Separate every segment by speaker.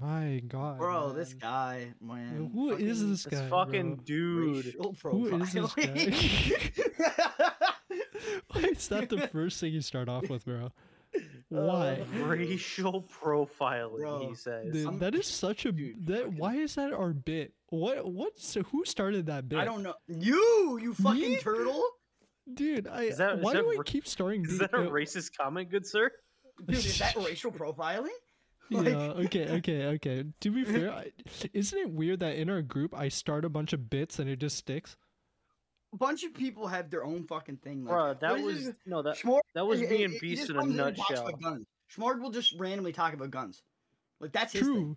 Speaker 1: my god,
Speaker 2: Bro, this
Speaker 1: man.
Speaker 2: guy, man.
Speaker 1: Who is
Speaker 2: fucking
Speaker 1: this
Speaker 3: This
Speaker 1: guy?
Speaker 3: fucking
Speaker 1: bro?
Speaker 3: dude.
Speaker 2: racial
Speaker 1: Who is this
Speaker 2: profiling?
Speaker 1: Why is that the first thing you start off with, bro?
Speaker 2: Oh,
Speaker 1: Why?
Speaker 3: Racial profiling,
Speaker 2: Bro.
Speaker 3: he says.
Speaker 1: Dude,
Speaker 2: I'm-
Speaker 1: that is such a
Speaker 2: Dude,
Speaker 1: that.
Speaker 2: fucking-
Speaker 1: Why is that our bit? What? What? So who started that bit?
Speaker 2: I don't know. You, you fucking
Speaker 1: Me?
Speaker 2: turtle.
Speaker 1: Dude, I.
Speaker 3: Is that- is
Speaker 1: why
Speaker 3: that
Speaker 1: do I
Speaker 3: ra-
Speaker 1: keep starting?
Speaker 3: Is that a
Speaker 1: bit- uh,
Speaker 3: racist comment, good sir?
Speaker 2: Dude, is that racial profiling? Like-
Speaker 1: Yeah. Okay. Okay. Okay. To be fair, I, isn't it weird that in our group I start a bunch of bits and it just sticks?
Speaker 2: A bunch of people have their own fucking thing. Like,
Speaker 3: Bro, that
Speaker 2: what is
Speaker 3: was
Speaker 2: this-
Speaker 3: no that
Speaker 2: Schmord,
Speaker 3: that was
Speaker 2: it-
Speaker 3: me
Speaker 2: it-
Speaker 3: and
Speaker 2: it- he
Speaker 3: Beast
Speaker 2: just
Speaker 3: in a
Speaker 2: comes and talks
Speaker 3: nutshell.
Speaker 2: about guns. Schmord will just randomly talk about guns. Like, that's his thing.
Speaker 1: True.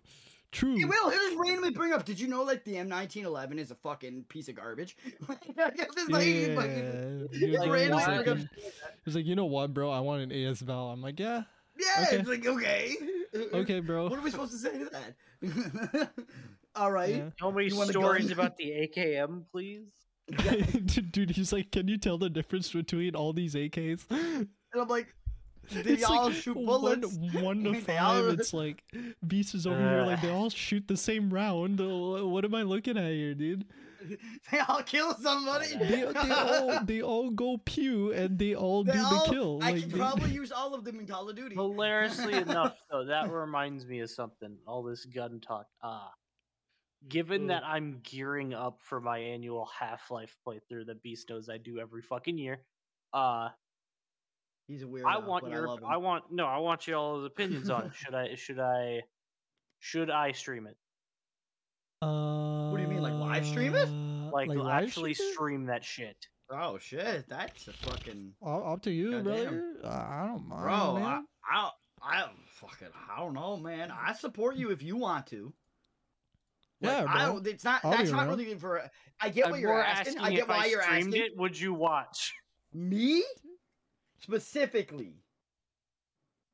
Speaker 1: True.
Speaker 2: He will. He'll just randomly bring up. Did you know like the M1911 is a fucking piece of garbage? Like, this
Speaker 1: Yeah.
Speaker 2: lady fucking-
Speaker 1: You're
Speaker 2: like,
Speaker 1: doing
Speaker 2: randomly
Speaker 3: why?
Speaker 1: like
Speaker 2: bring up-
Speaker 1: a- He's like, you know what, bro? I want an ASVAL. I'm like, yeah.
Speaker 2: Yeah,
Speaker 1: Okay.
Speaker 2: it's like okay.
Speaker 1: Okay,
Speaker 2: What
Speaker 1: bro.
Speaker 2: are we supposed to say to that? All right.
Speaker 1: Yeah.
Speaker 3: How many
Speaker 2: You want a
Speaker 3: stories
Speaker 2: gun?
Speaker 3: about the AKM, please?
Speaker 1: Dude, he's like, can you tell the difference between all these AKs?
Speaker 2: And I'm like, did
Speaker 1: It's
Speaker 2: y'all
Speaker 1: like "Oh,
Speaker 2: shoot
Speaker 1: one-
Speaker 2: bullets?
Speaker 1: One, to
Speaker 2: They all-
Speaker 1: five. It's like Beast is over here like they all shoot the same round. Uh, What am I looking at here, dude?
Speaker 2: They all kill somebody.
Speaker 1: They, they all they all go pew and they all
Speaker 2: They
Speaker 1: do
Speaker 2: all-
Speaker 1: the kill.
Speaker 2: I
Speaker 1: like,
Speaker 2: can
Speaker 1: they-
Speaker 2: probably use all of them in Call of Duty.
Speaker 3: Hilariously enough, though, that reminds me of something. All this gun talk. Ah. Given
Speaker 1: Mm.
Speaker 3: that I'm gearing up for my annual Half Life playthrough that Beast knows I do every fucking year, uh,
Speaker 2: He's a weirdo.
Speaker 3: I want
Speaker 2: uh, but
Speaker 3: your
Speaker 2: love him.
Speaker 3: I, want no, I want y'all's opinions on it. Should I should I should I stream it?
Speaker 1: Uh,
Speaker 2: do you mean, like, live stream it?
Speaker 3: Like,
Speaker 1: live
Speaker 3: actually
Speaker 1: stream it?
Speaker 3: stream that shit.
Speaker 2: Oh shit, that's a fucking
Speaker 1: Uh, up to you,
Speaker 2: Goddamn.
Speaker 1: brother. Uh, I don't mind,
Speaker 2: bro. I,
Speaker 1: man.
Speaker 2: I I don't fucking I don't know, man. I support you if you want to. Like,
Speaker 1: yeah, bro.
Speaker 2: I don't. It's not.
Speaker 1: I'll be
Speaker 2: that's not
Speaker 1: around.
Speaker 2: really for. a- I get
Speaker 3: I'm
Speaker 2: what you're
Speaker 3: more
Speaker 2: asking. I get
Speaker 3: if
Speaker 2: why you're
Speaker 3: streamed
Speaker 2: asking.
Speaker 3: It, would you watch?
Speaker 2: Me specifically,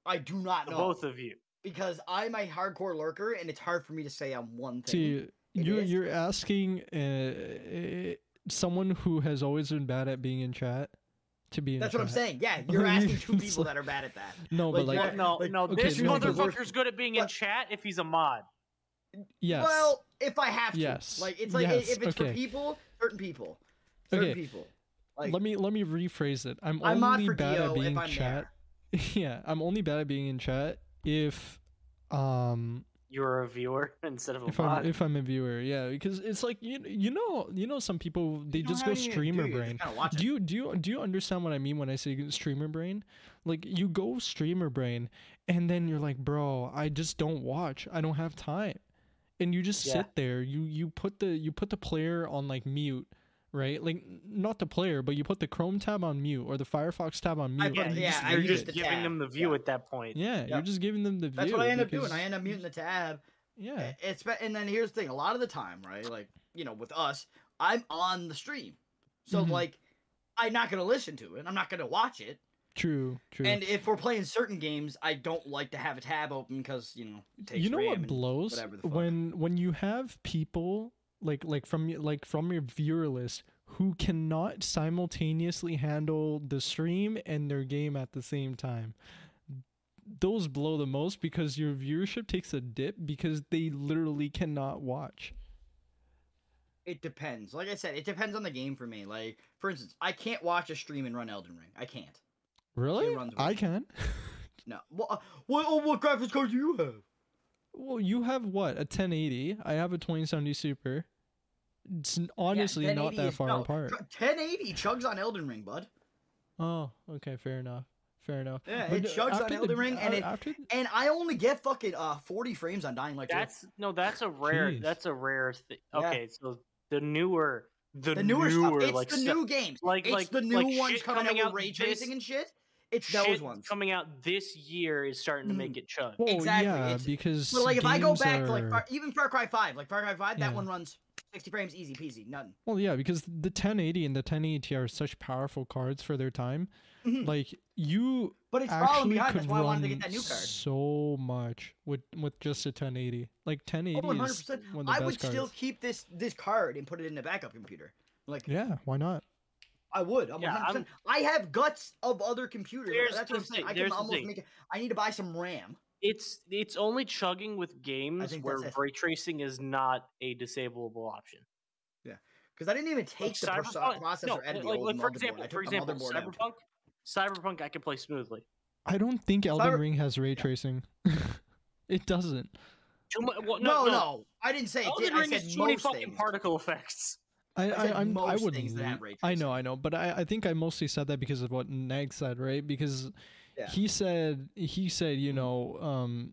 Speaker 2: I do not
Speaker 3: The
Speaker 2: know
Speaker 3: Both of you.
Speaker 2: because I'm a hardcore lurker, and it's hard for me to say I'm one thing.
Speaker 1: See, you're
Speaker 2: is.
Speaker 1: you're asking uh, someone who has always been bad at being in chat to be in.
Speaker 2: That's what I'm
Speaker 1: chat.
Speaker 2: saying. Yeah, you're asking two
Speaker 1: It's
Speaker 2: people
Speaker 1: like-
Speaker 2: that are bad at that.
Speaker 1: No, but like,
Speaker 2: Like,
Speaker 3: Well,
Speaker 2: yeah,
Speaker 3: no,
Speaker 2: like,
Speaker 3: no,
Speaker 1: okay,
Speaker 3: this
Speaker 1: no, but-
Speaker 3: motherfucker's good at being in
Speaker 2: but-
Speaker 3: chat if he's a mod.
Speaker 1: yes.
Speaker 2: Well, if I have to,
Speaker 1: Yes.
Speaker 2: like it's like i-
Speaker 1: Yes,
Speaker 2: if it's for
Speaker 1: okay.
Speaker 2: people, certain people, certain
Speaker 1: Okay.
Speaker 2: people. Like
Speaker 1: let me let me rephrase it. I'm
Speaker 2: I'm mod
Speaker 1: only
Speaker 2: for
Speaker 1: bad
Speaker 2: Dio
Speaker 1: at being
Speaker 2: if
Speaker 1: in
Speaker 2: I'm
Speaker 1: chat.
Speaker 2: there.
Speaker 1: yeah, I'm only bad at being in chat if um
Speaker 3: You're a viewer instead of a
Speaker 1: if
Speaker 3: mod.
Speaker 1: I'm if I'm a viewer. Yeah, because it's like you you know you know some people they
Speaker 2: You don't
Speaker 1: just
Speaker 2: have
Speaker 1: go
Speaker 2: anything to
Speaker 1: streamer
Speaker 2: do, you just
Speaker 1: brain.
Speaker 2: kinda watch it.
Speaker 1: Do you do you do you understand what I mean when I say streamer brain? Like you go streamer brain and then you're like, "Bro, I just don't watch. I don't have time." And you just
Speaker 3: Yeah.
Speaker 1: sit there. You you put the you put the player on like mute, right? Like n- not the player, but you put the Chrome tab on mute or the Firefox tab on mute.
Speaker 2: Yeah,
Speaker 3: yeah,
Speaker 1: and you
Speaker 2: yeah,
Speaker 1: just
Speaker 2: I
Speaker 3: you're
Speaker 1: leave
Speaker 2: use
Speaker 3: just
Speaker 1: it.
Speaker 2: the
Speaker 3: giving
Speaker 2: tab,
Speaker 3: them the view
Speaker 2: yeah.
Speaker 3: at that point.
Speaker 1: Yeah,
Speaker 2: yeah.
Speaker 1: you're just giving them the view.
Speaker 2: That's what I end up doing.
Speaker 1: because-
Speaker 2: I end up muting the tab.
Speaker 1: Yeah.
Speaker 2: A- It's be- and then here's the thing. A lot of the time, right? Like you know, with us, I'm on the stream, so
Speaker 1: Mhm.
Speaker 2: like I'm not gonna listen to it. I'm not gonna watch it.
Speaker 1: True. True.
Speaker 2: And if we're playing certain games, I don't like to have a tab open because you know it takes
Speaker 1: you know
Speaker 2: RAM
Speaker 1: what
Speaker 2: and
Speaker 1: blows
Speaker 2: whatever the fuck.
Speaker 1: when when you have people like like from your- like from your viewer list who cannot simultaneously handle the stream and their game at the same time those blow the most because your viewership takes a dip because they literally cannot watch
Speaker 2: it depends. Like I said, it depends on the game for me. Like for instance, I can't watch a stream and run Elden Ring. I can't.
Speaker 1: really
Speaker 2: runs
Speaker 1: i
Speaker 2: weird.
Speaker 1: can
Speaker 2: No. What uh, what, oh, what graphics card do you have?
Speaker 1: well you have what a 1080 i have a 2070 super it's n-
Speaker 2: Yeah,
Speaker 1: honestly not
Speaker 2: 1080
Speaker 1: that
Speaker 2: is-
Speaker 1: far
Speaker 2: no,
Speaker 1: apart
Speaker 2: tr- 1080 chugs on Elden Ring, bud.
Speaker 1: oh okay fair enough fair enough
Speaker 2: Yeah,
Speaker 1: But
Speaker 2: it
Speaker 1: d-
Speaker 2: chugs on
Speaker 1: after
Speaker 2: Elden Ring and
Speaker 1: a-
Speaker 2: it-
Speaker 1: after
Speaker 2: And I only get fucking uh 40 frames on Dying Light. two.
Speaker 3: That's no, that's a rare.
Speaker 1: Jeez.
Speaker 3: That's a rare thing.
Speaker 2: Yeah.
Speaker 3: Okay, so the newer, the,
Speaker 2: the newer, stuff. It's
Speaker 3: like
Speaker 2: the
Speaker 3: stuff-
Speaker 2: new games.
Speaker 3: like-
Speaker 2: it's
Speaker 3: like-
Speaker 2: the new
Speaker 3: like
Speaker 2: ones
Speaker 3: shit
Speaker 2: coming,
Speaker 3: coming
Speaker 2: out
Speaker 3: out
Speaker 2: with ray
Speaker 3: this-
Speaker 2: tracing and shit. It's
Speaker 3: shit
Speaker 2: those ones.
Speaker 3: coming out this year is starting to
Speaker 2: Mm.
Speaker 3: make it chug.
Speaker 1: Well,
Speaker 2: Exactly,
Speaker 1: Oh, yeah,
Speaker 2: it's-
Speaker 1: because
Speaker 2: But like if I go
Speaker 1: games
Speaker 2: back to like
Speaker 1: are-
Speaker 2: Far, even Far Cry 5, like Far Cry 5,
Speaker 1: Yeah.
Speaker 2: that one runs 60 frames easy peasy, nothing.
Speaker 1: well, yeah, because the 1080 and the 1080 are such powerful cards for their time.
Speaker 2: Mhm.
Speaker 1: Like you
Speaker 2: But it's falling
Speaker 1: actually
Speaker 2: behind.
Speaker 1: could
Speaker 2: That's why I wanted
Speaker 1: run
Speaker 2: to get that new card.
Speaker 1: so much with with just a 1080. Like 1080
Speaker 2: Oh,
Speaker 1: is
Speaker 2: 100%.
Speaker 1: one of the
Speaker 2: I
Speaker 1: best
Speaker 2: would
Speaker 1: cards.
Speaker 2: still keep this this card and put it in the backup computer. Like
Speaker 1: Yeah, why not?
Speaker 2: I would. I'm
Speaker 3: Yeah,
Speaker 2: 100%. i have guts of other computers.
Speaker 3: There's
Speaker 2: That's what
Speaker 3: the
Speaker 2: I'm saying.
Speaker 3: thing,
Speaker 2: I
Speaker 3: there's
Speaker 2: can
Speaker 3: the
Speaker 2: almost
Speaker 3: thing.
Speaker 2: make it. I need to buy some RAM.
Speaker 3: it's it's only chugging with games
Speaker 2: think
Speaker 3: where
Speaker 2: that's it.
Speaker 3: ray tracing is not a disableable option.
Speaker 2: Because I didn't even take the
Speaker 3: Like
Speaker 2: perso-
Speaker 3: Cyberpunk-
Speaker 2: processor
Speaker 3: no,
Speaker 2: out of the
Speaker 3: like,
Speaker 2: old
Speaker 3: like for
Speaker 2: motherboard.
Speaker 3: example,
Speaker 2: I
Speaker 3: for
Speaker 2: took the
Speaker 3: example,
Speaker 2: motherboard out.
Speaker 3: Cyberpunk, Cyberpunk, I can play smoothly.
Speaker 1: I don't think Elden
Speaker 2: Cyber-
Speaker 1: Ring has ray tracing. it doesn't.
Speaker 3: Too much. Well,
Speaker 2: No,
Speaker 3: no,
Speaker 2: no, I didn't say it.
Speaker 3: Elden
Speaker 2: Did.
Speaker 3: Ring
Speaker 2: I said
Speaker 3: is too many
Speaker 2: most
Speaker 3: fucking
Speaker 2: things.
Speaker 3: particle effects.
Speaker 1: I,
Speaker 2: I said
Speaker 1: I, I'm, I
Speaker 2: most
Speaker 1: would.
Speaker 2: things that have
Speaker 1: le-
Speaker 2: ray
Speaker 1: I know,
Speaker 2: tracing.
Speaker 1: I know, but I, I think I mostly said that because of what Nag said, right? Because
Speaker 2: Yeah. Mm-hmm.
Speaker 1: he said he said you know, um,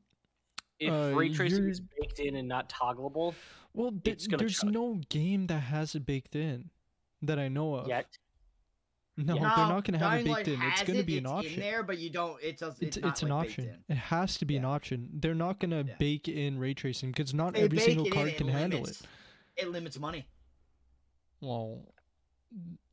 Speaker 3: If
Speaker 1: Uh,
Speaker 3: ray tracing
Speaker 1: you're-
Speaker 3: is baked in and not toggleable
Speaker 1: well, th-
Speaker 3: It's gonna
Speaker 1: there's
Speaker 3: chug.
Speaker 1: no game that has it baked in that I know of.
Speaker 3: yet,
Speaker 1: No,
Speaker 3: Yeah.
Speaker 1: they're
Speaker 2: No,
Speaker 1: not gonna have it
Speaker 2: Dying
Speaker 1: baked
Speaker 2: Light
Speaker 1: in. It's
Speaker 2: has
Speaker 1: gonna
Speaker 2: it,
Speaker 1: be an
Speaker 2: it's
Speaker 1: option.
Speaker 2: in there, but you don't. It does.
Speaker 1: it's,
Speaker 2: It's,
Speaker 1: it's,
Speaker 2: not,
Speaker 1: an
Speaker 2: like, baked
Speaker 1: option.
Speaker 2: in.
Speaker 1: It has to be an
Speaker 2: Yeah.
Speaker 1: option. They're not gonna
Speaker 2: Yeah.
Speaker 1: bake in ray tracing because not
Speaker 2: They
Speaker 1: every
Speaker 2: bake
Speaker 1: single
Speaker 2: it in,
Speaker 1: card
Speaker 2: it
Speaker 1: can handle it.
Speaker 2: limits- It limits money.
Speaker 1: Well,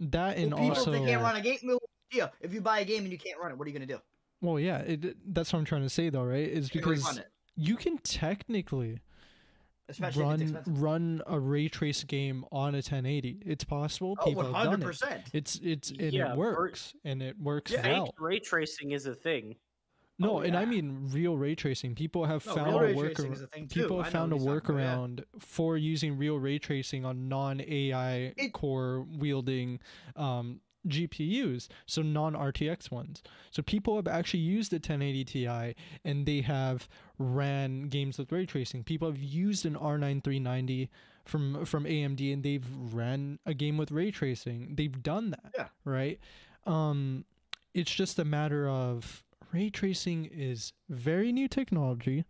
Speaker 1: that and
Speaker 2: Well, people
Speaker 1: also
Speaker 2: if they can't run a game. well, yeah, if you buy a game and you can't run it, what are you gonna do?
Speaker 1: well, yeah, it, that's what I'm trying to say though, right? Is
Speaker 2: You're gonna
Speaker 1: because
Speaker 2: refund it,
Speaker 1: you can technically
Speaker 2: especially if it's
Speaker 1: run
Speaker 2: expensive.
Speaker 1: run a ray trace game on a 1080. It's possible.
Speaker 2: Oh,
Speaker 1: People
Speaker 2: one
Speaker 1: have
Speaker 2: hundred
Speaker 1: done it.
Speaker 2: percent.
Speaker 1: It's it's and
Speaker 3: Yeah,
Speaker 1: it
Speaker 3: or-
Speaker 1: works and it works
Speaker 2: Yeah.
Speaker 3: fake
Speaker 1: well.
Speaker 3: ray tracing is a thing.
Speaker 1: No,
Speaker 2: Oh,
Speaker 1: and I
Speaker 2: yeah.
Speaker 1: mean real ray tracing. People have
Speaker 2: No,
Speaker 1: found
Speaker 2: real
Speaker 1: a
Speaker 2: ray
Speaker 1: work
Speaker 2: tracing is a thing too.
Speaker 1: people
Speaker 2: I
Speaker 1: have
Speaker 2: know
Speaker 1: found a
Speaker 2: what he's talking about, yeah.
Speaker 1: workaround for using real ray tracing on non AI
Speaker 2: It-
Speaker 1: core wielding um, GPUs, so non RTX ones. So people have actually used the 1080 Ti and they have ran games with ray tracing. People have used an R9 390 from from AMD and they've ran a game with ray tracing. They've done that,
Speaker 2: Yeah.
Speaker 1: right? Um, it's just a matter of ray tracing is very new technology.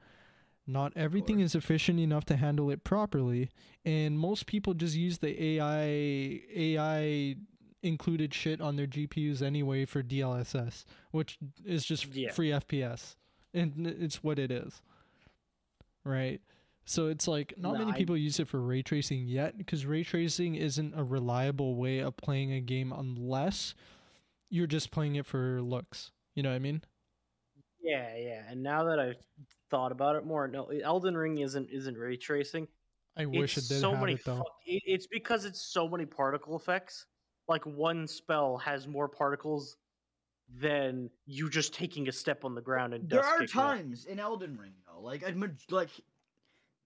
Speaker 1: Not everything
Speaker 2: course.
Speaker 1: is efficient enough to handle it properly, and most people just use the AI AI included shit on their GPUs anyway for DLSS, which is just f-
Speaker 3: Yeah.
Speaker 1: free FPS, and n- it's what it is, right? So it's like not
Speaker 3: No,
Speaker 1: many
Speaker 3: I-
Speaker 1: people use it for ray tracing yet because ray tracing isn't a reliable way of playing a game unless you're just playing it for looks. You know what I mean?
Speaker 3: Yeah, yeah. And now that I've thought about it more, no, Elden Ring isn't isn't ray tracing.
Speaker 1: I wish it
Speaker 3: it's
Speaker 1: did
Speaker 3: so
Speaker 1: have
Speaker 3: many
Speaker 1: it though.
Speaker 3: fuck- it- it's because it's so many particle effects like one spell has more particles than you just taking a step on the ground and
Speaker 2: There
Speaker 3: dust
Speaker 2: are
Speaker 3: kicking it.
Speaker 2: times in Elden Ring though, like a maj- like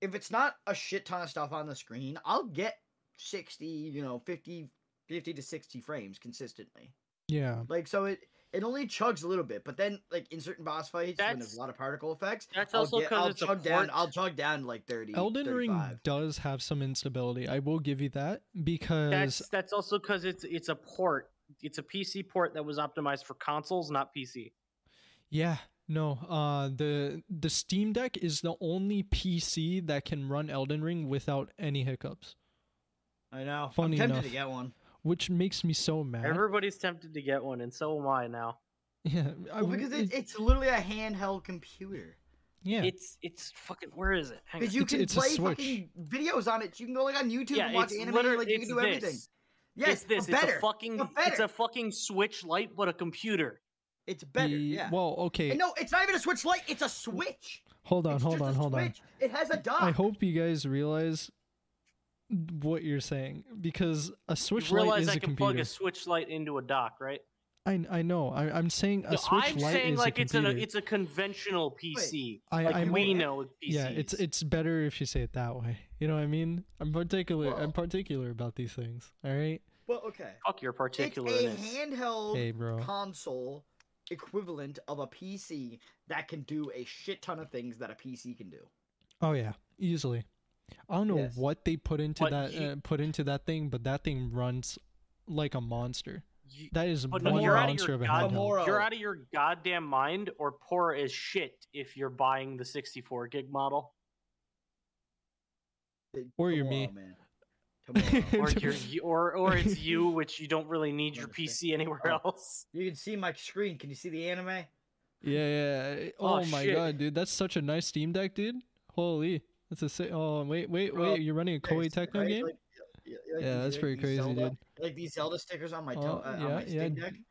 Speaker 2: if it's not a shit ton of stuff on the screen, I'll get 60, you know, 50 50 to 60 frames consistently.
Speaker 1: yeah,
Speaker 2: Like so it it only chugs a little bit, but then like in certain boss fights when there's
Speaker 3: That's-
Speaker 2: a lot of particle effects,
Speaker 3: that's
Speaker 2: I'll,
Speaker 3: also
Speaker 2: get, I'll
Speaker 3: because it's a
Speaker 2: chug down
Speaker 3: port.
Speaker 2: I'll chug down to, like 30
Speaker 1: Elden Ring
Speaker 2: 35.
Speaker 1: does have some instability. I will give you that because
Speaker 3: that's that's also because it's it's a port it's a pc port that was optimized for consoles not pc
Speaker 1: yeah, no, uh, the the Steam Deck is the only PC that can run Elden Ring without any hiccups,
Speaker 2: I know.
Speaker 1: Funny
Speaker 2: I'm tempted
Speaker 1: enough.
Speaker 2: to get one.
Speaker 1: which makes me so mad.
Speaker 3: everybody's tempted to get one and so am i now
Speaker 1: yeah, I
Speaker 2: Well,
Speaker 1: w-
Speaker 2: because
Speaker 1: it-
Speaker 2: it's, it's literally a handheld computer.
Speaker 1: yeah,
Speaker 3: it's it's fucking where is it Hang on.
Speaker 2: Because you
Speaker 1: It's-
Speaker 2: can
Speaker 1: it's a
Speaker 2: play
Speaker 1: Switch.
Speaker 2: fucking videos on it. You can go like on YouTube
Speaker 3: yeah
Speaker 2: and watch
Speaker 3: it's
Speaker 2: anime.
Speaker 3: literally
Speaker 2: Like you
Speaker 3: it's
Speaker 2: can do everything.
Speaker 3: this.
Speaker 2: Yes,
Speaker 3: it's this
Speaker 2: but
Speaker 3: it's
Speaker 2: better.
Speaker 3: a fucking
Speaker 2: but
Speaker 3: it's
Speaker 2: better.
Speaker 3: a fucking switch light but a computer
Speaker 2: It's better.
Speaker 1: the-
Speaker 2: yeah.
Speaker 1: Well, okay,
Speaker 2: And no, it's not even a Switch Lite. It's a Switch.
Speaker 1: hold on,
Speaker 2: It's
Speaker 1: hold
Speaker 2: just a
Speaker 1: on, hold on.
Speaker 2: Switch. It has a dock.
Speaker 1: I hope you guys realize what you're saying because a Switch
Speaker 3: you
Speaker 1: Lite
Speaker 3: realize
Speaker 1: is
Speaker 3: I
Speaker 1: a
Speaker 3: can plug
Speaker 1: computer.
Speaker 3: a switch light into a dock, right?
Speaker 1: I I know. I, I'm saying a
Speaker 3: No,
Speaker 1: Switch
Speaker 3: I'm
Speaker 1: Lite
Speaker 3: saying
Speaker 1: is
Speaker 3: like
Speaker 1: a
Speaker 3: it's a
Speaker 1: computer.
Speaker 3: it's a conventional PC,
Speaker 1: I-
Speaker 3: like
Speaker 1: I
Speaker 3: we
Speaker 2: will-
Speaker 3: know with PCs.
Speaker 1: yeah, it's it's better if you say it that way. You know what I mean? I'm particular. I'm
Speaker 2: Well-
Speaker 1: particular about these things. All right.
Speaker 2: well, okay.
Speaker 3: fuck your
Speaker 2: It's a
Speaker 3: particularness.
Speaker 2: handheld
Speaker 1: Hey, bro.
Speaker 2: console equivalent of a PC that can do a shit ton of things that a PC can do.
Speaker 1: Oh yeah, easily. I don't know
Speaker 2: Yes.
Speaker 1: what they put into
Speaker 3: But
Speaker 1: that
Speaker 3: you-
Speaker 1: uh, put into that thing, but that thing runs like a monster.
Speaker 3: You-
Speaker 1: That is
Speaker 3: But
Speaker 1: one
Speaker 3: no, you're out of
Speaker 1: monster
Speaker 3: your
Speaker 1: of a
Speaker 3: god-
Speaker 1: handheld.
Speaker 2: Gamora.
Speaker 3: You're out of your goddamn mind, or poor as shit if you're buying the 64 gig model,
Speaker 2: Th-
Speaker 1: Or you're me.
Speaker 2: tomorrow, man. Tomorrow.
Speaker 3: or you're you- or or it's you, which you don't really need your
Speaker 2: Understand.
Speaker 3: PC anywhere
Speaker 2: Oh.
Speaker 3: else.
Speaker 2: you can see my screen. Can you see the anime?
Speaker 1: Yeah, yeah. Oh,
Speaker 3: Oh,
Speaker 1: my
Speaker 3: shit.
Speaker 1: god, dude, that's such a nice Steam Deck, dude. Holy, that's a si- oh wait wait
Speaker 2: Bro,
Speaker 1: wait, you're running a Koei
Speaker 2: Seriously,
Speaker 1: Tecmo
Speaker 2: right?
Speaker 1: game?
Speaker 2: Like, y- y- like
Speaker 1: Yeah,
Speaker 2: these-
Speaker 1: that's
Speaker 2: like
Speaker 1: pretty
Speaker 2: these
Speaker 1: crazy,
Speaker 2: Zelda-
Speaker 1: dude.
Speaker 2: Like these Zelda stickers on my, to-
Speaker 1: Oh,
Speaker 2: uh, on my
Speaker 1: yeah, yeah,
Speaker 2: Steam Deck. Dude,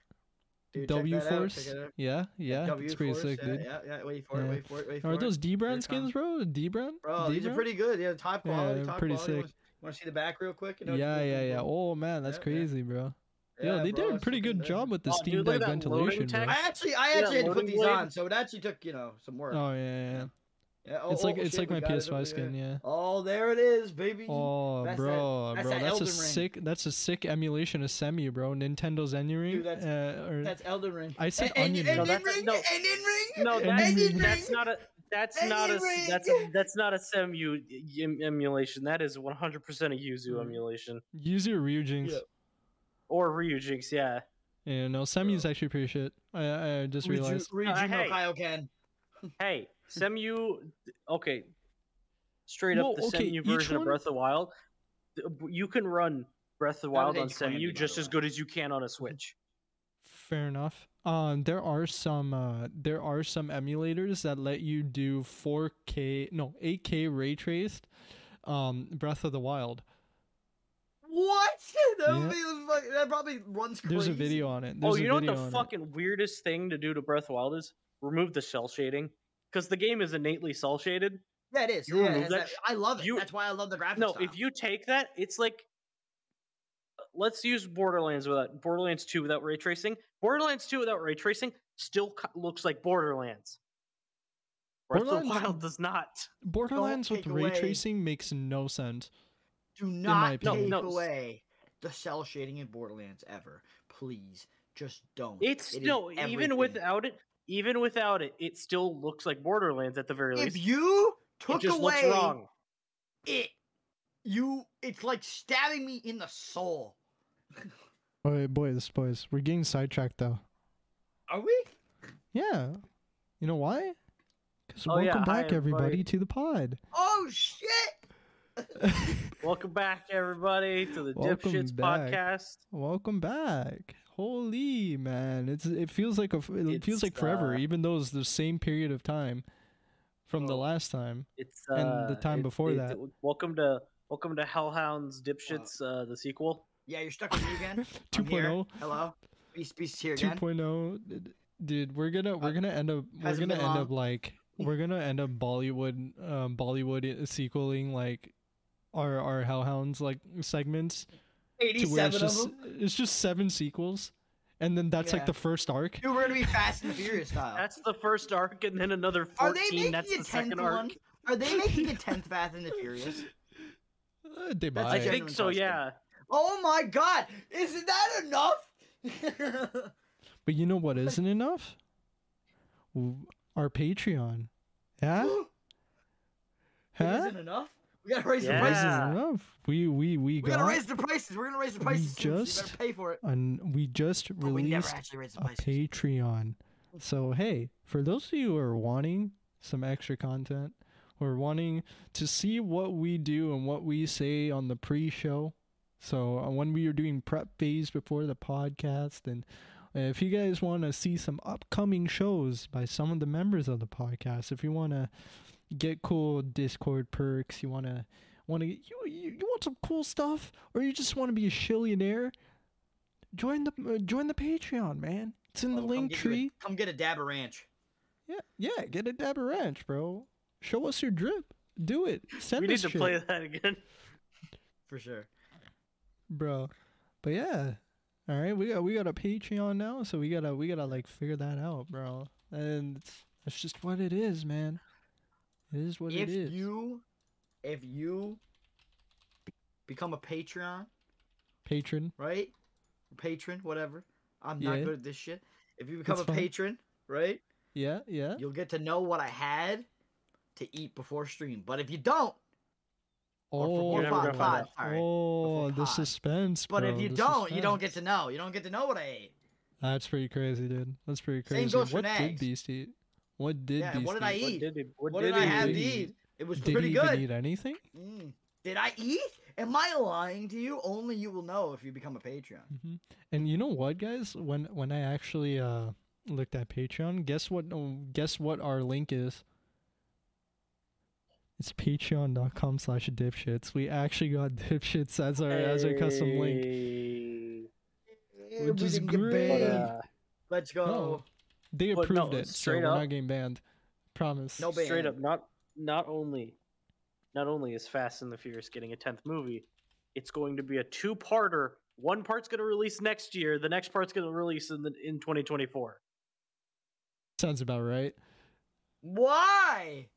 Speaker 2: check
Speaker 1: W
Speaker 2: that out, check
Speaker 1: Force.
Speaker 2: it out.
Speaker 1: Yeah, yeah, it's pretty
Speaker 2: Force,
Speaker 1: sick,
Speaker 2: yeah,
Speaker 1: dude.
Speaker 2: Yeah, yeah, wait for
Speaker 1: Yeah.
Speaker 2: it, wait for it, wait for
Speaker 1: Are
Speaker 2: it.
Speaker 1: those D
Speaker 2: Here
Speaker 1: Brown
Speaker 2: it
Speaker 1: skins,
Speaker 2: comes.
Speaker 1: bro? D Brown?
Speaker 2: Bro, these are
Speaker 1: D-Brown?
Speaker 2: pretty good. Yeah, top
Speaker 1: Yeah,
Speaker 2: quality.
Speaker 1: they're
Speaker 2: top
Speaker 1: pretty
Speaker 2: quality.
Speaker 1: sick.
Speaker 2: Want to see the back real quick? You know,
Speaker 1: Yeah,
Speaker 2: just-
Speaker 1: yeah, yeah. Oh man, that's
Speaker 2: Yeah, yeah.
Speaker 1: crazy, bro. Yo,
Speaker 2: Yeah,
Speaker 1: they
Speaker 2: bro,
Speaker 1: did a
Speaker 2: it's
Speaker 1: pretty
Speaker 2: fucking
Speaker 1: good
Speaker 2: there.
Speaker 1: job with the
Speaker 3: Oh,
Speaker 1: Steam
Speaker 3: dude, look
Speaker 1: Deck
Speaker 3: at that loading
Speaker 1: ventilation, bro.
Speaker 2: I
Speaker 3: text.
Speaker 2: actually, I actually had to put
Speaker 3: loading
Speaker 2: these
Speaker 3: blade.
Speaker 2: on, so it actually took you know some work.
Speaker 1: Oh yeah, yeah, yeah.
Speaker 2: Yeah, oh,
Speaker 1: It's like
Speaker 2: oh,
Speaker 1: it's
Speaker 2: shit,
Speaker 1: like
Speaker 2: we
Speaker 1: my
Speaker 2: got it over
Speaker 1: PS5 skin,
Speaker 2: there.
Speaker 1: yeah.
Speaker 2: Oh, there it is, baby.
Speaker 1: Oh,
Speaker 2: That's that-
Speaker 1: bro,
Speaker 2: that's
Speaker 1: bro,
Speaker 2: that
Speaker 1: that's a
Speaker 2: Elden Ring.
Speaker 1: sick, that's a sick emulation of Semu, bro. Nintendo's Elden Ring.
Speaker 2: Dude, that's-
Speaker 1: uh, or,
Speaker 2: That's Elden Ring.
Speaker 1: I said
Speaker 2: and,
Speaker 1: onion
Speaker 2: and,
Speaker 3: No,
Speaker 2: and
Speaker 3: that's-
Speaker 2: ring,
Speaker 3: no.
Speaker 2: and in ring.
Speaker 3: No,
Speaker 1: And
Speaker 3: that's,
Speaker 1: you-
Speaker 3: that's not a that's
Speaker 2: And
Speaker 3: not
Speaker 2: you
Speaker 3: a
Speaker 2: ring.
Speaker 3: that's a, that's not a SEMU em- emulation. That is 100% a Yuzu
Speaker 1: Mm.
Speaker 3: emulation
Speaker 1: use your Ryujinx.
Speaker 2: Yeah.
Speaker 3: or Ryujinx. Yeah,
Speaker 1: Yeah, no, Semu's actually pretty shit. I I just realized.
Speaker 2: Reju-
Speaker 3: Uh,
Speaker 2: Rejuno
Speaker 3: hey.
Speaker 2: Kaioken.
Speaker 3: Hey, SEMU. Okay, straight
Speaker 1: Well,
Speaker 3: up the
Speaker 1: okay,
Speaker 3: SEMU
Speaker 1: each
Speaker 3: version of
Speaker 1: one-
Speaker 3: Breath of the Wild. th- b- You can run Breath of the
Speaker 2: That was
Speaker 3: Wild on
Speaker 2: H Clan,
Speaker 3: SEMU
Speaker 2: by the
Speaker 3: just as
Speaker 2: way.
Speaker 3: good as you can on a Switch.
Speaker 1: Fair enough. Um, there are some uh, there are some emulators that let you do 4K, no, 8K ray traced, um, Breath of the Wild.
Speaker 2: What? That, would
Speaker 1: Yeah.
Speaker 2: be, like, that probably runs crazy.
Speaker 1: There's a video on it. There's
Speaker 3: oh, you
Speaker 1: a
Speaker 3: know what
Speaker 1: video
Speaker 3: the
Speaker 1: on it.
Speaker 3: fucking weirdest thing to do to Breath of the Wild is remove the cell shading because the game is innately cell shaded.
Speaker 2: Yeah, it is.
Speaker 3: You
Speaker 2: Yeah, it
Speaker 3: remove
Speaker 2: has
Speaker 3: that
Speaker 2: that-
Speaker 3: sh-
Speaker 2: I love it.
Speaker 3: you-
Speaker 2: That's why I love the graphics.
Speaker 3: No, if you take that, it's like let's use Borderlands without Borderlands 2 without ray tracing. Borderlands 2 without ray tracing still co- looks like Borderlands. Breath of
Speaker 1: Borderlands-
Speaker 3: the Wild does not.
Speaker 1: Borderlands with
Speaker 2: take
Speaker 1: ray
Speaker 2: away-
Speaker 1: tracing makes no sense.
Speaker 2: do
Speaker 1: my
Speaker 2: not
Speaker 1: No,
Speaker 2: take
Speaker 1: opinion.
Speaker 3: no, s-
Speaker 2: away the cell shading in Borderlands ever, please, just don't.
Speaker 3: It's
Speaker 2: It is
Speaker 3: still even
Speaker 2: everything.
Speaker 3: without it, even without it, it still looks like Borderlands at the very
Speaker 2: If
Speaker 3: least.
Speaker 2: you
Speaker 3: it
Speaker 2: took
Speaker 3: just looks
Speaker 2: away
Speaker 3: wrong.
Speaker 2: it, you it's like stabbing me in the soul.
Speaker 1: Boy, boys, boys, we're getting sidetracked though.
Speaker 2: Are we?
Speaker 1: Yeah. You know why? Because
Speaker 3: Oh,
Speaker 1: welcome
Speaker 3: yeah, hi,
Speaker 1: back, everybody,
Speaker 3: everybody.
Speaker 1: to the pod.
Speaker 2: Oh shit!
Speaker 3: Welcome back, everybody, to the
Speaker 1: Welcome
Speaker 3: Dipshits
Speaker 1: back.
Speaker 3: podcast.
Speaker 1: welcome back. Holy man, it's it feels like a f- it feels
Speaker 3: It's,
Speaker 1: like forever,
Speaker 3: uh,
Speaker 1: even though it's the same period of time from the
Speaker 3: Oh.
Speaker 1: last time.
Speaker 3: It's uh,
Speaker 1: And the time
Speaker 3: it-
Speaker 1: before
Speaker 3: it-
Speaker 1: that.
Speaker 3: welcome to welcome to Hellhounds Dipshits, uh, the sequel.
Speaker 2: Yeah, you're stuck with me again. I'm here.
Speaker 1: 2.0,
Speaker 2: Hello, beast, beast here again. Uh,
Speaker 1: 2.0, oh, d- dude. We're gonna we're gonna end up we're
Speaker 2: hasn't
Speaker 1: gonna
Speaker 2: been
Speaker 1: end
Speaker 2: long.
Speaker 1: up like we're gonna end up Bollywood um, Bollywood i- sequeling like our our Hellhounds like segments to where it's
Speaker 2: Eighty-seven of
Speaker 1: just
Speaker 2: them.
Speaker 1: it's just seven sequels, and then that's like
Speaker 2: Yeah.
Speaker 1: the first arc.
Speaker 2: Dude, we're gonna be Fast and Furious style.
Speaker 3: That's the first arc, and then another
Speaker 2: Are they
Speaker 3: fourteen.
Speaker 2: making
Speaker 3: That's
Speaker 2: a
Speaker 3: the
Speaker 2: 10th
Speaker 3: second
Speaker 2: one?
Speaker 3: arc.
Speaker 2: Are they making a tenth Fast and the Furious?
Speaker 1: Uh, they
Speaker 2: That's
Speaker 1: buy
Speaker 3: I
Speaker 1: it.
Speaker 2: genuine
Speaker 3: think so.
Speaker 2: question.
Speaker 3: Yeah.
Speaker 2: Oh my god, isn't that enough?
Speaker 1: But you know what isn't enough? W- Our Patreon. Yeah?
Speaker 2: That
Speaker 1: Huh?
Speaker 2: isn't enough. We gotta raise
Speaker 1: It
Speaker 2: the
Speaker 3: Yeah.
Speaker 2: prices.
Speaker 1: Isn't enough. We we we
Speaker 2: We gotta
Speaker 1: got
Speaker 2: raise the prices. We're gonna raise the
Speaker 1: We
Speaker 2: prices. soon, so
Speaker 1: just
Speaker 2: you better pay for it.
Speaker 1: and we just
Speaker 2: But we never
Speaker 1: released
Speaker 2: actually raised the
Speaker 1: a
Speaker 2: prices.
Speaker 1: Patreon. So hey, for those of you who are wanting some extra content or wanting to see what we do and what we say on the pre-show, so uh, when we are doing prep phase before the podcast, and uh, if you guys want to see some upcoming shows by some of the members of the podcast, if you want to get cool Discord perks, you want to want to you, you you want some cool stuff, or you just want to be a shillionaire, join the uh, join the Patreon, man. It's in
Speaker 2: Oh,
Speaker 1: the
Speaker 2: come
Speaker 1: link
Speaker 2: get you a-
Speaker 1: tree.
Speaker 2: come get a dab of ranch.
Speaker 1: Yeah, yeah. Get a dab of ranch, bro. Show us your drip. Do it. Send
Speaker 3: we need
Speaker 1: us
Speaker 3: to
Speaker 1: shit,
Speaker 3: play that again.
Speaker 2: For sure.
Speaker 1: bro. But yeah, all right. We got we got a Patreon now, so we gotta we gotta like figure that out, bro. And it's, it's just what it is, man. It is what it
Speaker 2: if
Speaker 1: is.
Speaker 2: you if you be- become a Patreon,
Speaker 1: Patron.
Speaker 2: right? Patron, whatever. I'm not
Speaker 1: Yeah.
Speaker 2: good at this shit. If you become
Speaker 1: That's
Speaker 2: a
Speaker 1: fine.
Speaker 2: patron, right?
Speaker 1: Yeah, yeah.
Speaker 2: You'll get to know what I had to eat before stream. But if you don't, Or for
Speaker 1: Oh,
Speaker 2: more
Speaker 3: You're never gonna find
Speaker 2: out. Sorry.
Speaker 1: oh, the
Speaker 2: pod.
Speaker 1: suspense.
Speaker 2: but if
Speaker 1: bro,
Speaker 2: you
Speaker 1: the
Speaker 2: don't, you don't get to
Speaker 1: suspense.
Speaker 2: know. You don't get to know what I ate.
Speaker 1: That's pretty crazy, dude. That's pretty
Speaker 2: Same
Speaker 1: crazy.
Speaker 2: goes for
Speaker 1: what did
Speaker 2: nags.
Speaker 1: Beast eat? What did
Speaker 2: Yeah,
Speaker 1: Beast
Speaker 2: what did I
Speaker 1: eat?
Speaker 2: eat?
Speaker 3: did he,
Speaker 2: What did I
Speaker 1: he
Speaker 2: have to
Speaker 1: eat?
Speaker 2: eat? It was
Speaker 1: Did
Speaker 2: pretty
Speaker 1: he
Speaker 2: good.
Speaker 1: even eat anything?
Speaker 2: Mm. Did I eat? Am I lying to you? Only you will know if you become a Patreon.
Speaker 1: hmm And you know what, guys? When when I actually uh looked at Patreon, guess what? oh, Guess what our link is. It's patreon.com slash dipshits. We actually got dipshits as our as our custom link.
Speaker 3: link.
Speaker 2: Eh,
Speaker 1: Which is great.
Speaker 3: But,
Speaker 2: banned.
Speaker 3: uh,
Speaker 2: Let's go.
Speaker 1: No. They
Speaker 3: But
Speaker 1: approved
Speaker 3: no,
Speaker 1: it, so
Speaker 3: straight
Speaker 1: we're
Speaker 3: up-
Speaker 1: not getting banned. Promise.
Speaker 2: No ban.
Speaker 3: straight up, not not only not only is Fast and the Furious getting a tenth movie, it's going to be a two-parter One part's going to release next year. The next part's going to release in the, in 2024.
Speaker 1: Sounds about right.
Speaker 2: Why?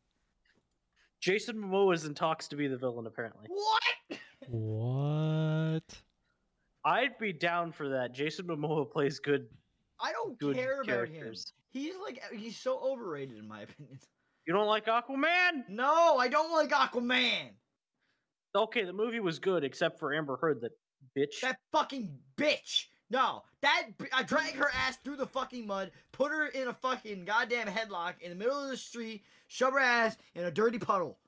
Speaker 3: Jason Momoa is in talks to be the villain. Apparently,
Speaker 2: What?
Speaker 1: What?
Speaker 3: I'd be down for that. Jason Momoa plays good.
Speaker 2: I don't
Speaker 3: Good
Speaker 2: care about him.
Speaker 3: characters.
Speaker 2: He's like he's so overrated in my opinion.
Speaker 3: You don't like Aquaman?
Speaker 2: No, I don't like Aquaman.
Speaker 3: Okay, the movie was good except for Amber Heard, that bitch.
Speaker 2: That fucking bitch. No, that b- I dragged her ass through the fucking mud, put her in a fucking goddamn headlock in the middle of the street, shove her ass in a dirty puddle.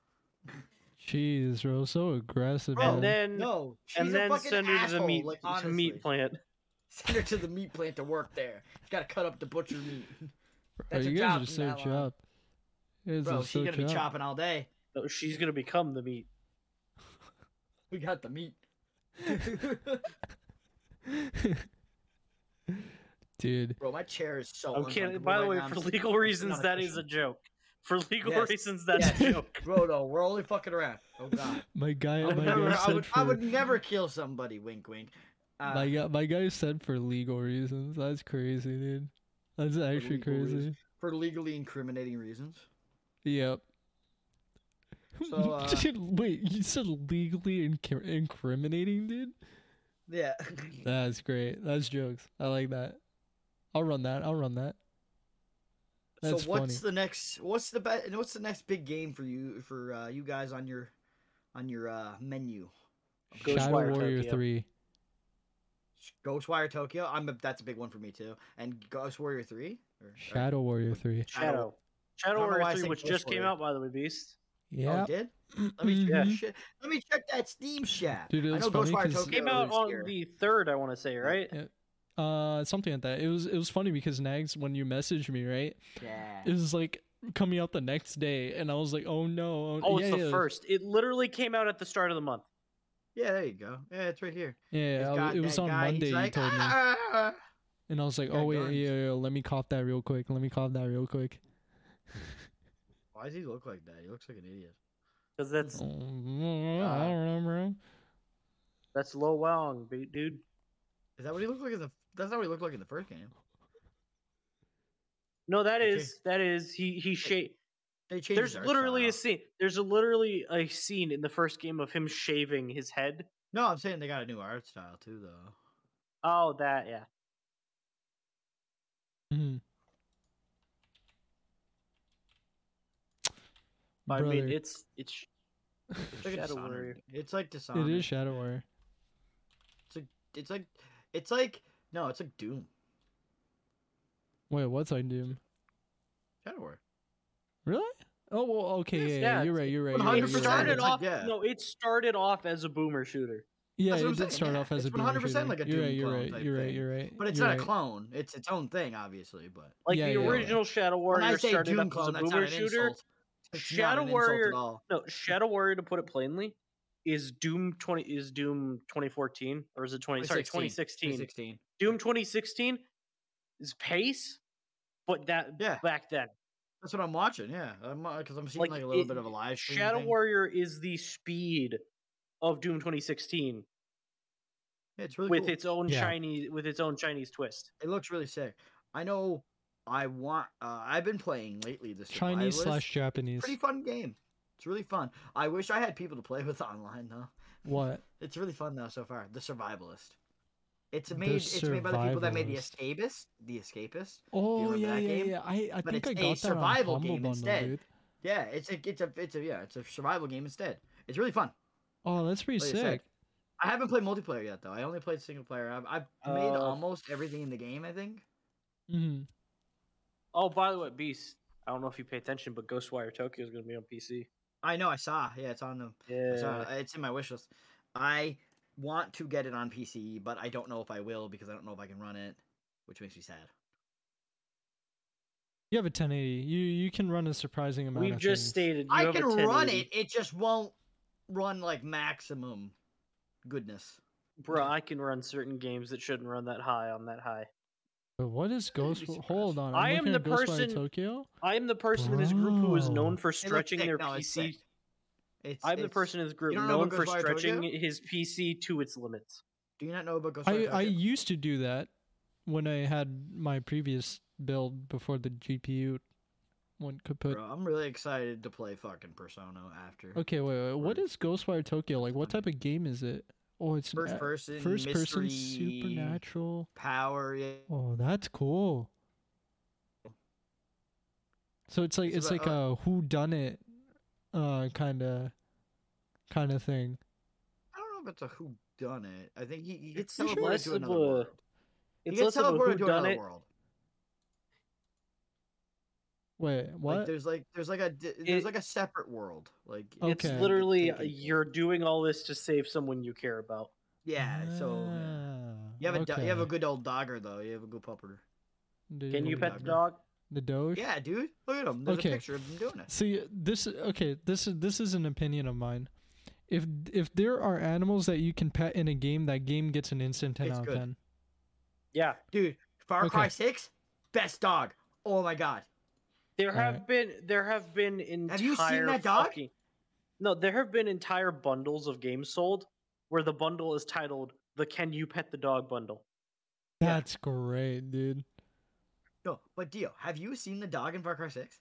Speaker 1: Jeez, bro, so aggressive.
Speaker 2: Bro,
Speaker 1: man.
Speaker 3: and then
Speaker 2: No, she's
Speaker 3: and then
Speaker 2: a fucking
Speaker 3: send her to
Speaker 2: asshole.
Speaker 3: the meat
Speaker 2: like,
Speaker 3: to meat
Speaker 2: honestly.
Speaker 3: plant.
Speaker 2: Send her to the meat plant to work there. She's got to cut up the butcher meat.
Speaker 1: Bro,
Speaker 2: that's a
Speaker 1: you guys
Speaker 2: job
Speaker 1: are
Speaker 2: from
Speaker 1: so
Speaker 2: that line.
Speaker 1: chopped. You guys
Speaker 2: Bro,
Speaker 1: are
Speaker 2: she's
Speaker 1: so
Speaker 2: gonna be
Speaker 1: chopped.
Speaker 2: chopping all day.
Speaker 3: No, she's gonna become the meat.
Speaker 2: We got the meat.
Speaker 1: Dude,
Speaker 2: Bro, my chair is so.
Speaker 3: I'm kidding.
Speaker 2: uncomfortable
Speaker 3: By the
Speaker 2: right
Speaker 3: way,
Speaker 2: now. I'm
Speaker 3: for
Speaker 2: sitting-
Speaker 3: legal
Speaker 2: I'm sitting
Speaker 3: reasons,
Speaker 2: on a
Speaker 3: that
Speaker 2: cushion.
Speaker 3: is a joke. For legal
Speaker 2: Yes.
Speaker 3: reasons, that's a
Speaker 1: Yes.
Speaker 3: joke.
Speaker 2: Bro, no, we're only fucking around. Oh god.
Speaker 1: my guy,
Speaker 2: I
Speaker 1: my
Speaker 2: would, never,
Speaker 1: guy
Speaker 2: I, would,
Speaker 1: said
Speaker 2: I
Speaker 1: for
Speaker 2: would never kill somebody. Wink, wink. Uh,
Speaker 1: my guy, my guy said for legal reasons. That's crazy, dude. That's actually
Speaker 2: legal
Speaker 1: crazy.
Speaker 2: reasons. for legally incriminating reasons.
Speaker 1: Yep.
Speaker 2: So, uh,
Speaker 1: Dude, Wait, you said legally inc- incriminating, dude?
Speaker 2: Yeah.
Speaker 1: That's great. That's jokes. I like that. I'll run that. I'll run that.
Speaker 2: so
Speaker 1: That's
Speaker 2: what's
Speaker 1: funny.
Speaker 2: the next? What's the be- What's the next big game for you for uh, you guys on your on your uh, menu?
Speaker 3: Ghost
Speaker 1: Shadow
Speaker 3: Wire
Speaker 1: Warrior
Speaker 3: Tokyo.
Speaker 1: Three.
Speaker 2: Ghostwire Tokyo. I'm a, that's a big one for me too. And Ghost Warrior Three. Or, or-
Speaker 1: Shadow Warrior
Speaker 2: Oh,
Speaker 1: Three.
Speaker 3: Shadow.
Speaker 2: I
Speaker 3: Shadow
Speaker 2: don't know why I
Speaker 3: Warrior 3,
Speaker 2: said
Speaker 3: which
Speaker 2: Ghost
Speaker 3: just came
Speaker 2: Warrior.
Speaker 3: out by the way, Beast.
Speaker 2: Oh,
Speaker 1: Yeah.
Speaker 2: it did let me check
Speaker 1: Mhm.
Speaker 2: that shit. Let me check that Steam chat.
Speaker 1: Dude, it
Speaker 2: I
Speaker 1: was
Speaker 2: know
Speaker 1: funny
Speaker 2: Ghostwire
Speaker 1: 'cause-
Speaker 2: Tokyo
Speaker 3: Came out
Speaker 2: is
Speaker 3: on
Speaker 2: here.
Speaker 3: the third, I want to say, right?
Speaker 1: Yeah. Uh, something like that. It was it was funny because Nags, when you messaged me, right,
Speaker 2: Yeah.
Speaker 1: it was like coming out the next day, and I was like, oh no.
Speaker 3: Oh, it's
Speaker 1: yeah,
Speaker 3: the
Speaker 1: yeah.
Speaker 3: first. It literally came out at the start of the month.
Speaker 2: Yeah, there you go. Yeah, it's right here.
Speaker 1: Yeah,
Speaker 2: It's
Speaker 1: I-
Speaker 2: got
Speaker 1: it was
Speaker 2: that
Speaker 1: on
Speaker 2: guy, he's
Speaker 1: Monday.
Speaker 2: like,
Speaker 1: you told me,
Speaker 2: "Ah!"
Speaker 1: and I was like,
Speaker 2: got
Speaker 1: oh wait,
Speaker 2: guns.
Speaker 1: yeah, yeah, let me cough that real quick. Let me cough that real quick.
Speaker 2: Why does he look like that? He looks like an idiot.
Speaker 3: Because that's
Speaker 1: Oh, I don't remember.
Speaker 3: that's Lo Wang, b- dude.
Speaker 2: Is that what he looked like in the? That's not what he looked like in the first game.
Speaker 3: No, that
Speaker 2: Okay.
Speaker 3: is that is he he shaved.
Speaker 2: They changed.
Speaker 3: There's
Speaker 2: his art
Speaker 3: literally a
Speaker 2: style.
Speaker 3: scene. There's a literally a scene in the first game of him shaving his head.
Speaker 2: No, I'm saying they got a new art style too, though.
Speaker 3: Oh, that yeah.
Speaker 1: Mhm.
Speaker 3: I
Speaker 1: Brother,
Speaker 3: mean, it's it's
Speaker 2: It's like a
Speaker 3: Shadow
Speaker 2: Dishonored.
Speaker 3: Warrior.
Speaker 2: It's like
Speaker 1: it
Speaker 2: Dishonored.
Speaker 1: is Shadow Warrior.
Speaker 2: It's like, it's like no, it's like Doom.
Speaker 1: Wait, what's I Doom?
Speaker 2: Shadow War.
Speaker 1: Really? Oh well, okay,
Speaker 3: Yes,
Speaker 1: yeah, yeah,
Speaker 3: yeah,
Speaker 1: you're
Speaker 3: it's-
Speaker 1: right, you're right.
Speaker 2: It
Speaker 1: You're right,
Speaker 3: it
Speaker 2: 100%
Speaker 1: you're
Speaker 3: started
Speaker 1: right.
Speaker 2: it's like-
Speaker 3: off.
Speaker 2: yeah.
Speaker 3: No, it started off as a boomer shooter.
Speaker 1: Yeah,
Speaker 2: That's
Speaker 1: it
Speaker 2: what I'm
Speaker 1: did
Speaker 2: saying,
Speaker 1: start
Speaker 2: yeah,
Speaker 1: off as
Speaker 2: it's
Speaker 1: a boomer
Speaker 2: 100%
Speaker 1: shooter.
Speaker 2: like a
Speaker 1: you're
Speaker 2: Doom
Speaker 1: right, you're
Speaker 2: clone
Speaker 1: right,
Speaker 2: type
Speaker 1: you're right,
Speaker 2: thing.
Speaker 1: you're right.
Speaker 2: But it's
Speaker 1: you're
Speaker 2: not
Speaker 1: right.
Speaker 2: a clone. It's its own thing, obviously. But
Speaker 3: Like
Speaker 1: Yeah,
Speaker 3: the
Speaker 1: yeah, yeah.
Speaker 3: original Shadow
Speaker 2: when I
Speaker 3: Warrior
Speaker 2: say
Speaker 3: started
Speaker 2: Doom
Speaker 3: off as a
Speaker 2: clone, that's not
Speaker 3: boomer
Speaker 2: an
Speaker 3: shooter.
Speaker 2: insult. It's
Speaker 3: Shadow
Speaker 2: not an
Speaker 3: Warrior-
Speaker 2: Insult at all.
Speaker 3: No, Shadow Warrior to put it plainly is Doom 20 is Doom 2014 or is it 20 sorry
Speaker 2: 2016.
Speaker 3: 2016. Doom 2016 is pace but that
Speaker 2: Yeah.
Speaker 3: back then
Speaker 2: That's what I'm watching. Yeah, I'm because I'm seeing
Speaker 3: Like,
Speaker 2: like, a little
Speaker 3: it-
Speaker 2: bit of a live stream.
Speaker 3: Shadow
Speaker 2: thing.
Speaker 3: Warrior is the speed of Doom 2016
Speaker 2: Yeah, it's really
Speaker 3: with
Speaker 2: cool.
Speaker 3: its own
Speaker 1: Yeah.
Speaker 3: Chinese with its own Chinese twist.
Speaker 2: It looks really sick. I know. I want. Uh, I've been playing lately. This
Speaker 1: Chinese
Speaker 2: Survivalist.
Speaker 1: slash Japanese.
Speaker 2: pretty fun game. It's really fun. I wish I had people to play with online though.
Speaker 1: What?
Speaker 2: It's really fun though so far. The Survivalist. It's
Speaker 1: The
Speaker 2: made. It's made by the people that made the
Speaker 1: Survivalist.
Speaker 2: Escapist. The Escapist.
Speaker 1: Oh
Speaker 2: remember
Speaker 1: yeah,
Speaker 2: that
Speaker 1: yeah,
Speaker 2: game?
Speaker 1: yeah. I, I
Speaker 2: But
Speaker 1: think
Speaker 2: it's
Speaker 1: I
Speaker 2: a
Speaker 1: got that
Speaker 2: survival
Speaker 1: on Humble
Speaker 2: game
Speaker 1: Bundle,
Speaker 2: instead.
Speaker 1: dude.
Speaker 2: Yeah. It's a. It's a. It's a. Yeah. It's a survival game instead. It's really fun.
Speaker 1: Oh, that's pretty
Speaker 2: Wait a sec.
Speaker 1: sick.
Speaker 2: I haven't played multiplayer yet though. I only played single player. I've, I've made
Speaker 3: Uh,
Speaker 2: almost everything in the game. I think.
Speaker 1: hmm
Speaker 3: Oh, by the way, Beast, I don't know if you pay attention, but Ghostwire Tokyo is going to be on PC.
Speaker 2: I know. I saw. Yeah. It's on the.
Speaker 3: Yeah.
Speaker 2: It's, on- it's in my wish list. I want to get it on PC, but I don't know if I will because I don't know if I can run it, which makes me sad.
Speaker 1: You have a 1080. You you can run a surprising amount.
Speaker 3: We've
Speaker 1: of
Speaker 3: just
Speaker 1: things.
Speaker 3: stated you
Speaker 2: I
Speaker 3: have a
Speaker 2: can run
Speaker 3: 1080.
Speaker 2: it. It just won't run like maximum goodness.
Speaker 3: Bro, I can run certain games that shouldn't run that high on that high.
Speaker 1: But what is
Speaker 2: wouldn't
Speaker 1: Ghost?
Speaker 2: be
Speaker 1: Wa- Hold on.
Speaker 2: surprised.
Speaker 1: I'm
Speaker 3: I am
Speaker 1: looking
Speaker 3: the
Speaker 1: at Ghost Rider
Speaker 3: person-
Speaker 1: Tokyo.
Speaker 3: I am the person in this group who is known
Speaker 1: Bro.
Speaker 3: for
Speaker 2: It looks
Speaker 3: stretching
Speaker 2: sick.
Speaker 3: their
Speaker 2: No, it's
Speaker 3: PC.
Speaker 2: sick. It's,
Speaker 3: I'm the
Speaker 2: it's-
Speaker 3: person in this group
Speaker 2: don't know about
Speaker 3: known for
Speaker 2: Ghostwire Tokyo?
Speaker 3: stretching his PC to its limits.
Speaker 2: Do you not know about Ghost
Speaker 1: I,
Speaker 2: Rider
Speaker 1: I
Speaker 2: Tokyo?
Speaker 1: used to do that when I had my previous build before the GPU one could put.
Speaker 2: Bro, I'm really excited to play fucking Persona after.
Speaker 1: Okay, wait, wait. What
Speaker 2: Right.
Speaker 1: is Ghostwire Tokyo? Like, what type of game is it? Oh, it's an
Speaker 2: First
Speaker 1: a-
Speaker 2: person,
Speaker 1: first
Speaker 2: mystery,
Speaker 1: person supernatural.
Speaker 2: power. Yeah.
Speaker 1: Oh, that's cool. So it's like
Speaker 2: So
Speaker 1: it's
Speaker 2: the-
Speaker 1: like a who done it uh kind of kind of thing.
Speaker 2: I don't know if it's a who done it. I think he, he gets
Speaker 3: It's
Speaker 2: teleported
Speaker 3: less
Speaker 2: to
Speaker 3: of
Speaker 2: another
Speaker 3: a-
Speaker 2: world. He
Speaker 3: It's
Speaker 2: gets
Speaker 3: less of a
Speaker 2: teleported to
Speaker 3: whodunit.
Speaker 2: another world.
Speaker 1: Wait,
Speaker 2: Like
Speaker 1: what?
Speaker 2: there's like there's like a di- there's
Speaker 3: It-
Speaker 2: like a separate world. Like
Speaker 3: It's
Speaker 1: Okay.
Speaker 3: literally uh,
Speaker 2: different people.
Speaker 3: you're doing all this to save someone you care about.
Speaker 2: yeah. So yeah.
Speaker 1: Ah,
Speaker 2: you have a do- you have a
Speaker 1: okay.
Speaker 2: good old dogger though. You have a good pupper.
Speaker 1: The-
Speaker 3: Can you
Speaker 2: Doge.
Speaker 3: pet the dog?
Speaker 1: the Doge?
Speaker 2: Yeah, dude. Look at him. There's
Speaker 1: Okay.
Speaker 2: a picture of him doing it.
Speaker 1: See, this okay. This is this is an opinion of mine. If if there are animals that you can pet in a game, that game gets an instant ten
Speaker 2: It's
Speaker 1: out of
Speaker 2: good.
Speaker 1: ten.
Speaker 3: Yeah.
Speaker 2: Dude, Far
Speaker 1: Okay.
Speaker 2: Cry Six, best dog. Oh my god.
Speaker 3: There have
Speaker 1: Alright.
Speaker 3: been there have been entire
Speaker 2: Have you seen that dog?
Speaker 3: fucking- no, there have been entire bundles of games sold where the bundle is titled the Can You Pet the Dog bundle.
Speaker 2: Yeah.
Speaker 1: That's great, dude.
Speaker 2: No, but Dio, have you seen the dog in Far Cry Six?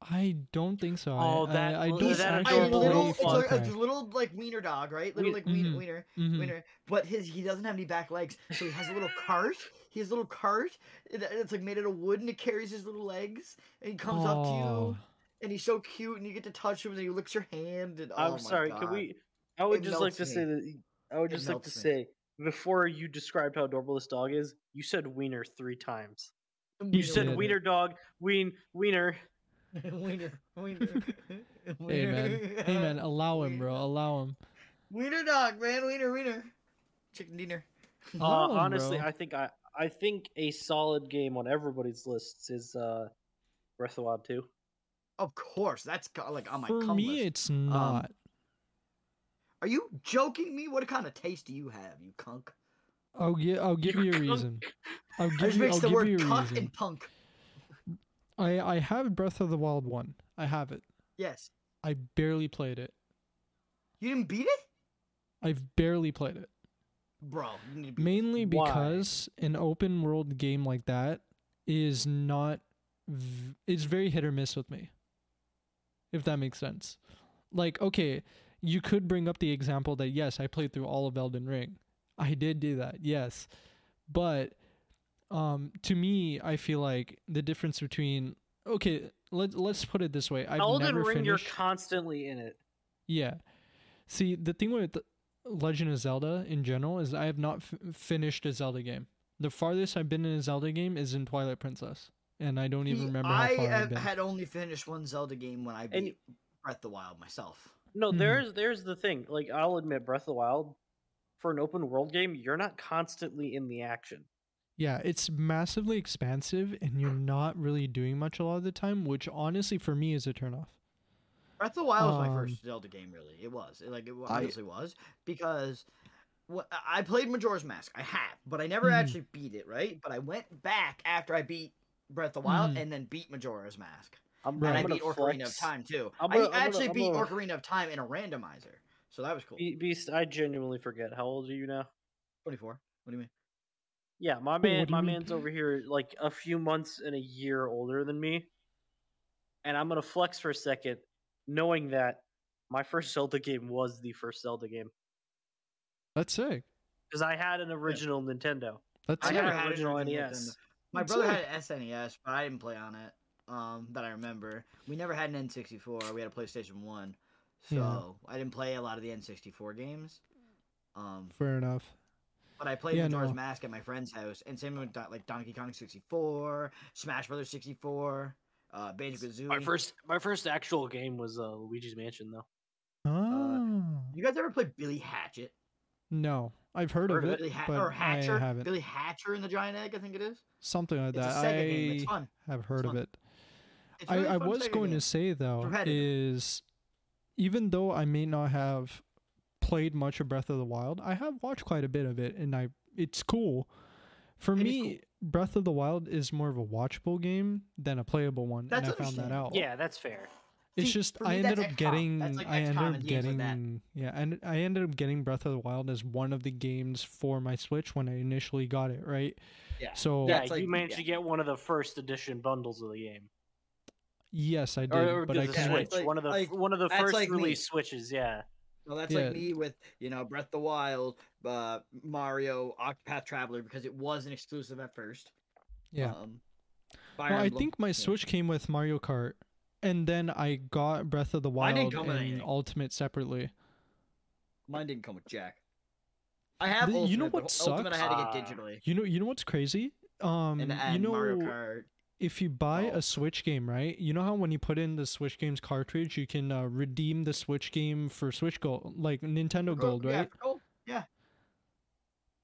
Speaker 1: I don't think so. I-
Speaker 3: Oh, that-
Speaker 1: I, I
Speaker 3: well,
Speaker 1: don't
Speaker 3: that
Speaker 1: actually
Speaker 3: adorable
Speaker 1: play
Speaker 2: little, it's
Speaker 1: Far
Speaker 2: like a
Speaker 1: Cry.
Speaker 2: little like wiener dog, right? Little
Speaker 3: Wien-
Speaker 2: like wiener,
Speaker 1: mhm.
Speaker 2: wiener,
Speaker 1: Mhm.
Speaker 2: wiener. But his he doesn't have any back legs, so he has a little cart. He has a little cart that- that's like made out of wood, and it carries his little legs. And he comes up to
Speaker 1: Oh.
Speaker 2: you, and he's so cute, and you get to touch him, and he licks your hand. And oh my
Speaker 3: I'm sorry,
Speaker 2: God.
Speaker 3: can we I would
Speaker 2: It
Speaker 3: just
Speaker 2: melts
Speaker 3: like to
Speaker 2: me.
Speaker 3: say that I would
Speaker 2: It
Speaker 3: just like to
Speaker 2: melts me.
Speaker 3: say before you described how adorable this dog is, you said wiener three times. You
Speaker 1: You
Speaker 3: said
Speaker 1: did.
Speaker 3: wiener dog, ween wiener.
Speaker 2: wiener, wiener,
Speaker 1: Hey
Speaker 2: wiener.
Speaker 1: man, Oh, hey man, allow him, bro.
Speaker 2: Wiener.
Speaker 1: Allow him.
Speaker 2: Wiener dog, man, wiener, wiener, chicken dinner.
Speaker 3: Uh,
Speaker 1: Allow him,
Speaker 3: honestly,
Speaker 1: bro.
Speaker 3: I think I I think a solid game on everybody's lists is uh Breath of the Wild 2.
Speaker 2: Of course, that's got, like on my
Speaker 1: for
Speaker 2: cum
Speaker 1: me,
Speaker 2: list.
Speaker 1: it's not.
Speaker 2: Are you joking me? What kind of taste do you have, you cunk?
Speaker 1: I'll give I'll give
Speaker 3: You're
Speaker 1: you a
Speaker 3: drunk.
Speaker 1: reason. I'll
Speaker 2: I
Speaker 1: give
Speaker 2: just
Speaker 1: you I'll
Speaker 2: mixed the
Speaker 1: give
Speaker 2: word
Speaker 1: you a
Speaker 2: cunt
Speaker 1: reason.
Speaker 2: and punk.
Speaker 1: I I have Breath of the Wild one. I have it.
Speaker 2: Yes.
Speaker 1: I barely played it.
Speaker 2: You didn't beat it?
Speaker 1: I've barely played it.
Speaker 2: Bro, you need to beat it.
Speaker 1: Mainly
Speaker 3: Why?
Speaker 1: because an open world game like that is not v- it's very hit or miss with me. If that makes sense. Like okay, you could bring up the example that yes, I played through all of Elden Ring. I did do that. Yes. But um to me, I feel like the difference between okay, let let's put it this way. I've
Speaker 3: Elden
Speaker 1: never
Speaker 3: Ring,
Speaker 1: finished
Speaker 3: you're constantly in it.
Speaker 1: Yeah. See, the thing with Legend of Zelda in general is I have not f- finished a Zelda game. The farthest I've been in a Zelda game is in Twilight Princess, and I don't even
Speaker 2: See,
Speaker 1: remember
Speaker 2: I
Speaker 1: how far I've
Speaker 2: have-
Speaker 1: been.
Speaker 2: had only finished one Zelda game when I beat
Speaker 3: And-
Speaker 2: Breath of the Wild myself.
Speaker 3: No,
Speaker 1: Mhm.
Speaker 3: there's there's the thing. Like I'll admit, Breath of the Wild, for an open world game, you're not constantly in the action.
Speaker 1: Yeah, it's massively expansive, and you're not really doing much a lot of the time, which honestly for me is a turnoff.
Speaker 2: Breath of the Wild was my
Speaker 1: Um,
Speaker 2: first Zelda game, really. It was. It, like, it
Speaker 1: I-
Speaker 2: honestly was. Because wh- I played Majora's Mask. I have, but I never
Speaker 1: Mhm.
Speaker 2: actually beat it, right? But I went back after I beat Breath of the Wild
Speaker 1: Mhm.
Speaker 2: and then beat Majora's Mask.
Speaker 3: I'm,
Speaker 1: Right.
Speaker 2: And
Speaker 3: I'm
Speaker 2: I
Speaker 3: gonna
Speaker 2: beat Ocarina of
Speaker 3: flex.
Speaker 2: Time too.
Speaker 3: I'm
Speaker 2: i
Speaker 3: gonna- I'm gonna-
Speaker 2: actually
Speaker 3: I'm
Speaker 2: beat
Speaker 3: gonna-
Speaker 2: Ocarina of Time in a randomizer, so that was cool.
Speaker 3: Be- Beast, I genuinely forget. How old are you now?
Speaker 2: Twenty-four. What do you mean?
Speaker 3: Yeah, my
Speaker 1: do
Speaker 3: man,
Speaker 1: you
Speaker 3: my
Speaker 1: mean?
Speaker 3: man's over here like a few months and a year older than me, and I'm gonna flex for a second, knowing that my first Zelda game was the first Zelda game
Speaker 1: That's sick.
Speaker 3: because I had an original Nintendo.
Speaker 1: That's
Speaker 3: I
Speaker 1: sick.
Speaker 3: had
Speaker 2: never
Speaker 3: an
Speaker 2: had an
Speaker 3: original E
Speaker 2: original
Speaker 3: NES.
Speaker 2: Nintendo. My
Speaker 1: That's
Speaker 2: brother
Speaker 1: it.
Speaker 2: had an SNES, but I didn't play on it. Um, that I remember. We never had an N64. We had a PlayStation One, so
Speaker 1: Yeah.
Speaker 2: I didn't play a lot of the N64 games. Um,
Speaker 1: Fair enough.
Speaker 2: but I played
Speaker 1: Yeah,
Speaker 2: Majora's
Speaker 1: no.
Speaker 2: Mask at my friend's house, and same with Don- like Donkey Kong 64, Smash Brothers 64, uh, Banjo Kazooie.
Speaker 3: My first, my first actual game was uh, Luigi's Mansion, though.
Speaker 1: Oh
Speaker 2: You guys ever play Billy Hatchet?
Speaker 1: no, I've heard
Speaker 2: Or
Speaker 1: of it,
Speaker 2: Billy Ha-
Speaker 1: but
Speaker 2: or
Speaker 1: I
Speaker 2: Hatcher?
Speaker 1: haven't.
Speaker 2: Billy Hatcher and the Giant Egg, I think it is.
Speaker 1: Something like
Speaker 2: It's
Speaker 1: that.
Speaker 2: a Sega game. It's
Speaker 1: I
Speaker 2: fun.
Speaker 1: have heard of
Speaker 2: fun.
Speaker 1: it.
Speaker 2: It's
Speaker 1: I,
Speaker 2: really
Speaker 1: I
Speaker 2: fun
Speaker 1: was
Speaker 2: Sega
Speaker 1: going
Speaker 2: game.
Speaker 1: to say though
Speaker 2: Repetitive.
Speaker 1: is even though I may not have played much of Breath of the Wild, I have watched quite a bit of it and I it's cool. For
Speaker 2: It is
Speaker 1: me, Breath of the Wild is more of a watchable game than a playable one,
Speaker 2: That's
Speaker 1: and I found that
Speaker 2: understandable.
Speaker 1: out.
Speaker 3: Yeah, that's fair.
Speaker 1: It's
Speaker 2: See,
Speaker 1: just
Speaker 2: for
Speaker 1: I
Speaker 2: me, that's
Speaker 1: ended up
Speaker 2: XCOM.
Speaker 1: getting
Speaker 2: That's like
Speaker 1: I ended
Speaker 2: XCOM
Speaker 1: up
Speaker 2: and games like
Speaker 1: getting
Speaker 2: that.
Speaker 1: yeah and I ended up getting Breath of the Wild as one of the games for my Switch when I initially got it right.
Speaker 2: Yeah.
Speaker 1: So
Speaker 3: yeah,
Speaker 2: That's
Speaker 3: you
Speaker 2: like-
Speaker 3: managed
Speaker 2: yeah.
Speaker 3: to get one of the first edition bundles of the game,
Speaker 1: yes, I did,
Speaker 3: or, or
Speaker 1: but
Speaker 3: the
Speaker 1: I
Speaker 2: kinda-
Speaker 3: Switch,
Speaker 1: couldn't.
Speaker 2: That's like-
Speaker 3: one of the
Speaker 2: like-
Speaker 3: one of the
Speaker 2: that's
Speaker 3: first
Speaker 2: like me.
Speaker 3: release Switches. Yeah,
Speaker 2: Well, that's
Speaker 1: Yeah.
Speaker 2: like me with you know Breath of the Wild, uh, Mario, Octopath Traveler because it was an exclusive at first.
Speaker 1: Yeah.
Speaker 2: Um,
Speaker 1: No,
Speaker 2: Fire
Speaker 1: I
Speaker 2: Emblem-
Speaker 1: think my Switch came with Mario Kart, and then I got Breath of the
Speaker 2: Mine
Speaker 1: Wild
Speaker 2: didn't come with
Speaker 1: and
Speaker 2: anything.
Speaker 1: Ultimate separately.
Speaker 2: mine didn't come with Jack. I have
Speaker 1: The- you know
Speaker 2: Ultimate, but
Speaker 1: what
Speaker 2: Ultimate I had to get
Speaker 3: sucks?
Speaker 2: digitally
Speaker 1: You know, you know what's crazy? Um,
Speaker 2: and, and
Speaker 1: you know,
Speaker 2: Mario Kart.
Speaker 1: if you buy
Speaker 2: Oh.
Speaker 1: a Switch game, right? You know how when you put in the Switch game's cartridge, you can uh, redeem the Switch game for Switch Gold, like Nintendo Gold,
Speaker 2: Oh, yeah,
Speaker 1: right?
Speaker 2: for Gold.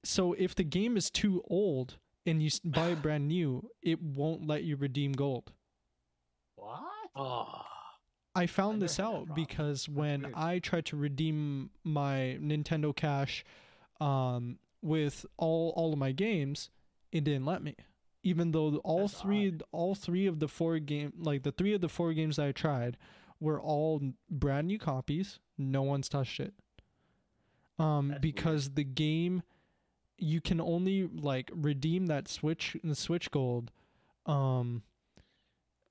Speaker 1: So if the game is too old and you s- buy it brand new, it won't let you redeem gold.
Speaker 2: What?
Speaker 3: oh,
Speaker 1: I found this
Speaker 2: never had that
Speaker 1: out
Speaker 2: problem.
Speaker 1: because when
Speaker 2: weird.
Speaker 1: I tried to redeem my Nintendo Cash um, with all all of my games, it didn't let me. Even though all
Speaker 2: That's
Speaker 1: three all three of the four game like the three of the four games that I tried were all brand new copies. No one's touched it. Um,
Speaker 2: That's weird.
Speaker 1: because the game you can only like redeem that switch the switch gold um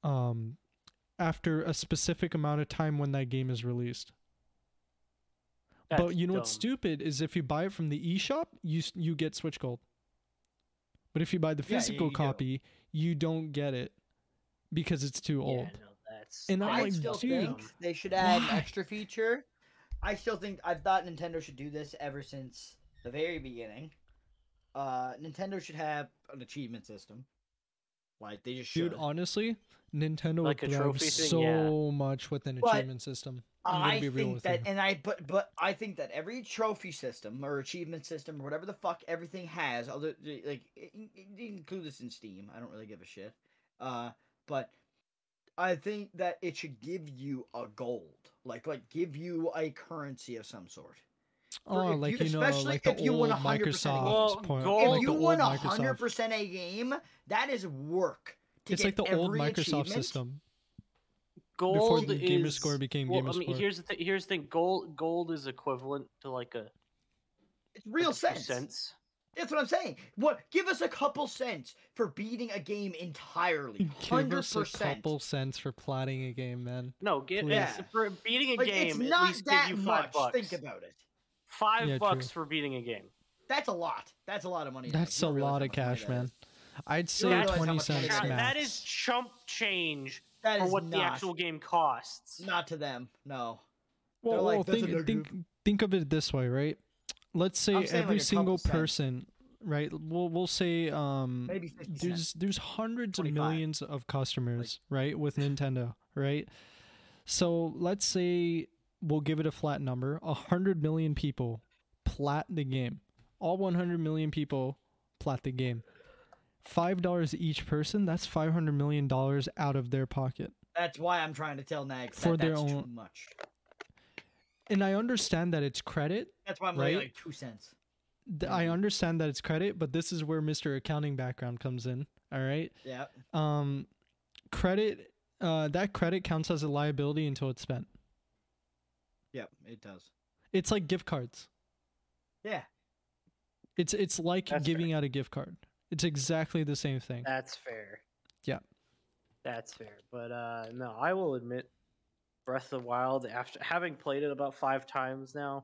Speaker 1: um after a specific amount of time when that game is released.
Speaker 3: that's
Speaker 1: but you know what's
Speaker 3: dumb.
Speaker 1: stupid is if you buy it from the eShop, you s- you get Switch Gold. But if you buy the
Speaker 2: Yeah, yeah,
Speaker 1: physical
Speaker 2: you do.
Speaker 1: copy, you don't get it because it's too
Speaker 3: Yeah,
Speaker 1: old.
Speaker 3: no, that's
Speaker 1: And I'm
Speaker 2: I
Speaker 1: like,
Speaker 2: still
Speaker 1: dude,
Speaker 2: think they should add
Speaker 1: why?
Speaker 2: an extra feature. I still think I thought Nintendo should do this ever since the very beginning. Uh, Nintendo should have an achievement system. Like they just should.
Speaker 1: Dude, honestly, Nintendo
Speaker 3: Like a
Speaker 1: would thrive
Speaker 3: trophy thing,
Speaker 1: so
Speaker 3: yeah.
Speaker 1: much with an
Speaker 2: But
Speaker 1: achievement system. I'm gonna
Speaker 2: I
Speaker 1: be real
Speaker 2: think
Speaker 1: with
Speaker 2: that,
Speaker 1: you.
Speaker 2: and I but but I think that every trophy system or achievement system or whatever the fuck everything has, other like i- i- i- include this in Steam. I don't really give a shit. Uh, but I think that it should give you a gold, like like give you a currency of some sort. for
Speaker 1: Oh,
Speaker 2: if
Speaker 1: like
Speaker 2: you-
Speaker 1: you know,
Speaker 2: especially
Speaker 1: like the
Speaker 2: if you
Speaker 1: old
Speaker 2: win 100%
Speaker 1: Microsoft
Speaker 3: Well,
Speaker 1: point.
Speaker 3: gold-
Speaker 1: like
Speaker 2: if
Speaker 1: the
Speaker 2: you
Speaker 1: old
Speaker 2: won hundred
Speaker 1: Microsoft.
Speaker 2: percent a game, that is work. To
Speaker 1: It's
Speaker 2: get
Speaker 1: like the old
Speaker 2: every
Speaker 1: Microsoft
Speaker 2: achievement.
Speaker 1: system before
Speaker 3: gold
Speaker 1: the gamer
Speaker 3: is-
Speaker 1: score became
Speaker 3: Well,
Speaker 1: gamer
Speaker 3: I mean,
Speaker 1: score.
Speaker 3: here's the thing. Here's the thing. Gold, gold is equivalent to like a
Speaker 2: It's real
Speaker 3: like two
Speaker 2: sense. That's what I'm saying. What? Give us a couple cents for beating a game entirely.
Speaker 1: Give
Speaker 2: Hundred
Speaker 1: us a
Speaker 2: percent.
Speaker 1: couple cents for plotting a game, man.
Speaker 3: No, get
Speaker 1: Please.
Speaker 3: it's- for beating a
Speaker 2: Like
Speaker 3: game.
Speaker 2: it's
Speaker 3: at
Speaker 2: not
Speaker 3: least
Speaker 2: that
Speaker 3: give you
Speaker 2: much.
Speaker 3: five bucks.
Speaker 2: Think about it.
Speaker 3: Five
Speaker 1: Yeah,
Speaker 3: bucks
Speaker 1: true.
Speaker 3: for beating a game.
Speaker 2: That's a lot. That's a lot of money. though.
Speaker 1: That's
Speaker 2: You
Speaker 1: a
Speaker 2: don't realize
Speaker 1: lot
Speaker 2: how
Speaker 1: of
Speaker 2: much money
Speaker 1: cash,
Speaker 2: that
Speaker 1: man.
Speaker 2: is.
Speaker 1: I'd say
Speaker 3: realize
Speaker 2: how
Speaker 1: twenty
Speaker 2: much money
Speaker 1: cents
Speaker 2: that
Speaker 1: max.
Speaker 2: is.
Speaker 3: that is chump change
Speaker 2: That
Speaker 3: for
Speaker 2: is
Speaker 3: what
Speaker 2: not,
Speaker 3: the actual game costs.
Speaker 2: Not to them. No.
Speaker 1: well,
Speaker 2: like,
Speaker 1: well,
Speaker 2: that's a
Speaker 1: think
Speaker 2: good
Speaker 1: think think of it this way, right? Let's say
Speaker 2: I'm saying
Speaker 1: every
Speaker 2: like a
Speaker 1: single
Speaker 2: couple cents.
Speaker 1: person, right? We'll we'll say um
Speaker 2: Maybe fifty cents.
Speaker 1: there's there's hundreds of
Speaker 2: 25.
Speaker 1: millions of customers, right, with Nintendo, right? So let's say we'll give it a flat number. A hundred million people plat the game. All one hundred million people plat the game. Five dollars each person, that's five hundred million dollars out of their pocket.
Speaker 2: That's why I'm trying to tell Nags
Speaker 1: For
Speaker 2: that
Speaker 1: their
Speaker 2: that's too
Speaker 1: own-
Speaker 2: much.
Speaker 1: And I understand that it's credit.
Speaker 2: That's why I'm
Speaker 1: Right?
Speaker 2: only like two cents.
Speaker 1: Th- I
Speaker 2: Mhm.
Speaker 1: understand that it's credit, but this is where Mr. Accounting background comes in. All right.
Speaker 2: Yeah.
Speaker 1: Um credit uh that credit counts as a liability until it's spent.
Speaker 2: Yep. It does.
Speaker 1: It's like gift cards.
Speaker 2: Yeah.
Speaker 1: It's it's like
Speaker 3: That's
Speaker 1: giving out a gift card. It's exactly the same thing.
Speaker 3: That's fair.
Speaker 1: Yeah.
Speaker 3: That's fair. But uh no, I will admit Breath of the Wild after having played it about 5 times now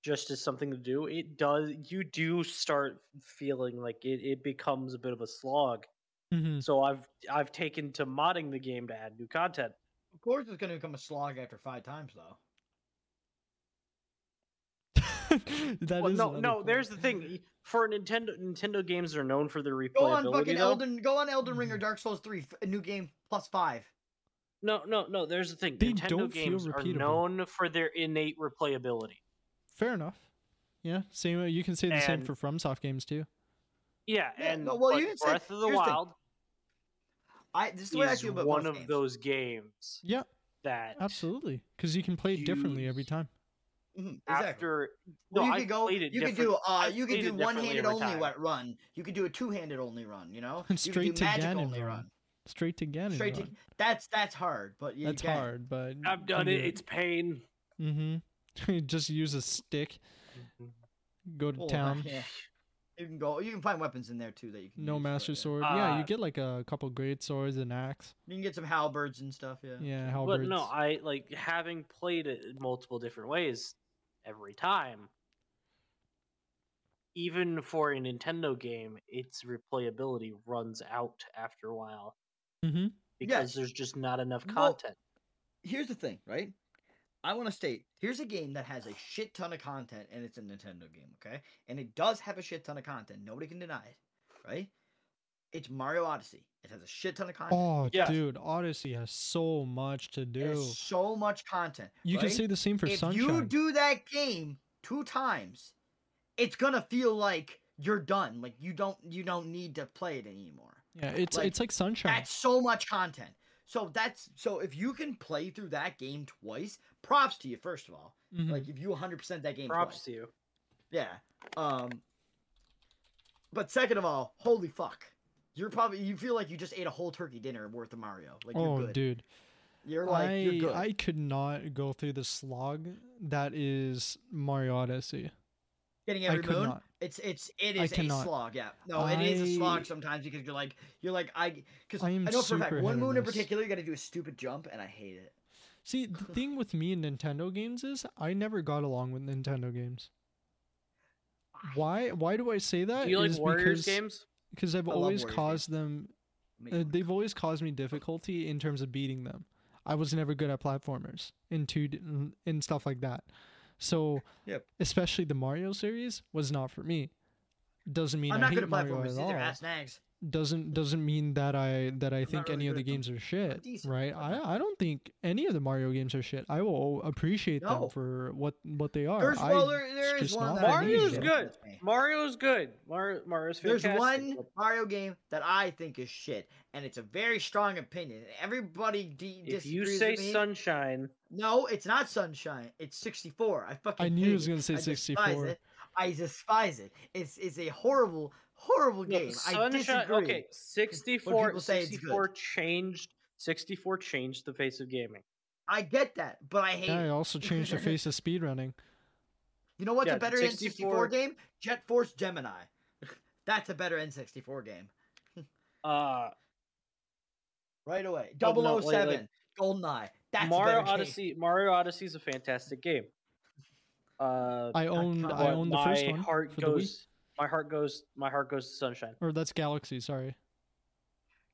Speaker 3: just as something to do, it does you do start feeling like it, it becomes a bit of a slog.
Speaker 1: Mhm.
Speaker 3: So I've I've taken to modding the game to add new content.
Speaker 2: Of course, it's gonna become a slog after five times, though.
Speaker 1: That
Speaker 3: well,
Speaker 1: is
Speaker 3: no,
Speaker 1: another
Speaker 3: no,
Speaker 1: point.
Speaker 3: there's the thing. For Nintendo Nintendo games are known for their replayability.
Speaker 2: Go on, fucking
Speaker 3: though.
Speaker 2: Elden. Go on, Elden
Speaker 1: Mm.
Speaker 2: Ring or Dark Souls Three. f- A new game plus five.
Speaker 3: No, no, no. There's the thing.
Speaker 1: They
Speaker 3: Nintendo
Speaker 1: don't feel
Speaker 3: games are
Speaker 1: repeatable.
Speaker 3: known for their innate replayability.
Speaker 1: Fair enough. Yeah, same. uh, You can say the same
Speaker 3: And-
Speaker 1: for FromSoft games too.
Speaker 3: Yeah,
Speaker 2: Yeah,
Speaker 3: and
Speaker 2: no, well,
Speaker 3: but
Speaker 2: you didn't say-
Speaker 3: Breath of the
Speaker 2: here's the thing,
Speaker 3: Wild
Speaker 2: I. This is what I
Speaker 3: is
Speaker 2: feel about
Speaker 3: one
Speaker 2: most
Speaker 3: of
Speaker 2: games.
Speaker 3: those games
Speaker 1: Yeah,
Speaker 3: that
Speaker 1: absolutely. Because you can play it differently every
Speaker 3: Use-
Speaker 1: time.
Speaker 2: Mhm, exactly.
Speaker 3: after
Speaker 2: Well,
Speaker 3: no,
Speaker 2: you
Speaker 3: I
Speaker 2: could go.
Speaker 3: played it
Speaker 2: You could
Speaker 3: different-
Speaker 2: do. Uh,
Speaker 3: I
Speaker 2: you could
Speaker 3: played
Speaker 2: do
Speaker 3: it differently
Speaker 2: one-handed
Speaker 3: every
Speaker 2: only
Speaker 3: time.
Speaker 2: wa- run. You could do a two-handed only run. You know, You could
Speaker 1: Straight
Speaker 2: do
Speaker 1: to
Speaker 2: magic
Speaker 1: Ganon
Speaker 2: only
Speaker 1: run.
Speaker 2: run.
Speaker 1: Straight to Ganondorf.
Speaker 2: Straight to that's that's hard, but you
Speaker 1: That's
Speaker 2: can.
Speaker 1: hard, but
Speaker 4: I've done it. It's pain.
Speaker 1: Mm-hmm. Just use a stick. Go to
Speaker 2: Well,
Speaker 1: town.
Speaker 2: yeah. You can go. You can find weapons in there too that you can.
Speaker 1: No
Speaker 2: use for
Speaker 1: master
Speaker 2: it, yeah.
Speaker 1: sword. yeah, you
Speaker 4: Uh,
Speaker 1: get like a couple great swords and axe.
Speaker 2: You can get some halberds and stuff. Yeah.
Speaker 1: Yeah,
Speaker 3: But
Speaker 1: halberds.
Speaker 3: no, I like having played it multiple different ways every time. Even for a Nintendo game, its replayability runs out after a while
Speaker 1: mm-hmm.
Speaker 3: because
Speaker 2: Yes.
Speaker 3: there's just not enough
Speaker 2: Well,
Speaker 3: content.
Speaker 2: Here's the thing, right? I want to state here's a game that has a shit ton of content, and it's a Nintendo game, okay? And it does have a shit ton of content. Nobody can deny it, right? It's Mario Odyssey. It has a shit ton of content.
Speaker 1: Oh,
Speaker 4: Yes.
Speaker 1: dude, Odyssey has so much to
Speaker 2: It
Speaker 1: do.
Speaker 2: has so much content.
Speaker 1: You can
Speaker 2: right?
Speaker 1: say the same for
Speaker 2: if
Speaker 1: Sunshine.
Speaker 2: you do that game two times, it's gonna feel like you're done. Like you don't you don't need to play it anymore.
Speaker 1: yeah, it's
Speaker 2: like,
Speaker 1: it's like Sunshine.
Speaker 2: That's so much content. So that's so if you can play through that game twice, props to you first of all.
Speaker 1: Mhm.
Speaker 2: Like if you 100% that game
Speaker 3: Props
Speaker 2: twice.
Speaker 3: to you.
Speaker 2: Yeah. Um but second of all, holy fuck. You're probably you feel like you just ate a whole turkey dinner worth of Mario. Like
Speaker 1: oh,
Speaker 2: you're good.
Speaker 1: dude,
Speaker 2: You're like you're
Speaker 1: I
Speaker 2: good.
Speaker 1: I could not go through the slog that is Mario Odyssey.
Speaker 2: Getting
Speaker 1: I
Speaker 2: every
Speaker 1: could
Speaker 2: moon.
Speaker 1: not.
Speaker 2: It's it's it
Speaker 1: I
Speaker 2: is a
Speaker 1: cannot.
Speaker 2: slog. Yeah, no, it is a
Speaker 1: I-
Speaker 2: slog sometimes because you're like you're like I because
Speaker 1: I
Speaker 2: I,
Speaker 1: am
Speaker 2: know for a fact
Speaker 1: super
Speaker 2: one
Speaker 1: hit or
Speaker 2: moon in
Speaker 1: miss.
Speaker 2: particular you got to do a stupid jump and I hate it.
Speaker 1: See, the thing with me and Nintendo games is I never got along with Nintendo games. Why? Why do I say that?
Speaker 3: Do you like
Speaker 1: Is
Speaker 3: Warriors
Speaker 1: because,
Speaker 3: games?
Speaker 1: Because I've
Speaker 2: I love
Speaker 1: always
Speaker 2: Warriors games.
Speaker 1: caused them.
Speaker 2: Me
Speaker 1: Uh,
Speaker 2: too.
Speaker 1: they've always caused me difficulty in terms of beating them. I was never good at platformers and two d- and stuff like that. So,
Speaker 2: Yep.
Speaker 1: especially the Mario series was not for me. Doesn't mean
Speaker 2: I'm
Speaker 1: I
Speaker 2: not
Speaker 1: hate
Speaker 2: good at
Speaker 1: Mario
Speaker 2: platformers
Speaker 1: at all
Speaker 2: either. Ass nags.
Speaker 1: doesn't doesn't mean that I that I think
Speaker 2: not really
Speaker 1: any of the
Speaker 2: good at them.
Speaker 1: games are shit,
Speaker 2: decent,
Speaker 1: right?
Speaker 2: but not-
Speaker 1: I, I don't think any of the Mario games are shit. I will appreciate
Speaker 2: No.
Speaker 1: them for what what they are.
Speaker 2: There's
Speaker 1: I,
Speaker 2: well, there, there
Speaker 1: it's
Speaker 2: is
Speaker 1: just
Speaker 2: one.
Speaker 1: not
Speaker 2: that I
Speaker 1: for me,
Speaker 2: think is
Speaker 1: bro.
Speaker 3: Mario's good.
Speaker 2: with me.
Speaker 3: Mario's good. Mar- Mario's
Speaker 2: There's
Speaker 3: fantastic.
Speaker 2: one
Speaker 3: but
Speaker 2: Mario game that I think is shit, and it's a very strong opinion. Everybody de-
Speaker 3: If
Speaker 2: disagrees
Speaker 3: you say
Speaker 2: with me.
Speaker 3: Sunshine,
Speaker 2: No, it's not Sunshine. It's 64. I fucking.
Speaker 1: I knew
Speaker 2: hate
Speaker 1: he was
Speaker 2: it.
Speaker 1: gonna say
Speaker 2: I despise
Speaker 1: 64.
Speaker 2: it. I despise it. It's it's a horrible, horrible
Speaker 3: No,
Speaker 2: game. I
Speaker 3: Sunshine.
Speaker 2: disagree.
Speaker 3: Okay,
Speaker 2: people
Speaker 3: 64.
Speaker 2: say it's good.
Speaker 3: 64 changed. 64 changed the face of gaming.
Speaker 2: I get that, but I hate.
Speaker 1: Yeah, I
Speaker 2: it.
Speaker 1: also changed the face of speedrunning.
Speaker 2: You know what's
Speaker 3: Yeah,
Speaker 2: a better N64
Speaker 3: 64
Speaker 2: game? Jet Force Gemini. That's a better N64 game.
Speaker 3: Uh,
Speaker 2: Right away.
Speaker 3: But Oh, no, like-
Speaker 2: 007.
Speaker 3: like-
Speaker 2: GoldenEye. That's a better
Speaker 3: Mario
Speaker 2: game.
Speaker 3: Odyssey. Mario Odyssey is a fantastic game. Uh,
Speaker 1: I owned
Speaker 2: God.
Speaker 1: I
Speaker 3: but
Speaker 1: owned the first
Speaker 3: my
Speaker 1: one
Speaker 3: heart
Speaker 1: for the Wii.
Speaker 3: goes. My heart goes. My heart goes to Sunshine.
Speaker 1: or that's Galaxy. Sorry,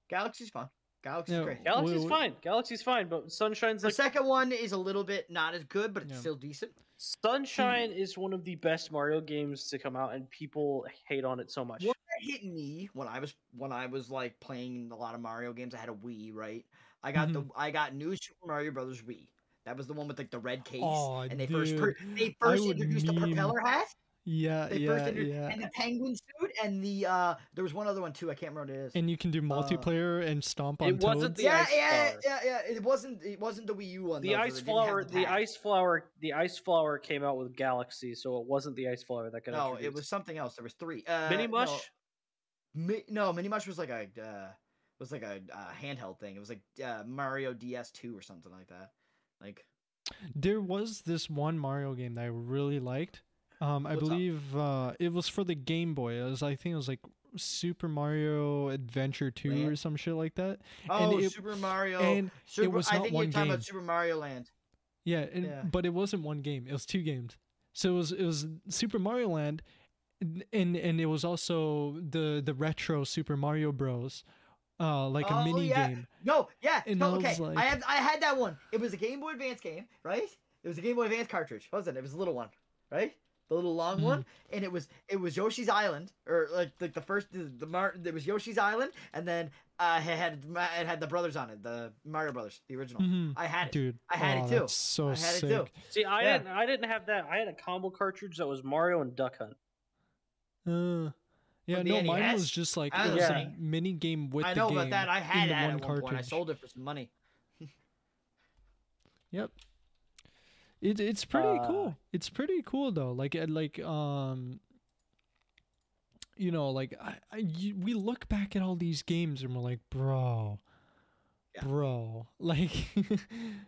Speaker 2: Galaxy's fun. Galaxy's
Speaker 1: Yeah,
Speaker 2: great.
Speaker 1: Gal-
Speaker 3: Galaxy's
Speaker 1: wait.
Speaker 3: fine. Galaxy's fine, but Sunshine's
Speaker 2: the
Speaker 3: like
Speaker 2: second one is a little bit not as good, but it's
Speaker 1: Yeah.
Speaker 2: still decent.
Speaker 3: Sunshine is one of the best Mario games to come out, and people hate on it so much.
Speaker 2: What hit me when I was when I was like playing a lot of Mario games, I had a Wii, right? I got the
Speaker 3: Mm-hmm.
Speaker 2: I got New Super Mario Brothers Wii. That was the one with like the red case,
Speaker 1: Aw,
Speaker 2: and they first
Speaker 1: dude.
Speaker 2: pr- they
Speaker 1: I
Speaker 2: first
Speaker 1: would
Speaker 2: introduced the
Speaker 1: meme-
Speaker 2: propeller hat.
Speaker 1: yeah,
Speaker 2: They
Speaker 1: yeah,
Speaker 2: first intro-
Speaker 1: yeah.
Speaker 2: and the penguin suit, and the uh, there was one other one too. I can't remember what it is.
Speaker 1: And you can do
Speaker 2: uh,
Speaker 1: multiplayer and stomp on
Speaker 3: it wasn't
Speaker 1: toads.
Speaker 3: the
Speaker 2: yeah,
Speaker 3: ice
Speaker 2: yeah,
Speaker 3: flower.
Speaker 2: yeah, yeah. It wasn't it wasn't the Wii U one.
Speaker 3: The
Speaker 2: though, 'cause
Speaker 3: ice
Speaker 2: it didn't have
Speaker 3: flower, the
Speaker 2: tag.
Speaker 3: ice flower, the ice flower came out with Galaxy, so it wasn't the ice flower that got
Speaker 2: No, it
Speaker 3: introduced.
Speaker 2: was something else. There was three. Uh,
Speaker 3: Mini Mush.
Speaker 2: No, Mi- no, Mini Mush was like a uh, was like a uh, handheld thing. It was like uh, Mario DS two or something like that. Like
Speaker 1: There was this one Mario game that I really liked. Um, I
Speaker 2: What's up?
Speaker 1: believe uh, it was for the Game Boy. It was, I think, it was like Super Mario Adventure Two or
Speaker 2: Land?
Speaker 1: some shit like that. And
Speaker 2: oh,
Speaker 1: it-
Speaker 2: Super Mario.
Speaker 1: and
Speaker 2: Super,
Speaker 1: was
Speaker 2: I
Speaker 1: not
Speaker 2: think
Speaker 1: one
Speaker 2: you're talking
Speaker 1: game.
Speaker 2: about Super Mario Land.
Speaker 1: yeah, and,
Speaker 2: Yeah.
Speaker 1: but it wasn't one game. It was two games. So it was it was Super Mario Land, and and, and it was also the the retro Super Mario Bros. Uh, like a
Speaker 2: Oh,
Speaker 1: mini
Speaker 2: yeah.
Speaker 1: game.
Speaker 2: No, yeah,
Speaker 1: And I
Speaker 2: no,
Speaker 1: was
Speaker 2: okay.
Speaker 1: like-
Speaker 2: I had I had that one. It was a Game Boy Advance game, right? It was a Game Boy Advance cartridge, wasn't it? It was a little one, right? The little long one,
Speaker 1: Mm-hmm.
Speaker 2: and it was it was Yoshi's Island, or like like the first the, the Mar. It was Yoshi's Island, and then uh, it had Ma- it had the brothers on it, the Mario Brothers, the original.
Speaker 1: Mhm.
Speaker 2: I had it.
Speaker 1: Dude,
Speaker 2: I had it
Speaker 1: aw,
Speaker 2: too.
Speaker 1: That's so
Speaker 2: I had it
Speaker 1: sick.
Speaker 2: too.
Speaker 3: See, I
Speaker 2: Yeah.
Speaker 3: didn't. I didn't have that. I had a combo cartridge that was Mario and Duck Hunt.
Speaker 1: Uh, yeah, no,
Speaker 2: the
Speaker 1: mine
Speaker 2: NES?
Speaker 1: was just like
Speaker 2: I
Speaker 1: it
Speaker 3: was
Speaker 1: was a
Speaker 2: saying-
Speaker 1: mini game with
Speaker 2: I
Speaker 1: the
Speaker 2: know
Speaker 1: game.
Speaker 2: about that. I had
Speaker 1: in
Speaker 2: that
Speaker 1: one
Speaker 2: at one point. I
Speaker 1: cartridge.
Speaker 2: sold it for some money.
Speaker 1: Yep. It it's pretty
Speaker 3: Uh,
Speaker 1: cool. It's pretty cool though. Like uh, like um you know, like I, I you, we look back at all these games and we're like, "Bro,
Speaker 2: Yeah.
Speaker 1: bro. Like,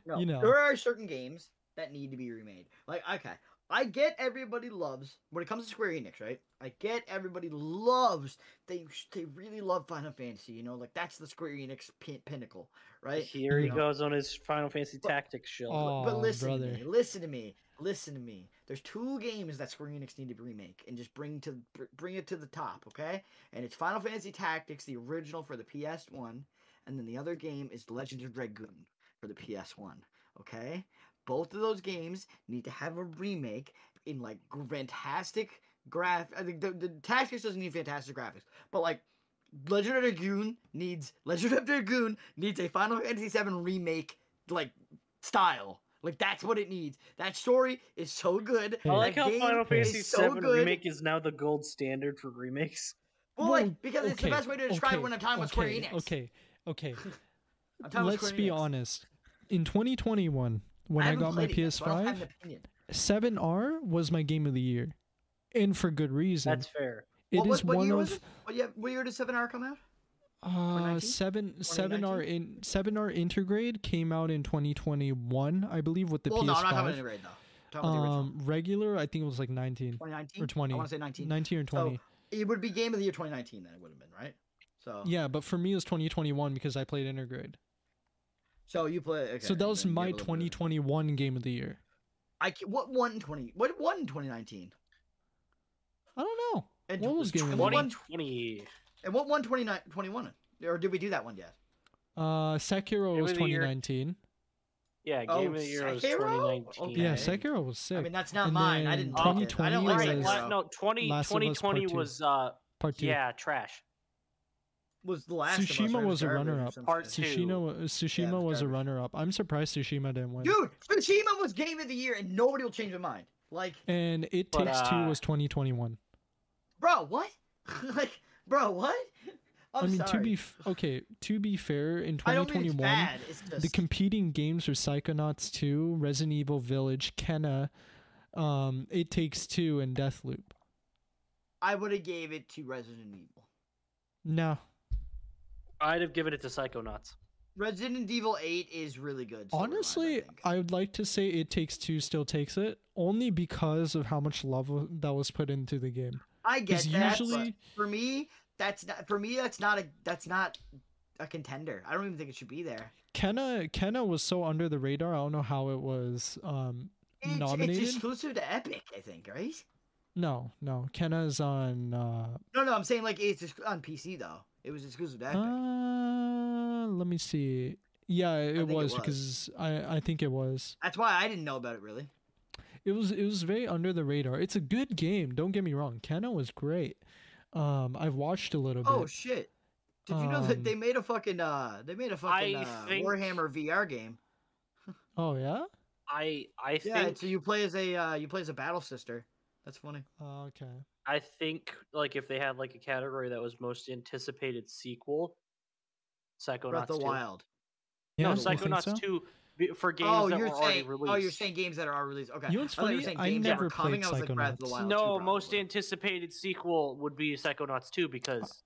Speaker 2: No,
Speaker 1: you know,
Speaker 2: there are certain games that need to be remade. Like, okay, I get everybody loves when it comes to Square Enix, right? I get everybody loves they they really love Final Fantasy. You know, like that's the Square Enix pin- pinnacle, right?
Speaker 3: Here he
Speaker 1: No.
Speaker 3: goes on his Final Fantasy
Speaker 2: But-
Speaker 3: Tactics shield.
Speaker 1: Oh.
Speaker 2: but listen
Speaker 1: brother.
Speaker 2: to me, listen to me, listen to me. There's two games that Square Enix need to remake and just bring to br- bring it to the top, okay? And it's Final Fantasy Tactics, the original for the PS1, and then the other game is Legend of Dragoon for the PS1, okay? Both of those games need to have a remake in like gr- fantastic graph. I think the, the tactics doesn't need fantastic graphics, but like Legend of Dragoon needs Legend of Dragoon needs a Final Fantasy VII remake like style. Like that's what it needs. That story is so good.
Speaker 1: I Yeah.
Speaker 3: I like
Speaker 2: that
Speaker 3: how
Speaker 2: game
Speaker 3: Final
Speaker 2: is
Speaker 3: Fantasy
Speaker 2: so
Speaker 3: VII
Speaker 2: good.
Speaker 3: Remake is now the gold standard for remakes.
Speaker 2: Well,
Speaker 1: Well,
Speaker 2: like because it's the
Speaker 1: okay,
Speaker 2: best way to describe
Speaker 1: okay,
Speaker 2: when I'm talking about Square
Speaker 1: okay,
Speaker 2: Enix.
Speaker 1: okay, okay.
Speaker 2: I'm talking about
Speaker 1: Let's
Speaker 2: Square
Speaker 1: be
Speaker 2: Enix.
Speaker 1: honest. In 2021, when I,
Speaker 2: haven't
Speaker 1: got my
Speaker 2: played it yet, so I don't have
Speaker 1: PS5,
Speaker 2: an opinion.
Speaker 1: 7R was my game of the year, and for good reason.
Speaker 3: That's fair.
Speaker 1: It is
Speaker 2: what, was- what
Speaker 1: one
Speaker 2: year
Speaker 1: of
Speaker 2: was it? What, yeah, what year did Seven R come out?
Speaker 1: Uh,
Speaker 2: 2019?
Speaker 1: seven seven
Speaker 2: 2019?
Speaker 1: R in seven R intergrade came out in 2021, I believe, with the
Speaker 2: well, no, I'm not talking about
Speaker 1: PS5.
Speaker 2: grade though. I'm talking about the original.
Speaker 1: Um, regular, I think it was like 19,
Speaker 2: 2019
Speaker 1: or 20.
Speaker 2: I want to say Oh, 19.
Speaker 1: 19 or 20.
Speaker 2: So it would be game of the year 2019 then it would have been right. So
Speaker 1: yeah, but for me it was 2021 because I played intergrade.
Speaker 2: So you play. Okay,
Speaker 1: so that was
Speaker 2: then you're
Speaker 1: my
Speaker 2: able to do it.
Speaker 1: 2021 game of the year.
Speaker 2: I ca- what one twenty? What one twenty nineteen?
Speaker 1: I don't know.
Speaker 2: And
Speaker 1: what
Speaker 2: it
Speaker 1: was
Speaker 2: was
Speaker 1: game of the year?
Speaker 4: 2020.
Speaker 2: And what one twenty nine twenty one? Or did we do that one yet?
Speaker 1: Uh, Sekiro
Speaker 4: Game
Speaker 1: was
Speaker 4: of the year.
Speaker 1: 2019.
Speaker 4: Yeah, Game
Speaker 2: Oh,
Speaker 4: of the Year was
Speaker 2: Sekiro?
Speaker 4: 2019.
Speaker 2: Okay.
Speaker 1: Yeah,
Speaker 2: Sek-
Speaker 1: Sekiro was sick.
Speaker 2: I mean, that's not
Speaker 1: And
Speaker 2: mine. I
Speaker 1: then
Speaker 2: didn't
Speaker 3: Um,
Speaker 2: like it. I don't
Speaker 1: 2020
Speaker 2: like
Speaker 4: Alright,
Speaker 2: Sekiro.
Speaker 1: was-
Speaker 4: la- no, 20,
Speaker 1: Last of Us Part
Speaker 4: 2020
Speaker 1: Two.
Speaker 4: was uh
Speaker 1: Part two.
Speaker 4: yeah, trash.
Speaker 2: Was the last. of Us,
Speaker 1: Tsushima
Speaker 2: right? It
Speaker 1: was a
Speaker 2: garbage or
Speaker 1: runner-up.
Speaker 2: some
Speaker 4: Part
Speaker 2: shit.
Speaker 4: two.
Speaker 1: Tsushima, Tsushima
Speaker 2: was
Speaker 1: was a
Speaker 2: garbage.
Speaker 1: runner-up. I'm surprised Tsushima didn't win.
Speaker 2: Dude, Tsushima was game of the year, and nobody will change their mind. Like,
Speaker 1: And It
Speaker 4: But,
Speaker 1: Takes Two
Speaker 4: uh,
Speaker 1: was 2021.
Speaker 2: bro, what? like, bro, what? I'm
Speaker 1: I mean,
Speaker 2: sorry.
Speaker 1: to be f- okay, to be fair, in
Speaker 2: I don't mean it's
Speaker 1: 2021,
Speaker 2: bad. It's just
Speaker 1: the competing games were Psychonauts 2, Resident Evil Village, Kenna, um, It Takes Two, and Deathloop.
Speaker 2: I would have gave it to Resident Evil.
Speaker 1: Nah,
Speaker 4: I'd have given it to Psychonauts.
Speaker 2: Resident Evil Eight is really good. storyline, I
Speaker 1: honestly,
Speaker 2: think.
Speaker 1: I would like to say It Takes Two still takes it, only because of how much love wa- that was put into the game.
Speaker 2: I get
Speaker 1: Because
Speaker 2: that. but
Speaker 1: usually,
Speaker 2: for me, that's not for me. That's not a that's not a contender. I don't even think it should be there.
Speaker 1: Kenna Kenna was so under the radar. I don't know how it was. Um,
Speaker 2: It's,
Speaker 1: Nominated?
Speaker 2: it's exclusive to Epic, I think, right?
Speaker 1: no, no, Kenna's on. Uh,
Speaker 2: No, no, I'm saying like it's ex- on PC though. It was exclusive to Epic.
Speaker 1: Uh, let me see. Yeah, it
Speaker 2: think it
Speaker 1: was,
Speaker 2: was.
Speaker 1: because I I think it was.
Speaker 2: that's why I didn't know about it really.
Speaker 1: It was it was very under the radar. It's a good game. Don't get me wrong. Kenna was great. Um, I've watched a little
Speaker 2: Oh
Speaker 1: bit.
Speaker 2: shit! Did you know that they
Speaker 1: Um,
Speaker 2: made a fucking uh they made a fucking
Speaker 4: I
Speaker 2: uh,
Speaker 4: think-
Speaker 2: Warhammer VR game?
Speaker 1: Oh yeah.
Speaker 4: I I
Speaker 2: Yeah,
Speaker 4: think
Speaker 2: so you play as a uh, you play as a battle sister. That's funny.
Speaker 4: Uh,
Speaker 1: Oh, okay.
Speaker 4: I think like if they had like a category that was most anticipated sequel, Psychonauts
Speaker 2: Breath of the
Speaker 4: 2.
Speaker 2: Wild.
Speaker 1: Yeah,
Speaker 4: no,
Speaker 1: you think
Speaker 4: Psychonauts
Speaker 1: so?
Speaker 4: 2 be- for games
Speaker 2: oh,
Speaker 4: that
Speaker 2: you're
Speaker 4: were already
Speaker 2: saying
Speaker 4: released.
Speaker 2: oh you're saying games that are already released. Okay.
Speaker 1: You know what's
Speaker 2: I thought you were
Speaker 1: funny?
Speaker 2: saying
Speaker 1: I
Speaker 2: games that were
Speaker 1: never played
Speaker 2: coming. I was like Breath of the
Speaker 1: Psychonauts.
Speaker 2: Wild.
Speaker 4: no,
Speaker 2: too,
Speaker 4: most
Speaker 2: probably.
Speaker 4: anticipated sequel would be Psychonauts 2 because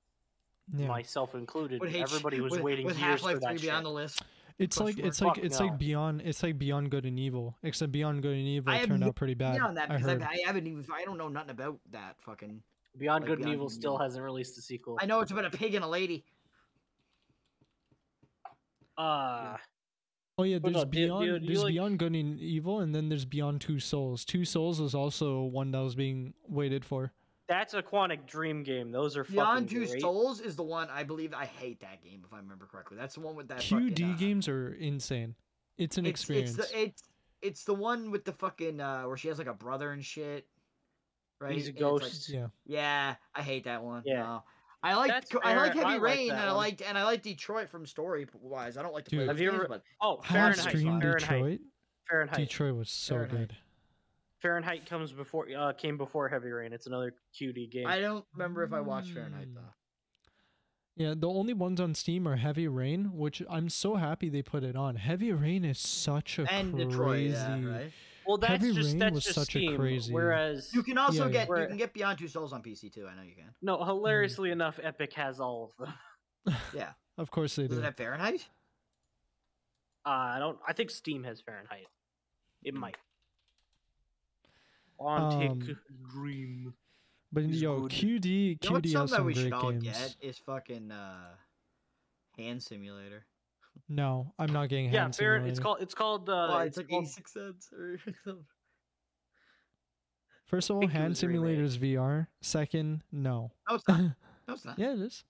Speaker 1: Yeah.
Speaker 4: myself included,
Speaker 2: With H-
Speaker 4: everybody was
Speaker 2: with-
Speaker 4: waiting
Speaker 2: with
Speaker 4: years
Speaker 2: Half-Life
Speaker 4: for that
Speaker 2: 3
Speaker 4: shit.
Speaker 2: beyond the list.
Speaker 1: It's
Speaker 2: for
Speaker 1: like
Speaker 2: sure.
Speaker 1: it's like
Speaker 4: Fuck
Speaker 1: it's
Speaker 4: no.
Speaker 1: like beyond it's like beyond good and evil. Except beyond good and evil
Speaker 2: I have
Speaker 1: turned
Speaker 2: no
Speaker 1: out pretty bad.
Speaker 2: Yeah, on that
Speaker 1: I
Speaker 2: because
Speaker 1: heard.
Speaker 2: I, I haven't even I don't know nothing about that fucking.
Speaker 4: Beyond
Speaker 2: Like,
Speaker 4: Good and
Speaker 2: Beyond
Speaker 4: Evil
Speaker 2: Good and
Speaker 4: still
Speaker 2: Evil.
Speaker 4: hasn't released a sequel.
Speaker 2: I know it's about a pig and a lady.
Speaker 4: Uh,
Speaker 1: Oh yeah,
Speaker 4: Well, no, do-
Speaker 1: there's
Speaker 4: do-
Speaker 1: beyond
Speaker 4: do you
Speaker 1: there's
Speaker 4: like-
Speaker 1: beyond good and evil, and then there's beyond two souls. Two souls is also one that was being waited for.
Speaker 4: that's a Quantic Dream game. Those are fucking
Speaker 2: Beyond Two
Speaker 4: great.
Speaker 2: Souls is the one I believe I hate that game if I remember correctly. That's the one with that
Speaker 1: QD
Speaker 2: fucking, uh,
Speaker 1: games are insane. It's an
Speaker 2: it's,
Speaker 1: experience.
Speaker 2: it's the it's it's the one with the fucking uh where she has like a brother and shit. Right?
Speaker 4: He's a
Speaker 2: And it's like-
Speaker 4: ghost.
Speaker 1: yeah.
Speaker 2: yeah, I hate that one.
Speaker 4: Yeah.
Speaker 2: No. I like
Speaker 4: That's
Speaker 2: I like
Speaker 4: fair,
Speaker 2: Heavy
Speaker 4: I like
Speaker 2: Rain
Speaker 4: that
Speaker 2: and I
Speaker 4: one.
Speaker 2: liked and I like Detroit from story wise. I don't like to play
Speaker 1: Dude.
Speaker 2: those
Speaker 4: Have you
Speaker 2: games,
Speaker 4: ever-
Speaker 2: but
Speaker 4: Oh,
Speaker 1: Half
Speaker 4: Fahrenheit.
Speaker 1: stream
Speaker 4: Fahrenheit.
Speaker 1: Detroit.
Speaker 4: Fahrenheit.
Speaker 1: Detroit was so
Speaker 2: Fahrenheit.
Speaker 1: good.
Speaker 4: Fahrenheit comes before uh, came before Heavy Rain. It's another QD game.
Speaker 2: I don't remember if I watched Fahrenheit
Speaker 1: Mm.
Speaker 2: though.
Speaker 1: Yeah, the only ones on Steam are Heavy Rain, which I'm so happy they put it on. Heavy Rain is such a
Speaker 2: And
Speaker 1: crazy.
Speaker 2: Detroit, yeah, right?
Speaker 4: well, that's
Speaker 1: Heavy
Speaker 4: just
Speaker 1: Rain
Speaker 4: that's
Speaker 1: was
Speaker 4: just
Speaker 1: such a
Speaker 4: Steam.
Speaker 1: crazy-
Speaker 4: Whereas
Speaker 2: You can also
Speaker 1: yeah.
Speaker 2: get
Speaker 4: Where-
Speaker 2: you can get Beyond Two Souls on PC too. I know you can.
Speaker 1: Hmm.
Speaker 4: no, hilariously enough, Epic has all of them.
Speaker 2: Yeah.
Speaker 1: Of course they
Speaker 2: Was
Speaker 1: do.
Speaker 2: it at Fahrenheit?
Speaker 3: Uh, I don't. I think Steam has Fahrenheit.
Speaker 1: Hmm.
Speaker 3: It might. Antic
Speaker 1: Um,
Speaker 3: Dream.
Speaker 1: But
Speaker 3: It's
Speaker 1: yo,
Speaker 3: good.
Speaker 1: QD,
Speaker 2: You know
Speaker 1: QD
Speaker 2: what's
Speaker 1: has
Speaker 2: something that
Speaker 1: some
Speaker 2: we should
Speaker 1: great
Speaker 2: all
Speaker 1: games.
Speaker 2: get is fucking uh, hand simulator.
Speaker 1: No, I'm not getting
Speaker 3: yeah,
Speaker 1: Hand
Speaker 3: Fahrenheit. It's
Speaker 1: Simulator.
Speaker 3: called. It's called. Uh,
Speaker 2: Why,
Speaker 3: it's, called.
Speaker 2: six cents or something.
Speaker 1: First of all,
Speaker 3: think it
Speaker 1: Hand
Speaker 3: was remade.
Speaker 1: Simulator's VR. Second, no.
Speaker 2: No, it's not.
Speaker 1: yeah, it
Speaker 2: No, it's not.
Speaker 1: is.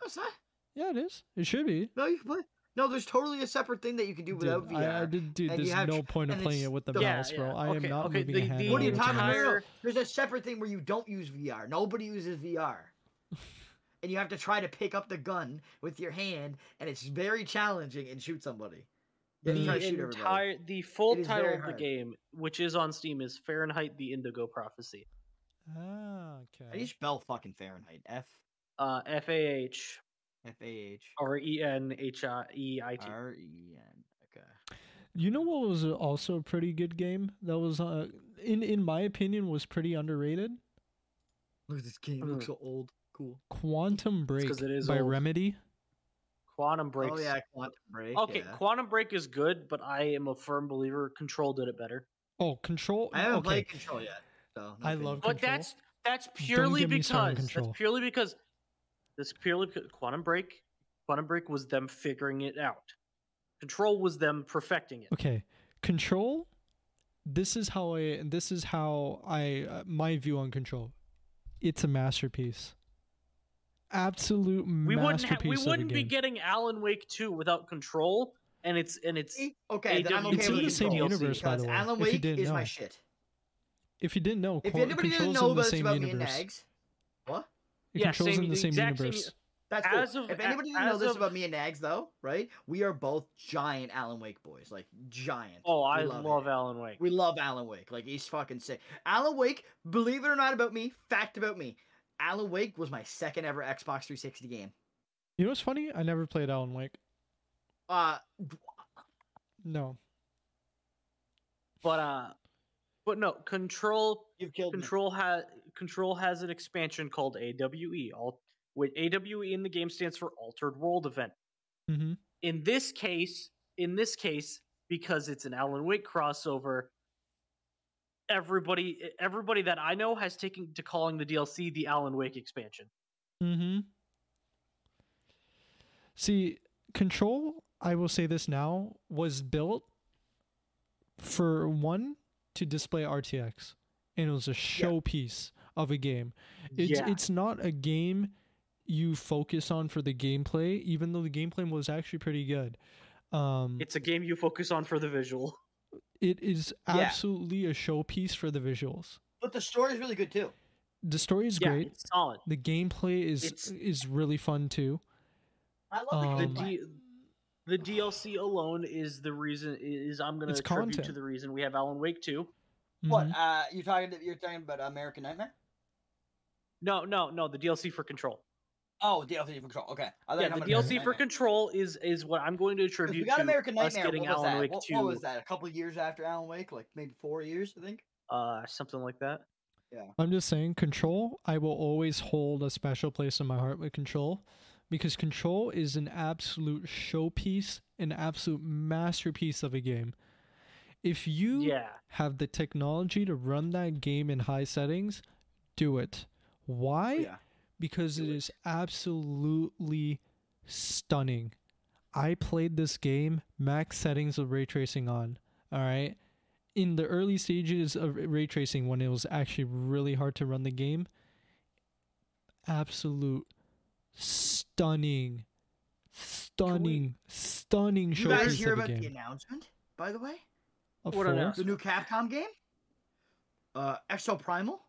Speaker 2: No, it's not.
Speaker 1: Yeah, it is. It should be.
Speaker 2: No, you can play. No, there's totally a separate thing that you can do
Speaker 1: Dude,
Speaker 2: without VR.
Speaker 1: I, I did, dude
Speaker 2: and you
Speaker 1: there's
Speaker 2: have
Speaker 1: no
Speaker 2: tr-
Speaker 1: point of
Speaker 2: and
Speaker 1: playing
Speaker 2: it's
Speaker 1: it with the
Speaker 2: the-
Speaker 3: Yeah,
Speaker 1: mouse, bro.
Speaker 3: yeah.
Speaker 1: I am
Speaker 3: Okay,
Speaker 1: not
Speaker 3: okay,
Speaker 1: moving
Speaker 3: the-
Speaker 1: a hand.
Speaker 3: the
Speaker 1: all
Speaker 2: What are you
Speaker 1: the
Speaker 2: talking about?
Speaker 1: time.
Speaker 2: No, no, no.
Speaker 3: entire-
Speaker 2: There's a separate thing where you don't use VR. Nobody uses VR. and you have to try to pick up the gun with your hand, and it's very challenging and shoot somebody. Then you
Speaker 1: The
Speaker 2: try to
Speaker 3: The
Speaker 2: shoot everybody.
Speaker 3: entire the full
Speaker 2: It is very
Speaker 3: title of the
Speaker 2: hard.
Speaker 3: game, which is on Steam, is Fahrenheit: The Indigo Prophecy.
Speaker 1: Ah,
Speaker 2: How do
Speaker 1: okay.
Speaker 2: you spell fucking Fahrenheit? F
Speaker 3: Uh, F A H
Speaker 2: F A H
Speaker 3: R E N H I E I T.
Speaker 2: R E N. Okay.
Speaker 1: You know what was also a pretty good game that was, uh, in in my opinion, was pretty underrated.
Speaker 2: Look at this game. It looks so old. Cool.
Speaker 1: Quantum Break
Speaker 3: 'cause it is
Speaker 1: by
Speaker 3: old.
Speaker 1: Remedy.
Speaker 3: Quantum Break.
Speaker 2: Oh yeah, Quantum Break.
Speaker 3: Okay,
Speaker 2: yeah.
Speaker 3: Quantum Break is good, but I am a firm believer Control did it better.
Speaker 1: Oh, Control.
Speaker 2: I haven't
Speaker 1: okay.
Speaker 2: played Control yet. So no
Speaker 1: I
Speaker 2: opinion.
Speaker 1: love
Speaker 3: But
Speaker 1: Control?
Speaker 3: that's that's purely
Speaker 1: get me
Speaker 3: because
Speaker 1: started on
Speaker 3: that's
Speaker 1: Control.
Speaker 3: purely because this purely because Quantum Break. Quantum Break was them figuring it out. Control was them perfecting it.
Speaker 1: Okay, Control. This is how I. This is how I. Uh, my view on Control. It's a masterpiece. Absolute
Speaker 3: We wouldn't ha-
Speaker 1: masterpiece
Speaker 3: we
Speaker 1: of a
Speaker 3: wouldn't be
Speaker 1: game.
Speaker 3: getting Alan Wake 2 without Control and it's and it's
Speaker 2: See? Okay, then I'm
Speaker 3: AW
Speaker 2: okay
Speaker 1: it's
Speaker 2: with
Speaker 1: in the same
Speaker 2: Control,
Speaker 3: DLC,
Speaker 1: universe, by
Speaker 2: because
Speaker 1: the way.
Speaker 2: Alan
Speaker 1: if you
Speaker 2: Wake
Speaker 1: didn't
Speaker 2: is
Speaker 1: know,
Speaker 2: my shit.
Speaker 1: if you didn't know,
Speaker 2: If
Speaker 1: Qu-
Speaker 2: anybody
Speaker 1: Control's
Speaker 2: doesn't know
Speaker 1: in the
Speaker 2: about this
Speaker 1: same
Speaker 2: about me and
Speaker 1: universe.
Speaker 2: Nags, what?
Speaker 3: Yeah,
Speaker 1: Control's
Speaker 3: same-
Speaker 1: in the
Speaker 3: the
Speaker 1: same
Speaker 3: exact same
Speaker 1: universe.
Speaker 2: That's
Speaker 3: As
Speaker 2: cool.
Speaker 3: of-
Speaker 2: if
Speaker 3: a-
Speaker 2: anybody didn't know
Speaker 3: as
Speaker 2: this
Speaker 3: of-
Speaker 2: about me and Nags, though, right? We are both giant Alan Wake boys, like giant.
Speaker 3: Oh, I
Speaker 2: We
Speaker 3: love,
Speaker 2: it.
Speaker 3: Alan Wake.
Speaker 2: We love Alan Wake. Like he's fucking sick. Alan Wake, believe it or not about me, fact about me. Alan Wake was my second ever Xbox 360 game.
Speaker 1: You know what's funny? I never played Alan Wake.
Speaker 2: Uh,
Speaker 1: No.
Speaker 3: But uh but no, Control
Speaker 2: you've killed me.
Speaker 3: Control has Control has an expansion called AWE. All with AWE in the game stands for Altered World Event.
Speaker 1: Mm-hmm.
Speaker 3: in this case, in this case, because it's an Alan Wake crossover, everybody everybody that I know has taken to calling the DLC the Alan Wake expansion.
Speaker 1: Mm-hmm. See, Control, I will say this now, was built for one to display RTX. And it was a showpiece of a game. It's
Speaker 3: yeah.
Speaker 1: it's not a game you focus on for the gameplay, even though the gameplay was actually pretty good. Um
Speaker 3: It's a game you focus on for the visual.
Speaker 1: it is
Speaker 2: Yeah.
Speaker 1: absolutely a showpiece for the visuals.
Speaker 2: But the story's really good too.
Speaker 1: The story is
Speaker 3: yeah,
Speaker 1: great.
Speaker 3: it's solid.
Speaker 1: The gameplay is
Speaker 3: It's-
Speaker 1: is really fun too.
Speaker 2: I
Speaker 1: Um,
Speaker 2: love
Speaker 3: The
Speaker 2: the
Speaker 3: D- the DLC alone is the reason is I'm going to
Speaker 1: It's
Speaker 3: attribute to
Speaker 1: content.
Speaker 3: the reason we have Alan Wake 2.
Speaker 2: What?
Speaker 1: Mhm.
Speaker 3: mm-hmm.
Speaker 2: Uh, you're talking you're talking about American Nightmare?
Speaker 3: No, no, no, the DLC for Control.
Speaker 2: Oh, DLC for Control. Okay. I thought you were talking
Speaker 3: Yeah, the
Speaker 2: about
Speaker 3: DLC
Speaker 2: American
Speaker 3: for
Speaker 2: Nightmare.
Speaker 3: Control is is what I'm going to
Speaker 2: 'Cause
Speaker 3: attribute
Speaker 2: we got
Speaker 3: to
Speaker 2: American
Speaker 3: us
Speaker 2: Nightmare.
Speaker 3: getting
Speaker 2: What was
Speaker 3: Alan
Speaker 2: that?
Speaker 3: Wake
Speaker 2: what,
Speaker 3: 2
Speaker 2: what was that? A couple years after Alan Wake, like maybe four years, I think.
Speaker 3: uh something like that.
Speaker 1: I'm just saying, Control, I will always hold a special place in my heart with Control because Control is an absolute showpiece, an absolute masterpiece of a game. If you
Speaker 3: Yeah.
Speaker 1: have the technology to run that game in high settings, do it. Why?
Speaker 2: Yeah.
Speaker 1: Because
Speaker 3: Do
Speaker 1: it
Speaker 3: it.
Speaker 1: is absolutely stunning. I played this game max settings of ray tracing on. All right. In the early stages of ray tracing, when it was actually really hard to run the game, absolute stunning, stunning, stunning
Speaker 2: Did you guys
Speaker 1: showpiece
Speaker 2: hear
Speaker 1: of a
Speaker 2: about the
Speaker 1: game.
Speaker 2: announcement? By the way,
Speaker 1: Of
Speaker 3: What an
Speaker 1: four.
Speaker 3: ass.
Speaker 2: the new Capcom game, uh, Exo Primal.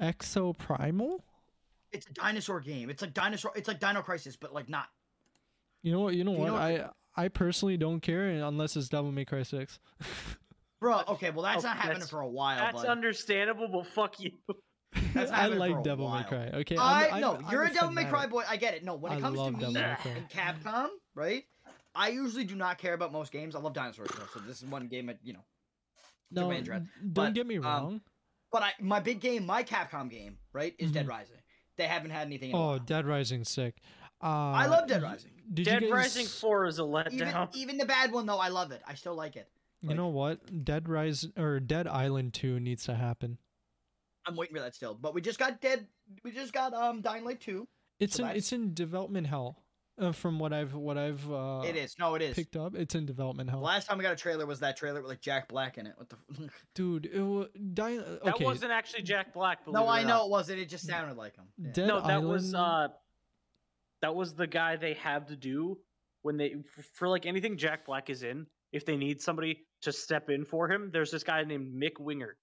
Speaker 1: Exo Primal?
Speaker 2: It's a dinosaur game. It's like dinosaur. It's like Dino Crisis, but like not.
Speaker 1: You know what? You know
Speaker 2: Do you
Speaker 1: what?
Speaker 2: know what
Speaker 1: I I personally don't care unless it's Devil May Cry Six.
Speaker 2: Bro, okay, well that's
Speaker 3: Oh,
Speaker 2: not happening
Speaker 3: that's-
Speaker 2: for a while.
Speaker 3: That's
Speaker 2: bud.
Speaker 3: understandable, but fuck you.
Speaker 2: That's
Speaker 1: I
Speaker 2: happened for
Speaker 1: like
Speaker 2: a
Speaker 1: Devil May
Speaker 2: while.
Speaker 1: Cry. Okay,
Speaker 2: I
Speaker 1: I'm- I'm-
Speaker 2: no,
Speaker 1: I'm
Speaker 2: you're a Devil May Cry
Speaker 1: fanatic.
Speaker 2: boy. I get it. No, when
Speaker 1: I
Speaker 2: it comes to
Speaker 1: love
Speaker 2: me
Speaker 1: Devil May Cry.
Speaker 2: and Capcom, right? I usually do not care about most games. I love dinosaurs, though, so this is one game that you know.
Speaker 1: No,
Speaker 2: Duran Duran.
Speaker 1: don't
Speaker 2: But,
Speaker 1: get me
Speaker 2: um,
Speaker 1: wrong.
Speaker 2: But I, my big game, my Capcom game, right, is Dead Rising. They haven't had anything. In a
Speaker 1: Mm-hmm. oh,
Speaker 2: while.
Speaker 1: Dead Rising sick. Uh,
Speaker 2: I love Dead Rising.
Speaker 1: Did
Speaker 4: Dead
Speaker 1: you guys,
Speaker 4: Rising Four is a
Speaker 2: Even, e
Speaker 4: letdown.
Speaker 2: even the bad one though, I love it. I still like it.
Speaker 1: You
Speaker 2: like-
Speaker 1: know what? Dead Rise or Dead Island Two needs to happen.
Speaker 2: I'm waiting for that still. But we just got Dead. We just got um Dying Light two.
Speaker 1: It's
Speaker 2: So
Speaker 1: in
Speaker 2: that's-
Speaker 1: it's in development hell. Uh, from what I've what I've uh,
Speaker 2: it is. No, it is.
Speaker 1: picked up, it's in development
Speaker 2: The
Speaker 1: hell.
Speaker 2: last time we got a trailer was that trailer with like Jack Black in it. What the? F-
Speaker 1: Dude, it wa- Dy-
Speaker 4: That
Speaker 1: okay.
Speaker 4: wasn't actually Jack Black. believe
Speaker 2: no,
Speaker 4: it or
Speaker 2: I know
Speaker 4: not.
Speaker 2: it wasn't. It just sounded like him. Yeah.
Speaker 1: Dead
Speaker 4: No, that
Speaker 1: Island.
Speaker 4: was uh, that was the guy they have to do when they for like anything Jack Black is in. If they need somebody to step in for him, there's this guy named Mick Winger,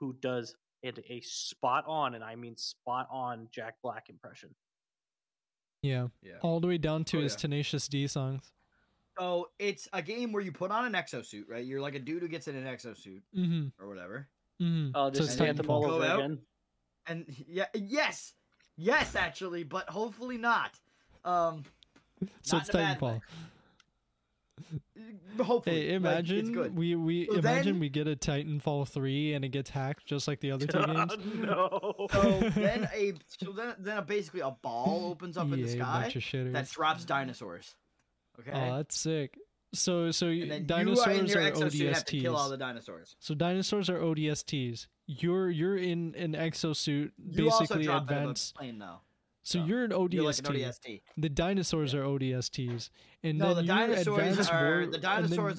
Speaker 4: who does it a spot on, and I mean spot on Jack Black impression.
Speaker 1: yeah,
Speaker 2: Yeah.
Speaker 1: all the way down to
Speaker 2: Oh,
Speaker 1: his
Speaker 2: yeah.
Speaker 1: Tenacious D songs.
Speaker 2: So it's a game where you put on an exosuit, right? You're like a dude who gets in an exosuit
Speaker 1: Mm-hmm.
Speaker 2: or whatever.
Speaker 1: Mm-hmm.
Speaker 4: Oh, this
Speaker 1: so
Speaker 4: is
Speaker 1: it's
Speaker 4: Anthem all
Speaker 1: Titanfall.
Speaker 4: over
Speaker 2: Go out.
Speaker 4: again.
Speaker 2: And yeah, yes, yes, actually, but hopefully not. Um,
Speaker 1: So
Speaker 2: Not
Speaker 1: it's
Speaker 2: in a bad way.
Speaker 1: Titanfall.
Speaker 2: hopefully.
Speaker 1: Hey,
Speaker 2: like,
Speaker 1: imagine
Speaker 2: it's good.
Speaker 1: we we
Speaker 2: So
Speaker 1: imagine
Speaker 2: then-
Speaker 1: we get a Titanfall three and it gets hacked just like the other two games.
Speaker 4: no.
Speaker 2: So then a so then then a, basically a ball opens up in the
Speaker 1: EA,
Speaker 2: sky
Speaker 1: bunch of shitters.
Speaker 2: that drops dinosaurs. Okay.
Speaker 1: Oh, that's sick. So so
Speaker 2: and
Speaker 1: you
Speaker 2: then
Speaker 1: dinosaurs
Speaker 2: you are in your exosuit
Speaker 1: ODSTs.
Speaker 2: have to kill all the dinosaurs.
Speaker 1: So dinosaurs are ODSTs. You're you're in an exosuit,
Speaker 2: You also
Speaker 1: basically
Speaker 2: drop
Speaker 1: advanced.
Speaker 2: out of a plane though.
Speaker 1: So
Speaker 2: yeah.
Speaker 1: you're an
Speaker 2: You're like
Speaker 1: ODST.
Speaker 2: an ODST.
Speaker 1: The dinosaurs are ODSTs, and
Speaker 2: No, the
Speaker 1: then you're
Speaker 2: dinosaurs
Speaker 1: advanced
Speaker 2: are
Speaker 1: war-
Speaker 2: the dinosaurs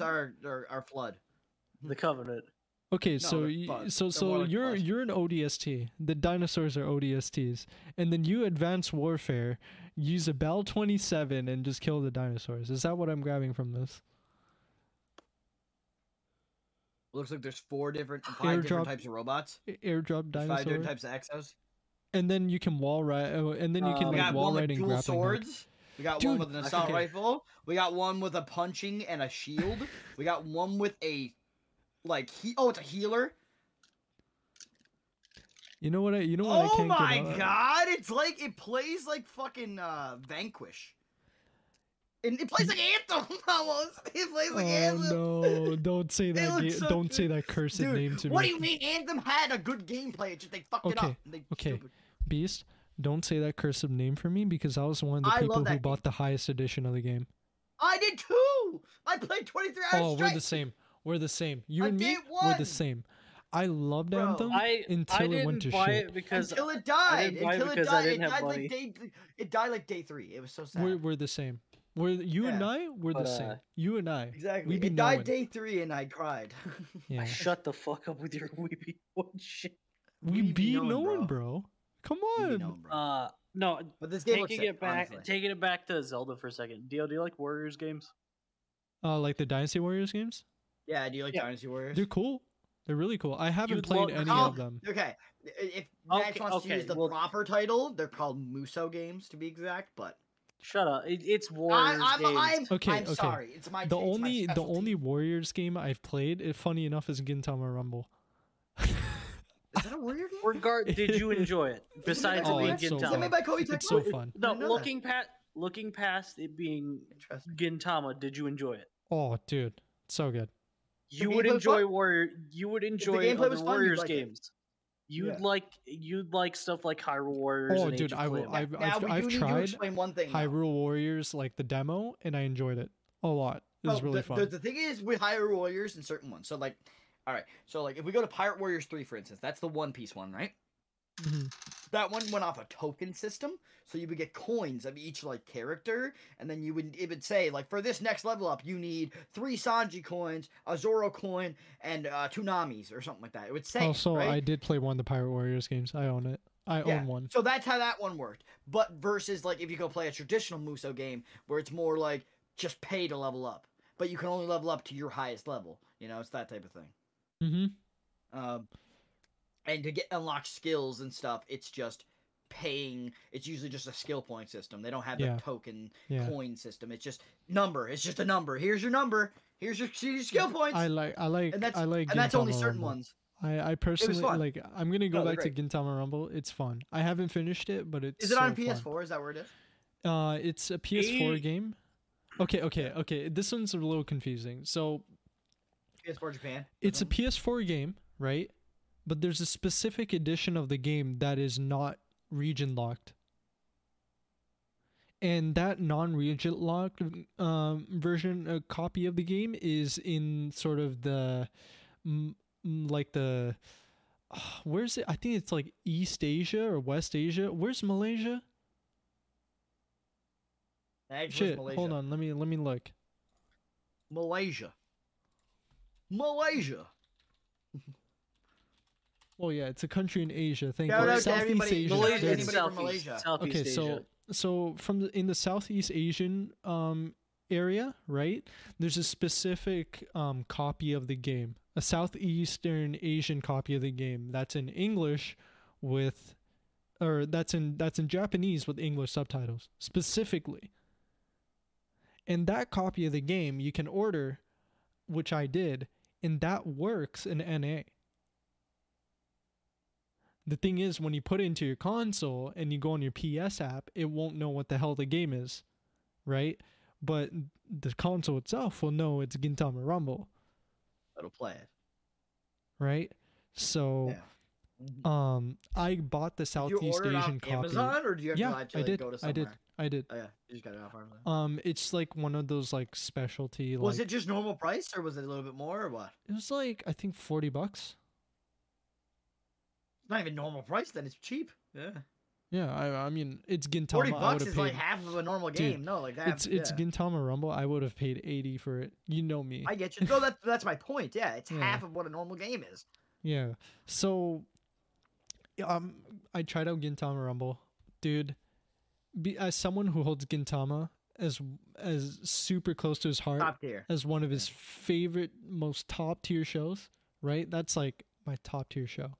Speaker 1: and then-
Speaker 2: are, are are flood.
Speaker 4: the Covenant.
Speaker 1: Okay, so
Speaker 2: they're
Speaker 1: y-
Speaker 2: bugs.
Speaker 1: so
Speaker 2: They're
Speaker 1: so
Speaker 2: more like
Speaker 1: you're
Speaker 2: bugs.
Speaker 1: you're an ODST. The dinosaurs are ODSTs, and then you advance warfare, use a Bell twenty seven, and just kill the dinosaurs. Is that what I'm grabbing from this?
Speaker 2: Looks like there's four different five
Speaker 1: Airdrop
Speaker 2: different types of robots.
Speaker 1: A- Airdrop
Speaker 2: There's Five
Speaker 1: dinosaur,
Speaker 2: different types of exos.
Speaker 1: and then you can wall ride, oh, and then you can
Speaker 4: Um,
Speaker 2: We
Speaker 1: like
Speaker 2: got
Speaker 1: wall
Speaker 2: one
Speaker 1: ride
Speaker 2: with
Speaker 1: and
Speaker 2: dual
Speaker 1: grappling. hook.
Speaker 2: swords. We got
Speaker 1: Dude,
Speaker 2: one with an
Speaker 1: okay,
Speaker 2: assault
Speaker 1: okay.
Speaker 2: rifle. We got one with a punching and a shield. we got one with a like he oh it's a healer.
Speaker 1: You know what? I, you know what? I
Speaker 2: Oh
Speaker 1: can't get
Speaker 2: my
Speaker 1: out?
Speaker 2: god! It's like it plays like fucking uh, Vanquish. And it plays like Anthem almost. It plays like Anthem.
Speaker 1: Oh no! Don't say that. ga-
Speaker 2: looks so
Speaker 1: don't say
Speaker 2: good.
Speaker 1: that cursed
Speaker 2: Dude,
Speaker 1: name to
Speaker 2: what
Speaker 1: me,
Speaker 2: do you mean Anthem had a good gameplay? It just they fucked it
Speaker 1: Okay,
Speaker 2: up. They,
Speaker 1: okay.
Speaker 2: stupid.
Speaker 1: Beast. Don't say that cursed name for me because I was one of the
Speaker 2: I love
Speaker 1: people who
Speaker 2: that
Speaker 1: bought the highest edition of the game.
Speaker 2: I did too. I played twenty three hours
Speaker 1: Oh,
Speaker 2: straight.
Speaker 1: we're the same. We're the same. You
Speaker 2: On
Speaker 1: and me,
Speaker 2: day
Speaker 1: we're the
Speaker 2: one.
Speaker 1: same. I loved
Speaker 2: Bro,
Speaker 1: Anthem
Speaker 4: I
Speaker 1: until
Speaker 4: I
Speaker 1: it
Speaker 4: didn't
Speaker 1: went to
Speaker 4: buy
Speaker 1: shit.
Speaker 4: it because
Speaker 2: Until it
Speaker 4: I
Speaker 2: died.
Speaker 4: didn't buy it
Speaker 2: Until it
Speaker 4: because I
Speaker 2: died. It
Speaker 4: didn't have
Speaker 2: died
Speaker 4: money.
Speaker 2: like day. th- It died like day three. It was so sad.
Speaker 1: We're, we're the same. We're you and
Speaker 2: Yeah.
Speaker 1: I. We're
Speaker 4: But,
Speaker 1: the
Speaker 4: uh,
Speaker 1: same. You and I.
Speaker 2: exactly.
Speaker 1: be
Speaker 2: It died
Speaker 1: knowing.
Speaker 2: day three, and I cried.
Speaker 1: Yeah.
Speaker 4: shut the fuck up with your weepy one shit.
Speaker 1: We,
Speaker 2: we be
Speaker 1: be,
Speaker 2: knowing,
Speaker 1: knowing, bro.
Speaker 2: bro.
Speaker 1: Come
Speaker 2: You
Speaker 1: on.
Speaker 2: know, bro.
Speaker 4: Uh, no,
Speaker 2: but this game looks
Speaker 4: taking
Speaker 2: sick,
Speaker 4: it back,
Speaker 2: honestly.
Speaker 4: taking it back to Zelda for a second. Dio, do you like Warriors games?
Speaker 1: Uh, like the Dynasty Warriors games.
Speaker 2: Yeah, do you like
Speaker 4: Yeah.
Speaker 2: Dynasty Warriors?
Speaker 1: They're cool. They're really cool. I haven't
Speaker 4: You'd
Speaker 1: played
Speaker 4: love-
Speaker 1: any
Speaker 2: Oh,
Speaker 1: of them.
Speaker 2: Okay, i- if Max
Speaker 4: Okay,
Speaker 2: wants to use
Speaker 4: okay,
Speaker 2: the
Speaker 4: well-
Speaker 2: proper title, they're called Muso games to be exact. But
Speaker 4: Shut up. It, it's
Speaker 2: I,
Speaker 4: Warriors
Speaker 2: I'm,
Speaker 4: games.
Speaker 2: I'm,
Speaker 1: Okay,
Speaker 2: I'm
Speaker 1: okay.
Speaker 2: sorry. It's my
Speaker 1: the
Speaker 2: it's my
Speaker 1: only the
Speaker 2: specialty.
Speaker 1: only Warriors game I've played, it, funny enough, is Gintama Rumble.
Speaker 2: is that a warrior game?
Speaker 4: Regard, did you enjoy it? Besides
Speaker 2: Oh,
Speaker 4: it being
Speaker 1: it's so
Speaker 4: Gintama.
Speaker 2: Is that made by Koei Tecmo?
Speaker 1: it's so fun.
Speaker 4: no,
Speaker 2: didn't know that.
Speaker 4: looking past looking past it being
Speaker 2: Interesting.
Speaker 4: Gintama, did you enjoy it?
Speaker 1: Oh, dude, so good.
Speaker 4: You would
Speaker 2: gameplay was
Speaker 4: enjoy
Speaker 2: fun.
Speaker 4: Warrior. You would enjoy
Speaker 2: gameplay
Speaker 4: other
Speaker 2: was fun, you'd
Speaker 4: Warriors
Speaker 2: like it.
Speaker 4: games. You'd
Speaker 2: Yeah.
Speaker 4: like you'd like stuff like Hyrule Warriors.
Speaker 1: Oh,
Speaker 4: and Age
Speaker 1: dude,
Speaker 4: of
Speaker 1: I will.
Speaker 4: Calamity.
Speaker 1: I've I've,
Speaker 2: Now we do
Speaker 1: I've
Speaker 2: need to
Speaker 1: tried
Speaker 2: explain one thing. though.
Speaker 1: Hyrule Warriors like the demo, and I enjoyed it a lot. It was
Speaker 2: Well,
Speaker 1: really
Speaker 2: Oh, the,
Speaker 1: fun.
Speaker 2: The, the thing is with Hyrule Warriors and certain ones. So like, all right. So like, if we go to Pirate Warriors three, for instance, that's the One Piece one, right?
Speaker 1: Mhm.
Speaker 2: That one went off a token system, so you would get coins of each like character, and then you would it would say like for this next level up, you need three Sanji coins, a Zoro coin, and uh, two Namis or something like that. It would say
Speaker 1: Also,
Speaker 2: right?
Speaker 1: I did play one of the Pirate Warriors games. I own it. I
Speaker 2: Yeah.
Speaker 1: own one.
Speaker 2: So that's how that one worked. But versus like if you go play a traditional Muso game where it's more like just pay to level up, but you can only level up to your highest level. You know, it's that type of thing.
Speaker 1: Mm-hmm.
Speaker 2: Um, and to get unlock skills and stuff, it's just paying. It's usually just a skill point system. They don't have
Speaker 1: Yeah.
Speaker 2: the token
Speaker 1: Yeah.
Speaker 2: coin system. It's just number. It's just a number. Here's your number. Here's your, here's your skill points.
Speaker 1: I like. I like.
Speaker 2: and that's
Speaker 1: I like.
Speaker 2: and that's only
Speaker 1: Gintama
Speaker 2: certain
Speaker 1: Rumble.
Speaker 2: ones.
Speaker 1: I I personally
Speaker 2: fun.
Speaker 1: like. I'm gonna go
Speaker 2: No, they're
Speaker 1: back to Gintama Rumble. It's fun. I haven't finished it, but it's.
Speaker 2: Is it
Speaker 1: so
Speaker 2: on
Speaker 1: fun.
Speaker 2: PS4? Is that where it is?
Speaker 1: Uh, it's a PS4
Speaker 4: Eh.
Speaker 1: game. Okay, okay, okay. This one's a little confusing. So
Speaker 2: PS4 Japan.
Speaker 1: it's a
Speaker 2: Mhm.
Speaker 1: PS4 game, right? But there's a specific edition of the game that is not region locked. and that non-region locked um, version uh, copy of the game is in sort of the mm, mm, like the ah, where's it i think it's like east asia or west asia where's malaysia
Speaker 2: That was
Speaker 1: shit
Speaker 2: Malaysia.
Speaker 1: hold on let me let me look
Speaker 2: Malaysia. Malaysia.
Speaker 1: oh yeah it's a country in asia thank
Speaker 2: Shout
Speaker 1: you
Speaker 2: out to
Speaker 1: southeast
Speaker 2: everybody-
Speaker 1: asia
Speaker 2: Malaysia,
Speaker 1: there it
Speaker 2: anybody
Speaker 1: is.
Speaker 2: from
Speaker 3: Southeast,
Speaker 2: Malaysia?
Speaker 3: Southeast
Speaker 1: okay
Speaker 3: Asia.
Speaker 1: so so from the, in the southeast asian um area right there's a specific um copy of the game a southeastern asian copy of the game that's in english with or that's in that's in japanese with english subtitles specifically and that copy of the game you can order which i did and that works in na the thing is when you put it into your console and you go on your ps app it won't know what the hell the game is right but the console itself will know it's gintama rumble
Speaker 2: That'll play it.
Speaker 1: right so
Speaker 2: Yeah. Mhm.
Speaker 1: um i bought the
Speaker 2: you
Speaker 1: southeast
Speaker 2: order it
Speaker 1: asian
Speaker 2: off
Speaker 1: copy
Speaker 2: Amazon, or do you have
Speaker 1: yeah
Speaker 2: to actually
Speaker 1: i did
Speaker 2: go to
Speaker 1: i
Speaker 2: somewhere?
Speaker 1: did i did
Speaker 2: Oh, yeah, you just got it off Amazon.
Speaker 1: um it's like one of those like specialty like
Speaker 2: was it just normal price, or was it a little bit more, or what?
Speaker 1: it was like i think 40 bucks
Speaker 2: It's not even normal price. Then it's cheap. Yeah,
Speaker 1: yeah i i mean it's gintama
Speaker 2: forty
Speaker 1: I
Speaker 2: bucks
Speaker 1: would've
Speaker 2: is like
Speaker 1: paid-
Speaker 2: half of a normal
Speaker 1: Dude,
Speaker 2: game. no, like that.
Speaker 1: it's it's gintama rumble i would have paid 80 for it you know me
Speaker 2: I get you. No, that that's my point. Yeah, it's
Speaker 1: Yeah.
Speaker 2: half of what a normal game is.
Speaker 1: Yeah. So, um, I tried out Gintama Rumble, dude. Be, as someone who holds Gintama as as super close to his heart,
Speaker 2: Top tier.
Speaker 1: as one of his favorite, most top tier shows, right? That's like my top tier show.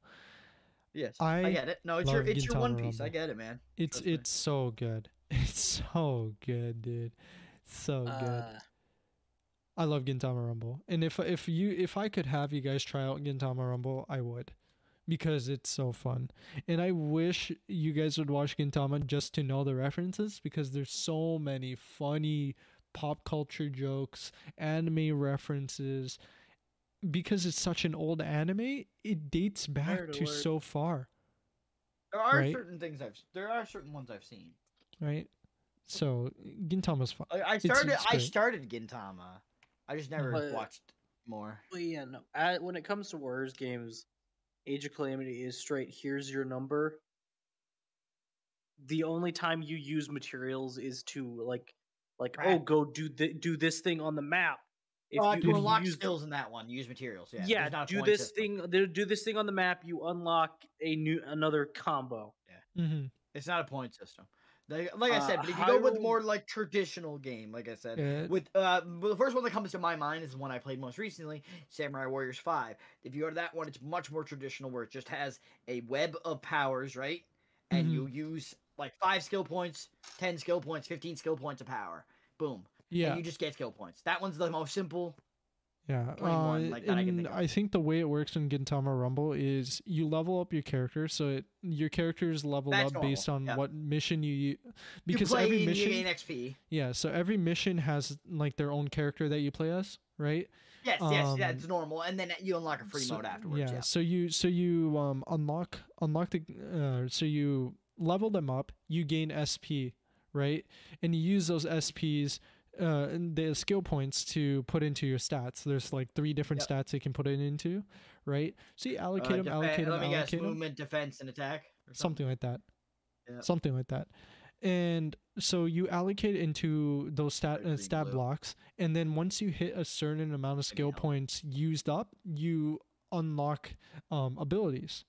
Speaker 2: Yes, I,
Speaker 1: I
Speaker 2: get it. No, it's your
Speaker 1: love
Speaker 2: it's your One
Speaker 1: Gintama
Speaker 2: Piece. I
Speaker 1: Rumble.
Speaker 2: get it, man.
Speaker 1: It's
Speaker 2: Trust me.
Speaker 1: it's so good. It's so good, dude. So good.
Speaker 3: Uh,
Speaker 1: I love Gintama Rumble, and if if you if I could have you guys try out Gintama Rumble, I would, because it's so fun. And I wish you guys would watch Gintama just to know the references, because there's so many funny pop culture jokes, anime references. Because it's such an old anime, it dates back
Speaker 3: Nerd
Speaker 1: to
Speaker 3: alert.
Speaker 1: so far,
Speaker 2: There are
Speaker 1: right?
Speaker 2: certain things I've there are certain ones I've seen.
Speaker 1: right? So Gintama's fun.
Speaker 2: I, I started
Speaker 1: it's
Speaker 2: I
Speaker 1: great.
Speaker 2: started Gintama. I just never
Speaker 3: But-
Speaker 2: watched more.
Speaker 3: Well, yeah, no. I, when it comes to Warriors games, Age of Calamity is straight. Here's your number. The only time you use materials is to like, like oh,
Speaker 2: Right.
Speaker 3: go do th- do this thing on the map. If
Speaker 2: Oh, to
Speaker 3: you, if you
Speaker 2: unlock
Speaker 3: use-
Speaker 2: skills in that one, you use materials. Yeah,
Speaker 3: yeah,
Speaker 2: there's not a
Speaker 3: do
Speaker 2: point
Speaker 3: this
Speaker 2: system.
Speaker 3: thing. they'll Do this thing on the map. You unlock a new another combo.
Speaker 1: hmm
Speaker 2: It's not a point system. Like, like I said,
Speaker 3: Uh,
Speaker 2: but if you go with
Speaker 3: Hyrule-
Speaker 2: more like traditional game, like I said,
Speaker 1: Yeah.
Speaker 2: with uh, well, the first one that comes to my mind is the one I played most recently, Samurai Warriors Five. If you go to that one, it's much more traditional, where it just has a web of powers, right? And
Speaker 1: Mhm.
Speaker 2: you use like five skill points, ten skill points, fifteen skill points of power. Boom.
Speaker 1: yeah.
Speaker 2: And you just get skill points. That one's the most simple.
Speaker 1: Yeah,
Speaker 2: 21,
Speaker 1: uh,
Speaker 2: like, that I can
Speaker 1: and
Speaker 2: think of.
Speaker 1: I think the way it works in Gintama Rumble is you level up your character, so it, your characters level
Speaker 2: That's
Speaker 1: up based on
Speaker 2: normal, yeah.
Speaker 1: what mission you u-
Speaker 2: You
Speaker 1: because
Speaker 2: play
Speaker 1: every
Speaker 2: E and
Speaker 1: mission,
Speaker 2: you gain XP.
Speaker 1: yeah, so every mission has like their own character that you play as, right?
Speaker 2: Yes, yes, yeah, it's
Speaker 1: Um,
Speaker 2: normal, and then you unlock a free
Speaker 1: so,
Speaker 2: mode afterwards.
Speaker 1: Yeah,
Speaker 2: Yeah.
Speaker 1: so you so you um unlock unlock the uh, so you level them up, you gain SP, right? And you use those SPs uh and the skill points to put into your stats. There's like three different
Speaker 2: Yep.
Speaker 1: stats you can put it into, right? So you allocate them,
Speaker 2: Uh, defe-
Speaker 1: allocate them,
Speaker 2: let me
Speaker 1: allocate
Speaker 2: guess,
Speaker 1: 'em
Speaker 2: movement, defense, and attack. or
Speaker 1: something like that
Speaker 2: Yeah.
Speaker 1: something like that and so you allocate into those stat
Speaker 2: Red,
Speaker 1: uh,
Speaker 2: green,
Speaker 1: stat
Speaker 2: blue.
Speaker 1: blocks and then once you hit a certain amount of skill
Speaker 2: yellow.
Speaker 1: points used up you unlock um, abilities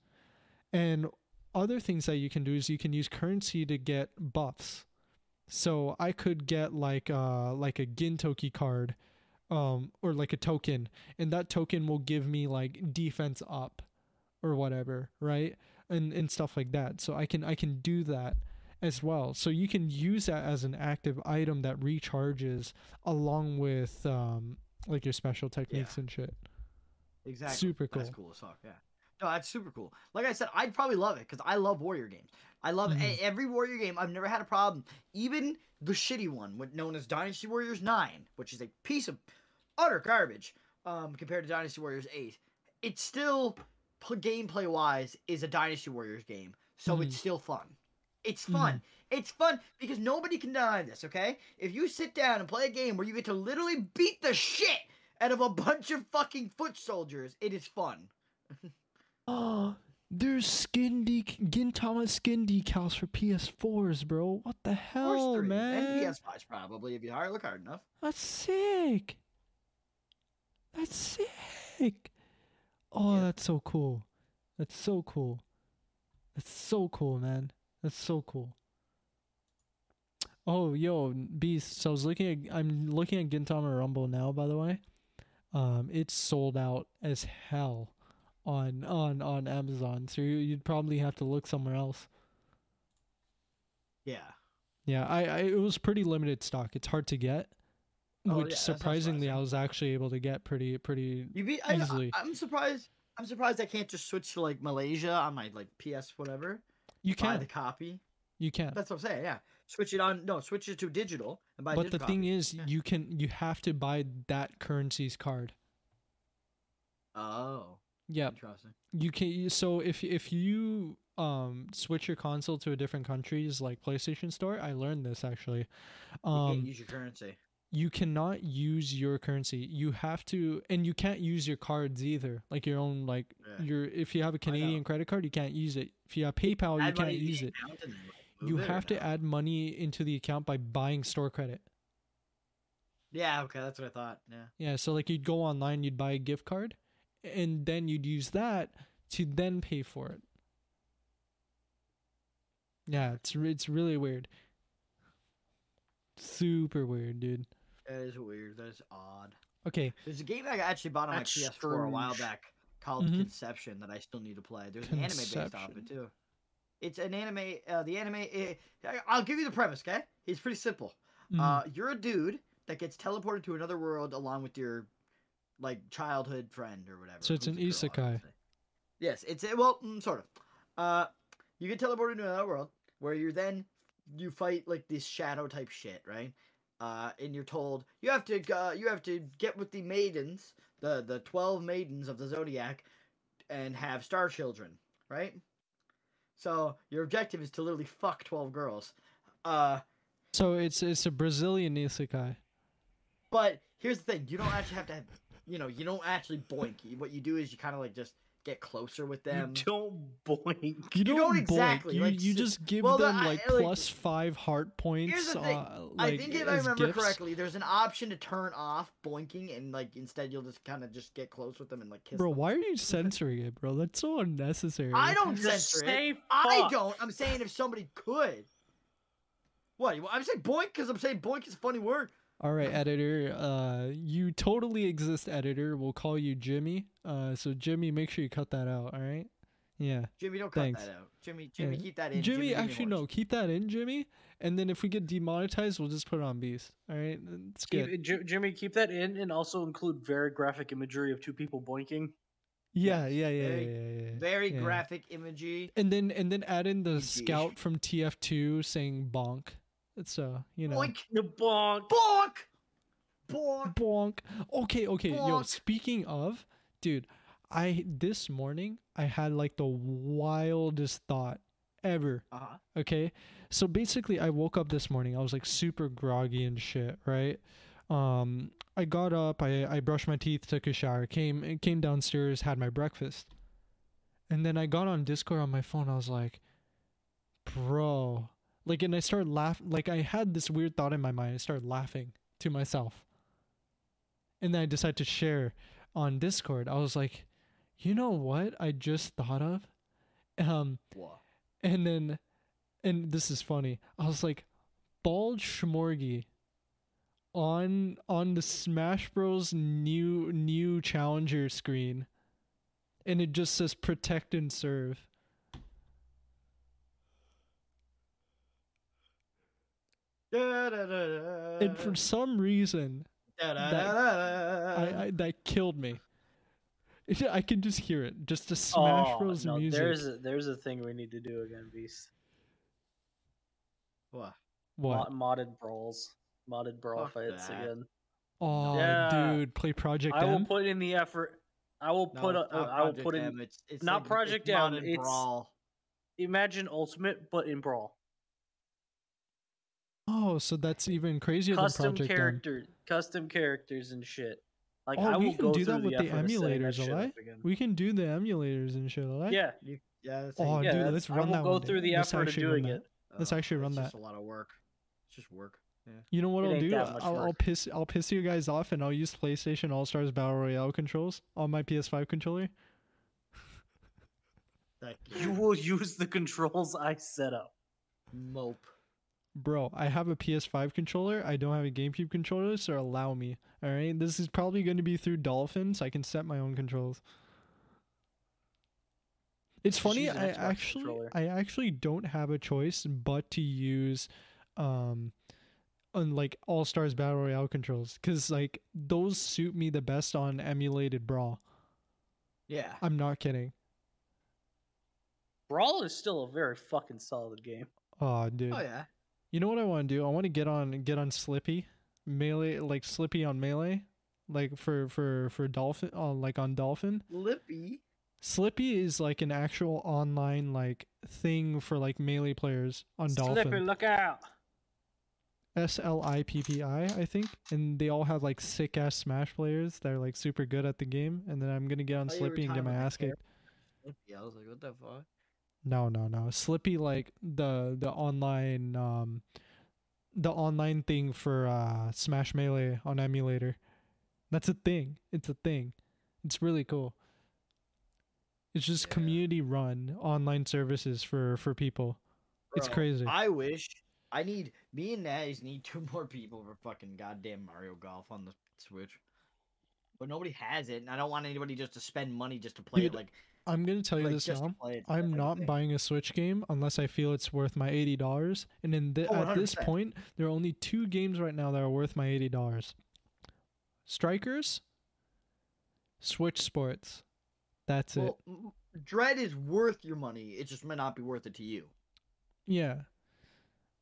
Speaker 1: and other things that you can do is you can use currency to get buffs so i could get like uh like a gintoki card um or like a token and that token will give me like defense up or whatever right and and stuff like that so i can i can do that as well so you can use that as an active item that recharges along with um like your special techniques and shit
Speaker 2: Exactly.
Speaker 1: Super
Speaker 2: That's
Speaker 1: cool.
Speaker 2: cool as fuck. Yeah. No, that's super cool. Like I said, I'd probably love it because I love warrior games. I love e-
Speaker 1: Mhm.
Speaker 2: every warrior game. I've never had a problem. Even the shitty one, what- known as Dynasty Warriors Nine, which is a piece of utter garbage um, compared to Dynasty Warriors Eight. It's
Speaker 1: Mm-hmm.
Speaker 2: still pl- gameplay wise is a Dynasty Warriors game, so it's still fun. It's fun. It's fun because nobody can deny this, okay? If you sit down and play a game where you get to literally beat the shit out of a bunch of fucking foot soldiers, it is fun.
Speaker 1: Oh, there's skin de- Gintama skin decals for PS4s, bro. What the hell,
Speaker 2: Force 3
Speaker 1: Oh, man?
Speaker 2: and PS5s probably if you hard look hard enough.
Speaker 1: That's sick. That's sick. Oh,
Speaker 2: Yeah.
Speaker 1: that's so cool. That's so cool. That's so cool, man. That's so cool. Oh, yo, Beast. So I was looking at I'm looking at Gintama Rumble now, by the way. Um, it's sold out as hell on on on Amazon. So you, you'd probably have to look somewhere else.
Speaker 2: Yeah.
Speaker 1: Yeah, I, I it was pretty limited stock. It's hard to get,
Speaker 2: Oh, yeah,
Speaker 1: which
Speaker 2: that's not
Speaker 1: surprisingly I
Speaker 2: surprising.
Speaker 1: was actually able to get pretty pretty.
Speaker 2: You beat I,
Speaker 1: Easily.
Speaker 2: I, am surprised I'm surprised I can't just switch to like Malaysia on my like PS whatever.
Speaker 1: You
Speaker 2: Buy
Speaker 1: can
Speaker 2: the copy.
Speaker 1: you can.
Speaker 2: That's what I'm saying, yeah. Switch it on no, switch it to digital and buy a
Speaker 1: But the
Speaker 2: digital
Speaker 1: thing
Speaker 2: copy.
Speaker 1: is,
Speaker 2: Yeah.
Speaker 1: you can you have to buy that currency's card.
Speaker 2: Oh.
Speaker 1: Yeah,
Speaker 2: Interesting.
Speaker 1: you can. you- So if if you um switch your console to a different country's like PlayStation Store, I learned this actually.
Speaker 2: you
Speaker 1: Um,
Speaker 2: can't use your currency.
Speaker 1: you cannot use your currency. You have to, and you can't use your cards either. Like your own, like
Speaker 2: Yeah.
Speaker 1: your if you have a Canadian credit card, you can't use it. If you have PayPal, Oh, you
Speaker 2: Add
Speaker 1: can't
Speaker 2: money to the
Speaker 1: use it.
Speaker 2: account and, like,
Speaker 1: You
Speaker 2: move it or
Speaker 1: have to
Speaker 2: no?
Speaker 1: add money into the account by buying store credit.
Speaker 2: Yeah, okay, that's what I thought. Yeah.
Speaker 1: Yeah, so like you'd go online, you'd buy a gift card, and then you'd use that to then pay for it. Yeah, it's re- it's really weird. Super weird, dude.
Speaker 2: That is weird. That is odd.
Speaker 1: Okay,
Speaker 2: There's a game I actually bought on
Speaker 3: That's
Speaker 2: my PS4 a while
Speaker 3: strange.
Speaker 2: back called
Speaker 1: Mhm.
Speaker 2: Conception that I still need to play. There's an anime based off
Speaker 1: Conception.
Speaker 2: it too. It's an anime. Uh, the anime. eh, I- I'll give you the premise, okay? It's pretty simple.
Speaker 1: mm,
Speaker 2: Uh, you're a dude that gets teleported to another world along with your like childhood friend or whatever.
Speaker 1: So it's
Speaker 2: who's
Speaker 1: an
Speaker 2: a girl,
Speaker 1: isekai.
Speaker 2: obviously. Yes, it's a, well, mm, sort of. Uh, you get teleported to another world where you're then you fight like this shadow type shit, right? Uh, and you're told you have to uh, you have to get with the maidens, the the twelve maidens of the zodiac, and have star children, right? So your objective is to literally fuck twelve girls. Uh,
Speaker 1: so it's it's a Brazilian isekai.
Speaker 2: but here's the thing: you don't actually have to, have, you know, you don't actually boink. You- What you do is you kind of like just get closer with them.
Speaker 4: you don't blink.
Speaker 1: You
Speaker 2: don't
Speaker 1: don't
Speaker 2: exactly,
Speaker 1: exactly. You,
Speaker 2: like,
Speaker 1: you
Speaker 2: s-
Speaker 1: just give
Speaker 2: well, the-
Speaker 1: them
Speaker 2: I-
Speaker 1: like
Speaker 2: like-
Speaker 1: plus five heart points.
Speaker 2: the thing,
Speaker 1: uh, like,
Speaker 2: I think if I
Speaker 1: as
Speaker 2: remember
Speaker 1: gifts.
Speaker 2: correctly, there's an option to turn off boinking, and like instead you'll just kind of just get close with them and like kiss.
Speaker 1: bro,
Speaker 2: them.
Speaker 1: why are you censoring it, bro? That's so unnecessary.
Speaker 2: I don't
Speaker 4: Just
Speaker 2: censor it.
Speaker 4: say
Speaker 2: I
Speaker 4: fuck.
Speaker 2: don't. I'm saying if somebody could. What? you- I'm saying boink because I'm saying boink is a funny word.
Speaker 1: All right, editor. Uh, you totally exist, editor. We'll call you Jimmy. Uh, so Jimmy, make sure you cut that out. All right. Yeah.
Speaker 2: Jimmy, don't cut
Speaker 1: Thanks.
Speaker 2: that out. Jimmy, Jimmy,
Speaker 1: Yeah.
Speaker 2: keep that in.
Speaker 1: Jimmy,
Speaker 2: give me
Speaker 1: actually
Speaker 2: horns.
Speaker 1: no, keep that in, Jimmy. And then if we get demonetized, we'll just put it on Beast. All right, it's
Speaker 3: Keep-
Speaker 1: good.
Speaker 3: Ji- Jimmy, keep that in and also include very graphic imagery of two people boinking.
Speaker 1: Yeah, yeah, yeah, yeah,
Speaker 2: very-
Speaker 1: yeah. yeah.
Speaker 2: Very
Speaker 1: yeah.
Speaker 2: graphic imagery.
Speaker 1: And then and then add in the
Speaker 2: GG.
Speaker 1: scout from TF2 saying bonk. So you know.
Speaker 2: Boink,
Speaker 3: The bonk.
Speaker 2: bonk, bonk.
Speaker 1: Bonk. Okay, okay. Yo,
Speaker 2: Bonk.
Speaker 1: speaking of, dude, I this morning I had like the wildest thought ever.
Speaker 2: Uh huh.
Speaker 1: Okay. So basically I woke up this morning. I was like super groggy and shit, right? Um I got up, I, I brushed my teeth, took a shower, came came downstairs, had my breakfast. And then I got on Discord on my phone. I was like, bro. Like and I started laugh like I had this weird thought in my mind. I started laughing to myself. And then I decided to share on Discord. I was like, you know what I just thought of? Um
Speaker 2: What?
Speaker 1: and then, and this is funny. I was like, Bald Schmorgy on on the Smash Bros. new new challenger screen, and it just says protect and serve. And for some reason, I,
Speaker 2: I,
Speaker 1: I that killed me. I can just hear it, just the Smash
Speaker 3: Oh,
Speaker 1: Bros.
Speaker 3: no,
Speaker 1: music.
Speaker 3: There's a, there's a thing we need to do again, Beast.
Speaker 2: what?
Speaker 1: what?
Speaker 3: Mod- modded brawls, modded brawl
Speaker 2: Fuck
Speaker 3: fights
Speaker 2: that.
Speaker 3: again.
Speaker 1: Oh,
Speaker 3: Yeah.
Speaker 1: dude, play Project
Speaker 3: I will
Speaker 1: M.
Speaker 3: put in the effort. I will
Speaker 2: No,
Speaker 3: put.
Speaker 2: it's
Speaker 3: A,
Speaker 2: not
Speaker 3: I will
Speaker 2: Project
Speaker 3: put in.
Speaker 2: M, It's, it's
Speaker 3: not
Speaker 2: like-
Speaker 3: Project
Speaker 2: it's
Speaker 3: M,
Speaker 2: Modern
Speaker 3: it's-
Speaker 2: Brawl.
Speaker 3: Imagine ultimate, but in brawl.
Speaker 1: Oh, so that's even crazier than
Speaker 4: custom
Speaker 1: Project M.
Speaker 4: character, custom characters and shit. Like
Speaker 1: Oh,
Speaker 4: I
Speaker 1: we
Speaker 4: will
Speaker 1: can
Speaker 4: go
Speaker 1: do that
Speaker 4: through
Speaker 1: with the
Speaker 4: effort of setting that
Speaker 1: emulators,
Speaker 4: shit
Speaker 1: all
Speaker 4: up
Speaker 1: right?
Speaker 4: again.
Speaker 1: We can do the emulators and shit, alright?
Speaker 4: Yeah,
Speaker 2: Yeah, that's
Speaker 1: Oh,
Speaker 2: how you-
Speaker 4: yeah.
Speaker 1: dude,
Speaker 4: that's-
Speaker 1: let's
Speaker 4: I
Speaker 1: run
Speaker 4: will
Speaker 1: that
Speaker 4: go
Speaker 1: one
Speaker 4: through
Speaker 1: day.
Speaker 4: the
Speaker 1: Let's
Speaker 4: effort of
Speaker 1: actually run
Speaker 4: doing
Speaker 1: that.
Speaker 4: it.
Speaker 1: Let's
Speaker 2: uh,
Speaker 1: actually run
Speaker 2: it's Just a
Speaker 1: that.
Speaker 2: lot of work. It's just work.
Speaker 1: You know what
Speaker 4: It
Speaker 1: I'll
Speaker 4: ain't
Speaker 1: do?
Speaker 4: that much
Speaker 1: I'll, I'll
Speaker 4: work.
Speaker 1: piss I'll piss you guys off and I'll use PlayStation All Stars Battle Royale controls on my PS5 controller.
Speaker 2: That
Speaker 4: You will use the controls I set up.
Speaker 2: mope.
Speaker 1: Bro, I have a PS5 controller. I don't have a GameCube controller, so allow me. All right, this is probably going to be through Dolphin, so I can set my own controls. It's
Speaker 4: Just
Speaker 1: funny.
Speaker 4: use an
Speaker 1: I
Speaker 4: Xbox
Speaker 1: actually,
Speaker 4: controller.
Speaker 1: I actually don't have a choice but to use, um, on like All Stars Battle Royale controls, because like those suit me the best on emulated Brawl.
Speaker 2: Yeah.
Speaker 1: I'm not kidding.
Speaker 4: Brawl is still a very fucking solid game.
Speaker 1: Oh, dude.
Speaker 2: Oh yeah.
Speaker 1: You know what I want to do? I want to get on get on Slippy, melee like Slippy on melee, like for for for dolphin on like on dolphin.
Speaker 2: Lippy.
Speaker 1: Slippy is like an actual online like thing for like melee players on dolphin.
Speaker 4: look out!
Speaker 1: S L I P P I I think, and they all have like sick ass Smash players that are like super good at the game. And then I'm gonna get on
Speaker 2: thought you were
Speaker 1: Slippy and get
Speaker 2: talking
Speaker 1: my
Speaker 2: about
Speaker 1: ass kicked.
Speaker 2: Lippy. I was like, what the fuck?
Speaker 1: No, no, no. Slippy like the the online um the online thing for uh Smash Melee on emulator. That's a thing. It's a thing. It's really cool. It's just
Speaker 2: Yeah.
Speaker 1: community run online services for for people. It's
Speaker 2: Bro,
Speaker 1: crazy.
Speaker 2: I wish. I need me and Naz need two more people for fucking goddamn Mario Golf on the Switch. But nobody has it, and I don't want anybody just to spend money just to play
Speaker 1: Dude,
Speaker 2: it. Like,
Speaker 1: I'm going to tell you
Speaker 2: like
Speaker 1: this
Speaker 2: just to
Speaker 1: now.
Speaker 2: play it.
Speaker 1: I'm
Speaker 2: like,
Speaker 1: not
Speaker 2: thing.
Speaker 1: buying a Switch game unless I feel it's worth my $80 and in thi-
Speaker 2: Oh,
Speaker 1: at this
Speaker 2: 100%.
Speaker 1: point there are only two games right now that are worth my $80. Strikers, Switch Sports. That's it.
Speaker 2: Well, m- Dread is worth your money. It just might not be worth it to you.
Speaker 1: Yeah.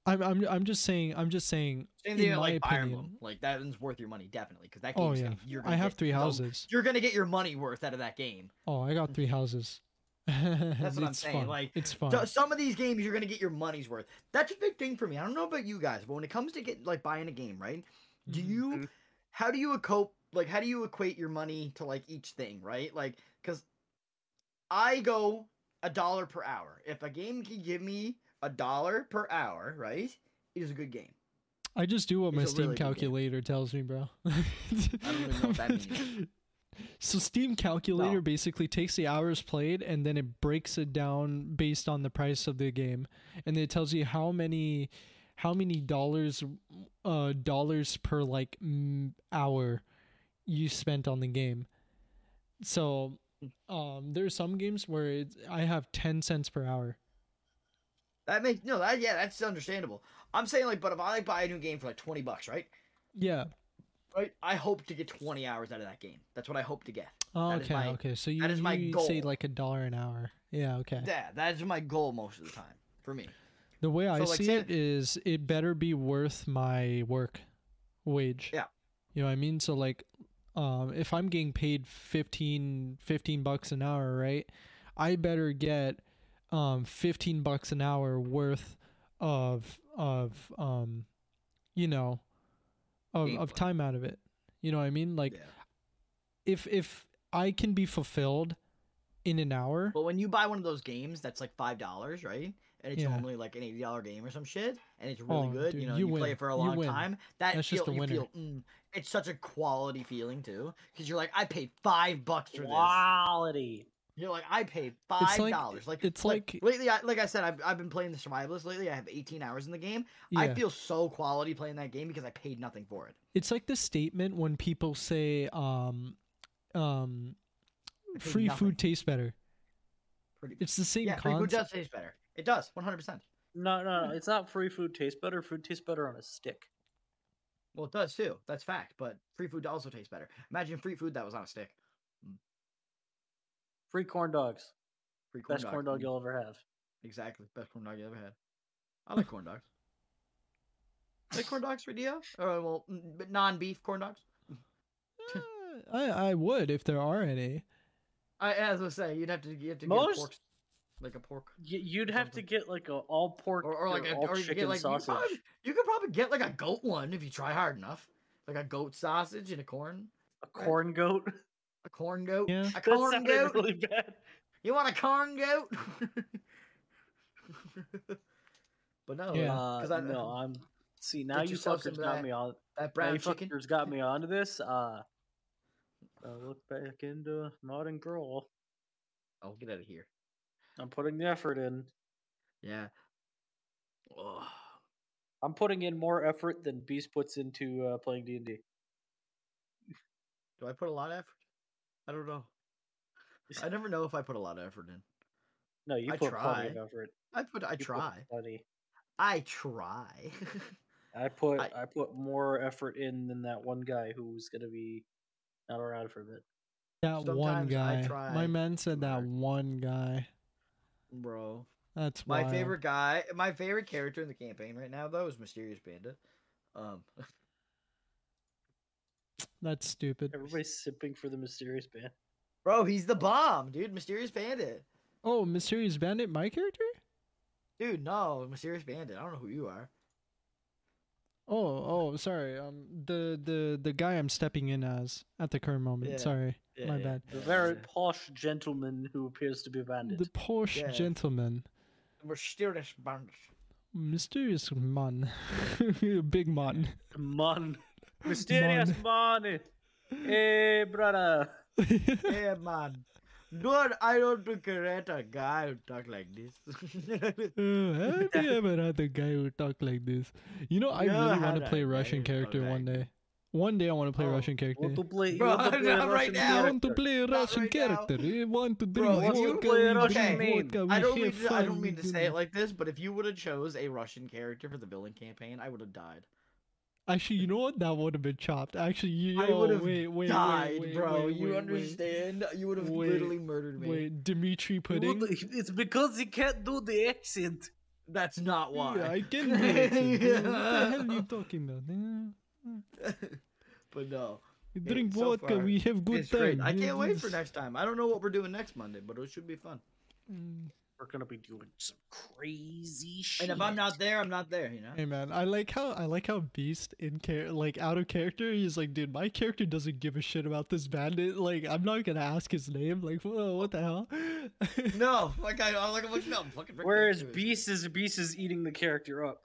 Speaker 1: I'm I'm I'm just saying I'm just saying
Speaker 2: Same
Speaker 1: In
Speaker 2: thing with,
Speaker 1: my
Speaker 2: like Fire
Speaker 1: opinion-
Speaker 2: Emblem. Like that one's worth your money definitely because that game's
Speaker 1: Oh yeah.
Speaker 2: gonna, you're gonna
Speaker 1: I have
Speaker 2: get
Speaker 1: three
Speaker 2: the-
Speaker 1: houses.
Speaker 2: you're gonna get your money worth out of that game.
Speaker 1: Oh, I got three houses. That's
Speaker 2: what I'm saying,
Speaker 1: Fun.
Speaker 2: like,
Speaker 1: it's fun.
Speaker 2: So, some of these games you're gonna get your money's worth. That's a big thing for me. I don't know about you guys, but when it comes to getting like buying a game, right? Do
Speaker 1: Mhm.
Speaker 2: you
Speaker 4: Mhm.
Speaker 2: how do you equate like how do you equate your money to like each thing, right? Like cuz I go a dollar per hour. If a game can give me a dollar per hour, right? It is a good game.
Speaker 1: I just do what my
Speaker 2: It's a
Speaker 1: Steam
Speaker 2: really good game.
Speaker 1: calculator tells me, bro.
Speaker 2: even know what that means.
Speaker 1: So Steam calculator
Speaker 2: No.
Speaker 1: basically takes the hours played and then it breaks it down based on the price of the game, and it tells you how many, how many dollars, uh, dollars per like m- hour, you spent on the game. So, um, there's some games where it's, I have ten cents per hour.
Speaker 2: That makes no that yeah, that's understandable. I'm saying like but if I like buy a new game for like 20 bucks, right?
Speaker 1: Yeah.
Speaker 2: Right? I hope to get 20 hours out of that game. That's what I hope to get.
Speaker 1: Oh,
Speaker 2: That is
Speaker 1: okay.
Speaker 2: my-
Speaker 1: okay. So you,
Speaker 2: that is my
Speaker 1: you say
Speaker 2: goal.
Speaker 1: like a dollar an hour. Yeah. Okay.
Speaker 2: Yeah, that is my goal most of the time for me.
Speaker 1: The way I
Speaker 2: So, like,
Speaker 1: see
Speaker 2: say-
Speaker 1: it is, it better be worth my work wage.
Speaker 2: Yeah.
Speaker 1: You know what I mean? So like, um, if I'm getting paid 15, 15 bucks an hour, right? I better get, um, fifteen bucks an hour worth of of um, you know, of of
Speaker 2: Gameplay.
Speaker 1: time out of it. You know what I mean? Like,
Speaker 2: yeah.
Speaker 1: if if I can be fulfilled in an hour,
Speaker 2: But when you buy one of those games that's like five dollars, right? And it's
Speaker 1: Yeah.
Speaker 2: normally like an eighty dollar game or some shit, and it's really
Speaker 1: Oh,
Speaker 2: good.
Speaker 1: dude,
Speaker 2: you know,
Speaker 1: you
Speaker 2: you, play
Speaker 1: win.
Speaker 2: it for a
Speaker 1: You
Speaker 2: long
Speaker 1: win.
Speaker 2: time. That
Speaker 1: That's
Speaker 2: feel,
Speaker 1: just a
Speaker 2: you
Speaker 1: winner.
Speaker 2: feel, mm, it's such a quality feeling too, because you're like, I paid five bucks for this.
Speaker 4: Quality.
Speaker 2: You're like, I paid
Speaker 1: like-
Speaker 2: five dollars. Like,
Speaker 1: it's like-
Speaker 2: lately, I, like I said, I've, I've been playing the survivalist lately. I have eighteen hours in the game.
Speaker 1: yeah.
Speaker 2: I feel so quality playing that game because I paid nothing for it.
Speaker 1: It's like the statement when people say, um, um,
Speaker 2: I paid
Speaker 1: free
Speaker 2: nothing.
Speaker 1: food tastes better.
Speaker 2: Pretty
Speaker 1: It's the same
Speaker 2: yeah, free food
Speaker 1: concept.
Speaker 2: does taste better. It does, one hundred percent.
Speaker 4: No, no, no. It's not free food tastes better. Food tastes better on a stick.
Speaker 2: Well, it does too. That's fact. But free food also tastes better. Imagine free food that was on a stick.
Speaker 4: Free corn dogs.
Speaker 2: Free corn
Speaker 4: Best
Speaker 2: dog.
Speaker 4: corn dog
Speaker 2: Mm,
Speaker 4: you'll ever have.
Speaker 2: Exactly. Best corn dog you ever had. I like corn dogs. like corn dogs for Dio? Or well, n- but non-beef corn dogs.
Speaker 1: Uh, I I would if there are any.
Speaker 2: I as I was saying, you'd have to you have to get a
Speaker 4: Most-
Speaker 2: pork like a pork,
Speaker 3: Y- You'd have to
Speaker 2: something.
Speaker 3: get like a all pork
Speaker 2: or, or like a,
Speaker 3: all
Speaker 2: or you could get
Speaker 3: chicken
Speaker 2: like you could
Speaker 3: sausage.
Speaker 2: probably- You could probably get like a goat one if you try hard enough, like a goat sausage and a corn,
Speaker 3: A corn goat.
Speaker 2: a corn goat,
Speaker 1: Yeah.
Speaker 2: a
Speaker 3: That
Speaker 2: corn
Speaker 3: sounded
Speaker 2: goat.
Speaker 3: really bad.
Speaker 2: You want a corn goat? but no,
Speaker 1: Yeah.
Speaker 3: Uh,
Speaker 2: 'cause I-
Speaker 3: no, I'm. See now you
Speaker 2: yourself some
Speaker 3: fuckers got
Speaker 2: black-
Speaker 3: me on.
Speaker 2: that
Speaker 3: Now
Speaker 2: brown
Speaker 3: you
Speaker 2: chicken.
Speaker 3: fuckers got me onto this. Uh, I look back into modern girl.
Speaker 2: Oh, get out of here.
Speaker 3: I'm putting the effort in.
Speaker 2: Yeah. Ugh.
Speaker 3: I'm putting in more effort than Beast puts into uh, playing D and D.
Speaker 2: Do I put a lot of effort? I don't know. I never know if I put a lot of effort in.
Speaker 3: No, you
Speaker 2: I
Speaker 3: put plenty
Speaker 2: try.
Speaker 3: of effort.
Speaker 2: I put. I
Speaker 3: You put
Speaker 2: try.
Speaker 3: plenty.
Speaker 2: I try.
Speaker 3: I put
Speaker 2: I-
Speaker 3: I, put more effort in than that one guy who's gonna be not around for a bit.
Speaker 1: That one
Speaker 2: Sometimes I
Speaker 1: guy.
Speaker 2: try
Speaker 1: My man said
Speaker 2: too
Speaker 1: that
Speaker 2: hard.
Speaker 1: one guy.
Speaker 2: Bro,
Speaker 1: That's
Speaker 2: my
Speaker 1: wild.
Speaker 2: favorite guy, my favorite character in the campaign right now though is Mysterious Bandit. Um,
Speaker 1: That's stupid.
Speaker 3: Everybody's sipping for the mysterious band.
Speaker 2: bro, he's the bomb, dude. Mysterious Bandit,
Speaker 1: Oh, Mysterious Bandit, my character?
Speaker 2: dude. No, Mysterious Bandit. I don't know who you are.
Speaker 1: Oh, oh, sorry. Um, the the the guy I'm stepping in as at the current moment.
Speaker 2: Yeah.
Speaker 1: Sorry, My bad.
Speaker 3: The very
Speaker 2: yeah.
Speaker 3: posh gentleman who appears to be a bandit.
Speaker 1: the Porsche
Speaker 2: Yeah.
Speaker 1: gentleman,
Speaker 2: Mysterious Bandit.
Speaker 1: mysterious man, big man.
Speaker 3: Mon. Mysterious Mon. Hey, brother.
Speaker 2: Yeah, man. Dude, I don't regret a guy who talk like this.
Speaker 1: Uh, have you ever had a guy who talk like this? You know, I
Speaker 2: You ever
Speaker 1: really want
Speaker 2: had
Speaker 1: to
Speaker 2: a
Speaker 1: play
Speaker 2: guy
Speaker 1: Russian
Speaker 2: who talk
Speaker 1: character
Speaker 2: like
Speaker 1: one day. One day I want to play
Speaker 2: Oh,
Speaker 1: Russian character.
Speaker 3: Want to play,
Speaker 2: Bro,
Speaker 3: want to play a
Speaker 2: not right
Speaker 3: Russian
Speaker 1: I
Speaker 2: now.
Speaker 1: want to
Speaker 3: character?
Speaker 1: play a
Speaker 2: Not
Speaker 1: Russian
Speaker 2: right now.
Speaker 1: character. I want to drink
Speaker 2: Bro, if you
Speaker 1: vodka.
Speaker 3: play
Speaker 1: we
Speaker 3: Russian
Speaker 1: drink
Speaker 3: main-
Speaker 1: vodka, we
Speaker 2: I don't mean
Speaker 1: have
Speaker 2: to, I
Speaker 1: fun,
Speaker 2: don't
Speaker 1: we
Speaker 2: mean to
Speaker 1: do
Speaker 2: say
Speaker 1: this.
Speaker 2: it like this, but if you would have chose a Russian character for the villain campaign, I would have died.
Speaker 1: Actually, you know what? That would have been chopped. Actually, you.
Speaker 2: I would
Speaker 1: oh,
Speaker 2: have
Speaker 1: wait, wait,
Speaker 2: died,
Speaker 1: wait, wait,
Speaker 2: bro.
Speaker 1: wait,
Speaker 2: you
Speaker 1: wait, wait.
Speaker 2: understand? You would have
Speaker 1: Wait,
Speaker 2: literally murdered me.
Speaker 1: Wait, Dimitri
Speaker 3: Dude,
Speaker 1: Pudding.
Speaker 3: It's because he can't do the accent.
Speaker 2: That's not why.
Speaker 1: Yeah, I can do it. What the hell you talking about? Eh,
Speaker 2: but no,
Speaker 1: We
Speaker 2: Yeah,
Speaker 1: drink
Speaker 2: so
Speaker 1: vodka.
Speaker 2: far,
Speaker 1: we have good
Speaker 2: it's
Speaker 1: time.
Speaker 2: great. I
Speaker 1: Yeah,
Speaker 2: can't wait for
Speaker 1: this-
Speaker 2: next time. I don't know what we're doing next Monday, but it should be fun.
Speaker 1: Mm.
Speaker 3: We're gonna be doing some crazy shit.
Speaker 2: And if I'm not there, I'm not there. You know.
Speaker 1: Hey man, I like how I like how Beast in care like out of character. He's like, dude, my character doesn't give a shit about this bandit. Like, I'm not gonna ask his name. Like, whoa, what the hell?
Speaker 2: No, like I, I'm like, I'm like, no, I'm fucking. Rick
Speaker 3: Whereas
Speaker 2: James.
Speaker 3: Beast is Beast is eating the character up.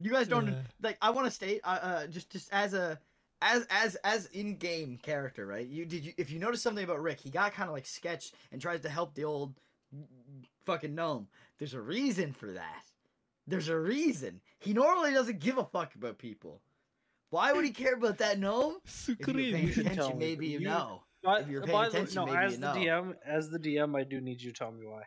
Speaker 2: You guys don't
Speaker 1: Yeah.
Speaker 2: like. I want to state, uh, uh, just just as a, as as as in game character, right? You did you if you notice something about Rick, he got kind of like sketched and tries to help the old fucking gnome. There's a reason for that. There's a reason. He normally doesn't give a fuck about people. Why would he care about that gnome? If you were paying
Speaker 1: Sucreme.
Speaker 3: should tell
Speaker 2: attention,
Speaker 3: me.
Speaker 2: maybe you
Speaker 3: You-
Speaker 2: know.
Speaker 3: But
Speaker 2: If you're paying
Speaker 3: by the,
Speaker 2: attention,
Speaker 3: no,
Speaker 2: maybe
Speaker 3: as
Speaker 2: you
Speaker 3: the
Speaker 2: know.
Speaker 3: DM, as the DM, I do need you to tell me why.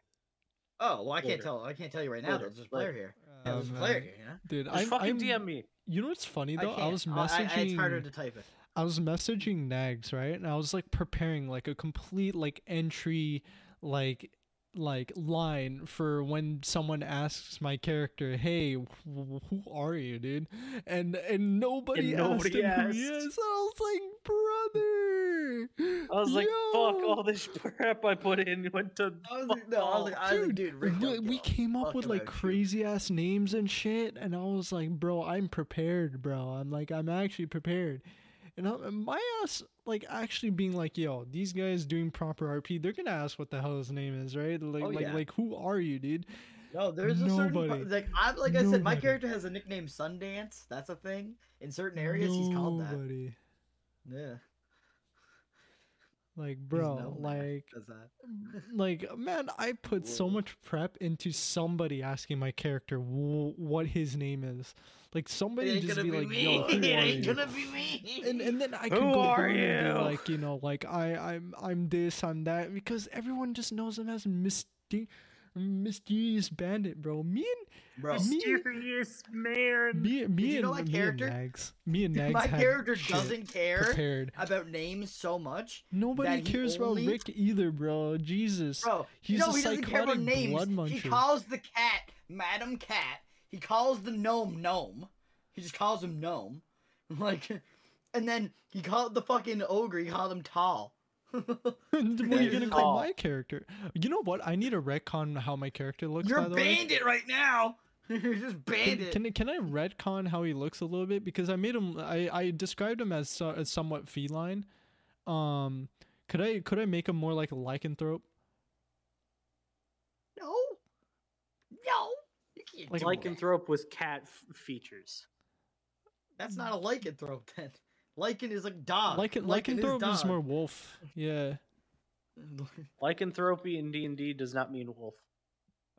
Speaker 2: Oh well, I can't
Speaker 3: Later.
Speaker 2: tell. I can't tell you right now.
Speaker 3: Later,
Speaker 2: There's a player
Speaker 3: later.
Speaker 2: here. Yeah,
Speaker 1: Oh,
Speaker 2: There's a
Speaker 1: man.
Speaker 2: player here. You know.
Speaker 1: Dude,
Speaker 3: Just
Speaker 1: I'm,
Speaker 3: fucking
Speaker 1: I'm-
Speaker 3: DM me.
Speaker 1: You know what's funny though? I,
Speaker 2: can't. Oh,
Speaker 1: was
Speaker 2: I, it's harder
Speaker 1: messaging.
Speaker 2: to type it.
Speaker 1: I was messaging Nags, right? And I was like preparing like a complete like entry like like line for when someone asks my character, "Hey, wh- wh- who are you, dude?" And and nobody,
Speaker 3: And nobody
Speaker 1: asked him who he
Speaker 3: asked.
Speaker 1: is. I was like, "Brother."
Speaker 3: I was like, fuck
Speaker 1: yo,
Speaker 3: all this crap I put in went to.
Speaker 2: I was like, no, I was like, I was like, dude, Rick,
Speaker 1: we,
Speaker 2: don't
Speaker 1: we
Speaker 2: give a
Speaker 1: came up
Speaker 2: fuck
Speaker 1: with like
Speaker 2: about you."
Speaker 1: crazy ass names and shit, and I was like, bro, I'm prepared, bro. I'm like, I'm actually prepared. And I, my ass, like, actually being like, yo, these guys doing proper RP, they're gonna ask what the hell his name is, right? Like,
Speaker 2: Oh,
Speaker 1: like,
Speaker 2: yeah.
Speaker 1: like, who are you, dude?
Speaker 2: No, there's a certain
Speaker 1: Nobody.
Speaker 2: part, like I like I said, my
Speaker 1: Nobody.
Speaker 2: character has a nickname Sundance. That's a thing. In certain areas, he's called that.
Speaker 1: Nobody.
Speaker 2: Yeah, he's
Speaker 1: Like, bro,
Speaker 2: known that
Speaker 1: like,
Speaker 2: as that.
Speaker 1: like, man, I put so
Speaker 2: Whoa.
Speaker 1: much prep into somebody asking my character wh- what his name is. Like,
Speaker 2: It
Speaker 1: somebody
Speaker 2: ain't
Speaker 1: just
Speaker 2: gonna
Speaker 1: be
Speaker 2: be
Speaker 1: like,
Speaker 2: me.
Speaker 1: yo, who
Speaker 2: it
Speaker 1: are
Speaker 2: ain't
Speaker 1: you?
Speaker 2: gonna be me.
Speaker 1: and and then I
Speaker 3: Who
Speaker 1: can go
Speaker 3: are
Speaker 1: on and
Speaker 3: you?
Speaker 1: be like, you know, like I I'm I'm this, I'm that, because everyone just knows him as Mystic Mysterious Bandit, bro. Me
Speaker 2: bro,
Speaker 1: Me-
Speaker 3: Mysterious
Speaker 1: and
Speaker 3: man.
Speaker 1: me, me
Speaker 2: you
Speaker 1: and
Speaker 2: know my
Speaker 1: me
Speaker 2: character?
Speaker 1: and Nags, me and
Speaker 2: dude,
Speaker 1: Nags
Speaker 2: my
Speaker 1: had
Speaker 2: character
Speaker 1: shit
Speaker 2: doesn't care
Speaker 1: prepared.
Speaker 2: about names so much,
Speaker 1: Nobody
Speaker 2: he
Speaker 1: cares about
Speaker 2: only-
Speaker 1: Rick either, bro. Jesus,
Speaker 2: bro.
Speaker 1: he's
Speaker 2: no,
Speaker 1: a
Speaker 2: he doesn't care about
Speaker 1: psychotic
Speaker 2: names.
Speaker 1: blood
Speaker 2: he
Speaker 1: muncher.
Speaker 2: calls the cat Madam Cat. He calls the gnome gnome. He just calls him gnome, like, and then he called the fucking ogre. He called him tall.
Speaker 1: what are you gonna
Speaker 2: is
Speaker 1: call
Speaker 3: all.
Speaker 1: my character? You know what? I need a retcon how my character looks.
Speaker 2: You're
Speaker 1: by the way.
Speaker 2: bandit right now. You're just
Speaker 1: Can,
Speaker 2: bandit.
Speaker 1: can I- can I retcon how he looks a little bit because I made him I, I described him as, so, as somewhat feline. Um, could I could I make him more like a lycanthrope?
Speaker 2: No. No. You can't
Speaker 1: Like
Speaker 2: do
Speaker 1: a-
Speaker 2: that.
Speaker 3: Lycanthrope with cat f- features.
Speaker 2: That's not a lycanthrope then. Lycan is Oh, like dog.
Speaker 1: Lycan,
Speaker 2: Lycan
Speaker 1: lycanthrope is,
Speaker 2: dog.
Speaker 1: more wolf. Yeah,
Speaker 3: Lycanthropy in D and D does not mean wolf.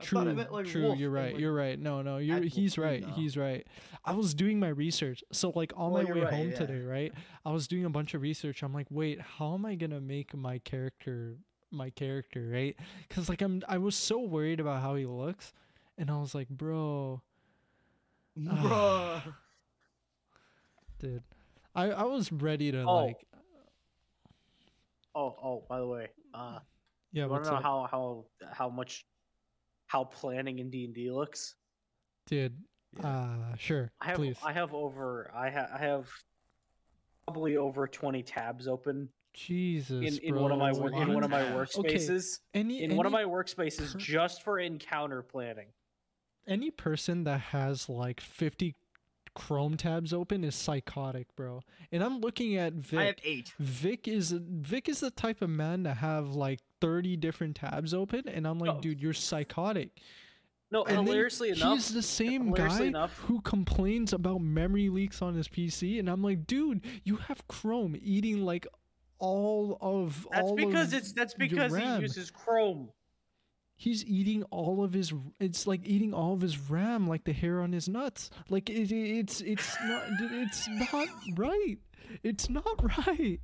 Speaker 2: I
Speaker 1: true,
Speaker 2: thought it meant, like,
Speaker 1: true.
Speaker 2: wolf,
Speaker 1: you're
Speaker 2: but,
Speaker 1: right.
Speaker 2: like,
Speaker 1: You're right. No, no, you're
Speaker 2: actual
Speaker 1: he's
Speaker 2: thing,
Speaker 1: right.
Speaker 2: though.
Speaker 1: He's right. I was doing my research, so like on
Speaker 2: Well,
Speaker 1: my
Speaker 2: you're
Speaker 1: way
Speaker 2: right,
Speaker 1: home
Speaker 2: yeah.
Speaker 1: today, right? I was doing a bunch of research. I'm like, wait, how am I gonna make my character my character right? Because like I'm I was so worried about how he looks, and I was like, bro.
Speaker 2: Bruh.
Speaker 1: Ah, dude. I, I was ready to
Speaker 3: Oh.
Speaker 1: like
Speaker 3: Oh, oh, by the way, uh,
Speaker 1: yeah.
Speaker 3: you want
Speaker 1: What's
Speaker 3: to know
Speaker 1: up?
Speaker 3: how how how much how planning in D and D looks?
Speaker 1: dude?
Speaker 2: Yeah.
Speaker 1: Uh sure.
Speaker 3: I have
Speaker 1: please.
Speaker 3: I have over I ha- I have probably over twenty tabs open in,
Speaker 1: Jesus.
Speaker 3: in one of my
Speaker 1: bro.
Speaker 3: wor- in one of my
Speaker 2: What?
Speaker 1: Okay,
Speaker 3: workspaces.
Speaker 1: any
Speaker 3: In one of
Speaker 1: any-
Speaker 3: my workspaces
Speaker 1: per-
Speaker 3: just for encounter planning.
Speaker 1: any person that has like fifty Chrome tabs open is psychotic, bro. And I'm looking at Vic.
Speaker 2: I have eight.
Speaker 1: Vic is Vic is the type of man to have like thirty different tabs open, and I'm like,
Speaker 3: No.
Speaker 1: dude, you're psychotic.
Speaker 3: No,
Speaker 1: And then
Speaker 3: hilariously enough,
Speaker 1: he's the same guy
Speaker 3: hilariously enough-
Speaker 1: who complains about memory leaks on his PC, and I'm like, dude, you have Chrome eating like all of
Speaker 3: that's
Speaker 1: all
Speaker 3: because
Speaker 1: of-
Speaker 3: it's that's
Speaker 1: your
Speaker 3: because he
Speaker 1: RAM.
Speaker 3: uses Chrome.
Speaker 1: he's eating all of his it's like eating all of his RAM like the hair on his nuts. Like it, it- it's it's not it's not right. It's not right.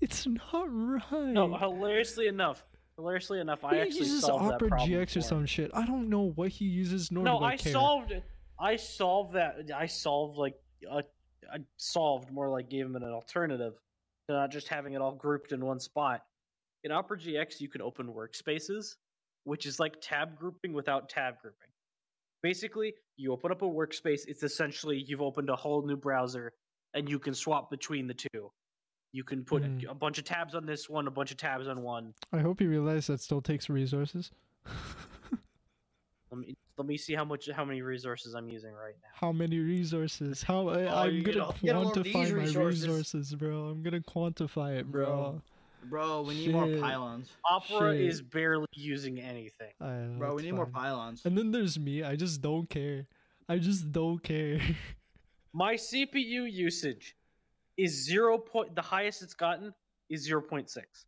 Speaker 1: It's not right.
Speaker 3: No, hilariously enough, hilariously enough, I
Speaker 1: Mm. he
Speaker 3: actually
Speaker 1: uses
Speaker 3: solved that
Speaker 1: Opera
Speaker 3: problem.
Speaker 1: GX
Speaker 3: for
Speaker 1: or
Speaker 3: him.
Speaker 1: some shit. I don't know what he uses. Nor
Speaker 3: no
Speaker 1: do I,
Speaker 3: i
Speaker 1: care.
Speaker 3: solved i solved that i solved like uh, i solved more like gave him an alternative to not just having it all grouped in one spot in opera gx you can open workspaces which is like tab grouping without tab grouping basically you open up a workspace it's essentially you've opened a whole new browser and you can swap between the two you can put
Speaker 1: Mhm.
Speaker 3: a bunch of tabs on this one a bunch of tabs on one
Speaker 1: I hope you realize that still takes resources.
Speaker 3: let me let me see how much how many resources i'm using right now
Speaker 1: How many resources? How I,
Speaker 2: Oh,
Speaker 1: I'm
Speaker 2: you get
Speaker 1: gonna
Speaker 2: a- you get a lot
Speaker 1: quantify
Speaker 2: of these
Speaker 1: my
Speaker 2: resources.
Speaker 1: resources, bro. I'm gonna quantify it, bro.
Speaker 2: Bro. Bro, we need more
Speaker 1: Shit.
Speaker 2: pylons.
Speaker 3: opera
Speaker 1: Shit.
Speaker 3: is barely using anything
Speaker 1: I know,
Speaker 2: Bro, we
Speaker 1: it's
Speaker 2: need more
Speaker 1: fine.
Speaker 2: pylons.
Speaker 1: Oh, And then there's me. I just don't care. I just don't care.
Speaker 3: My CPU usage is zero point. The highest it's gotten is zero point six.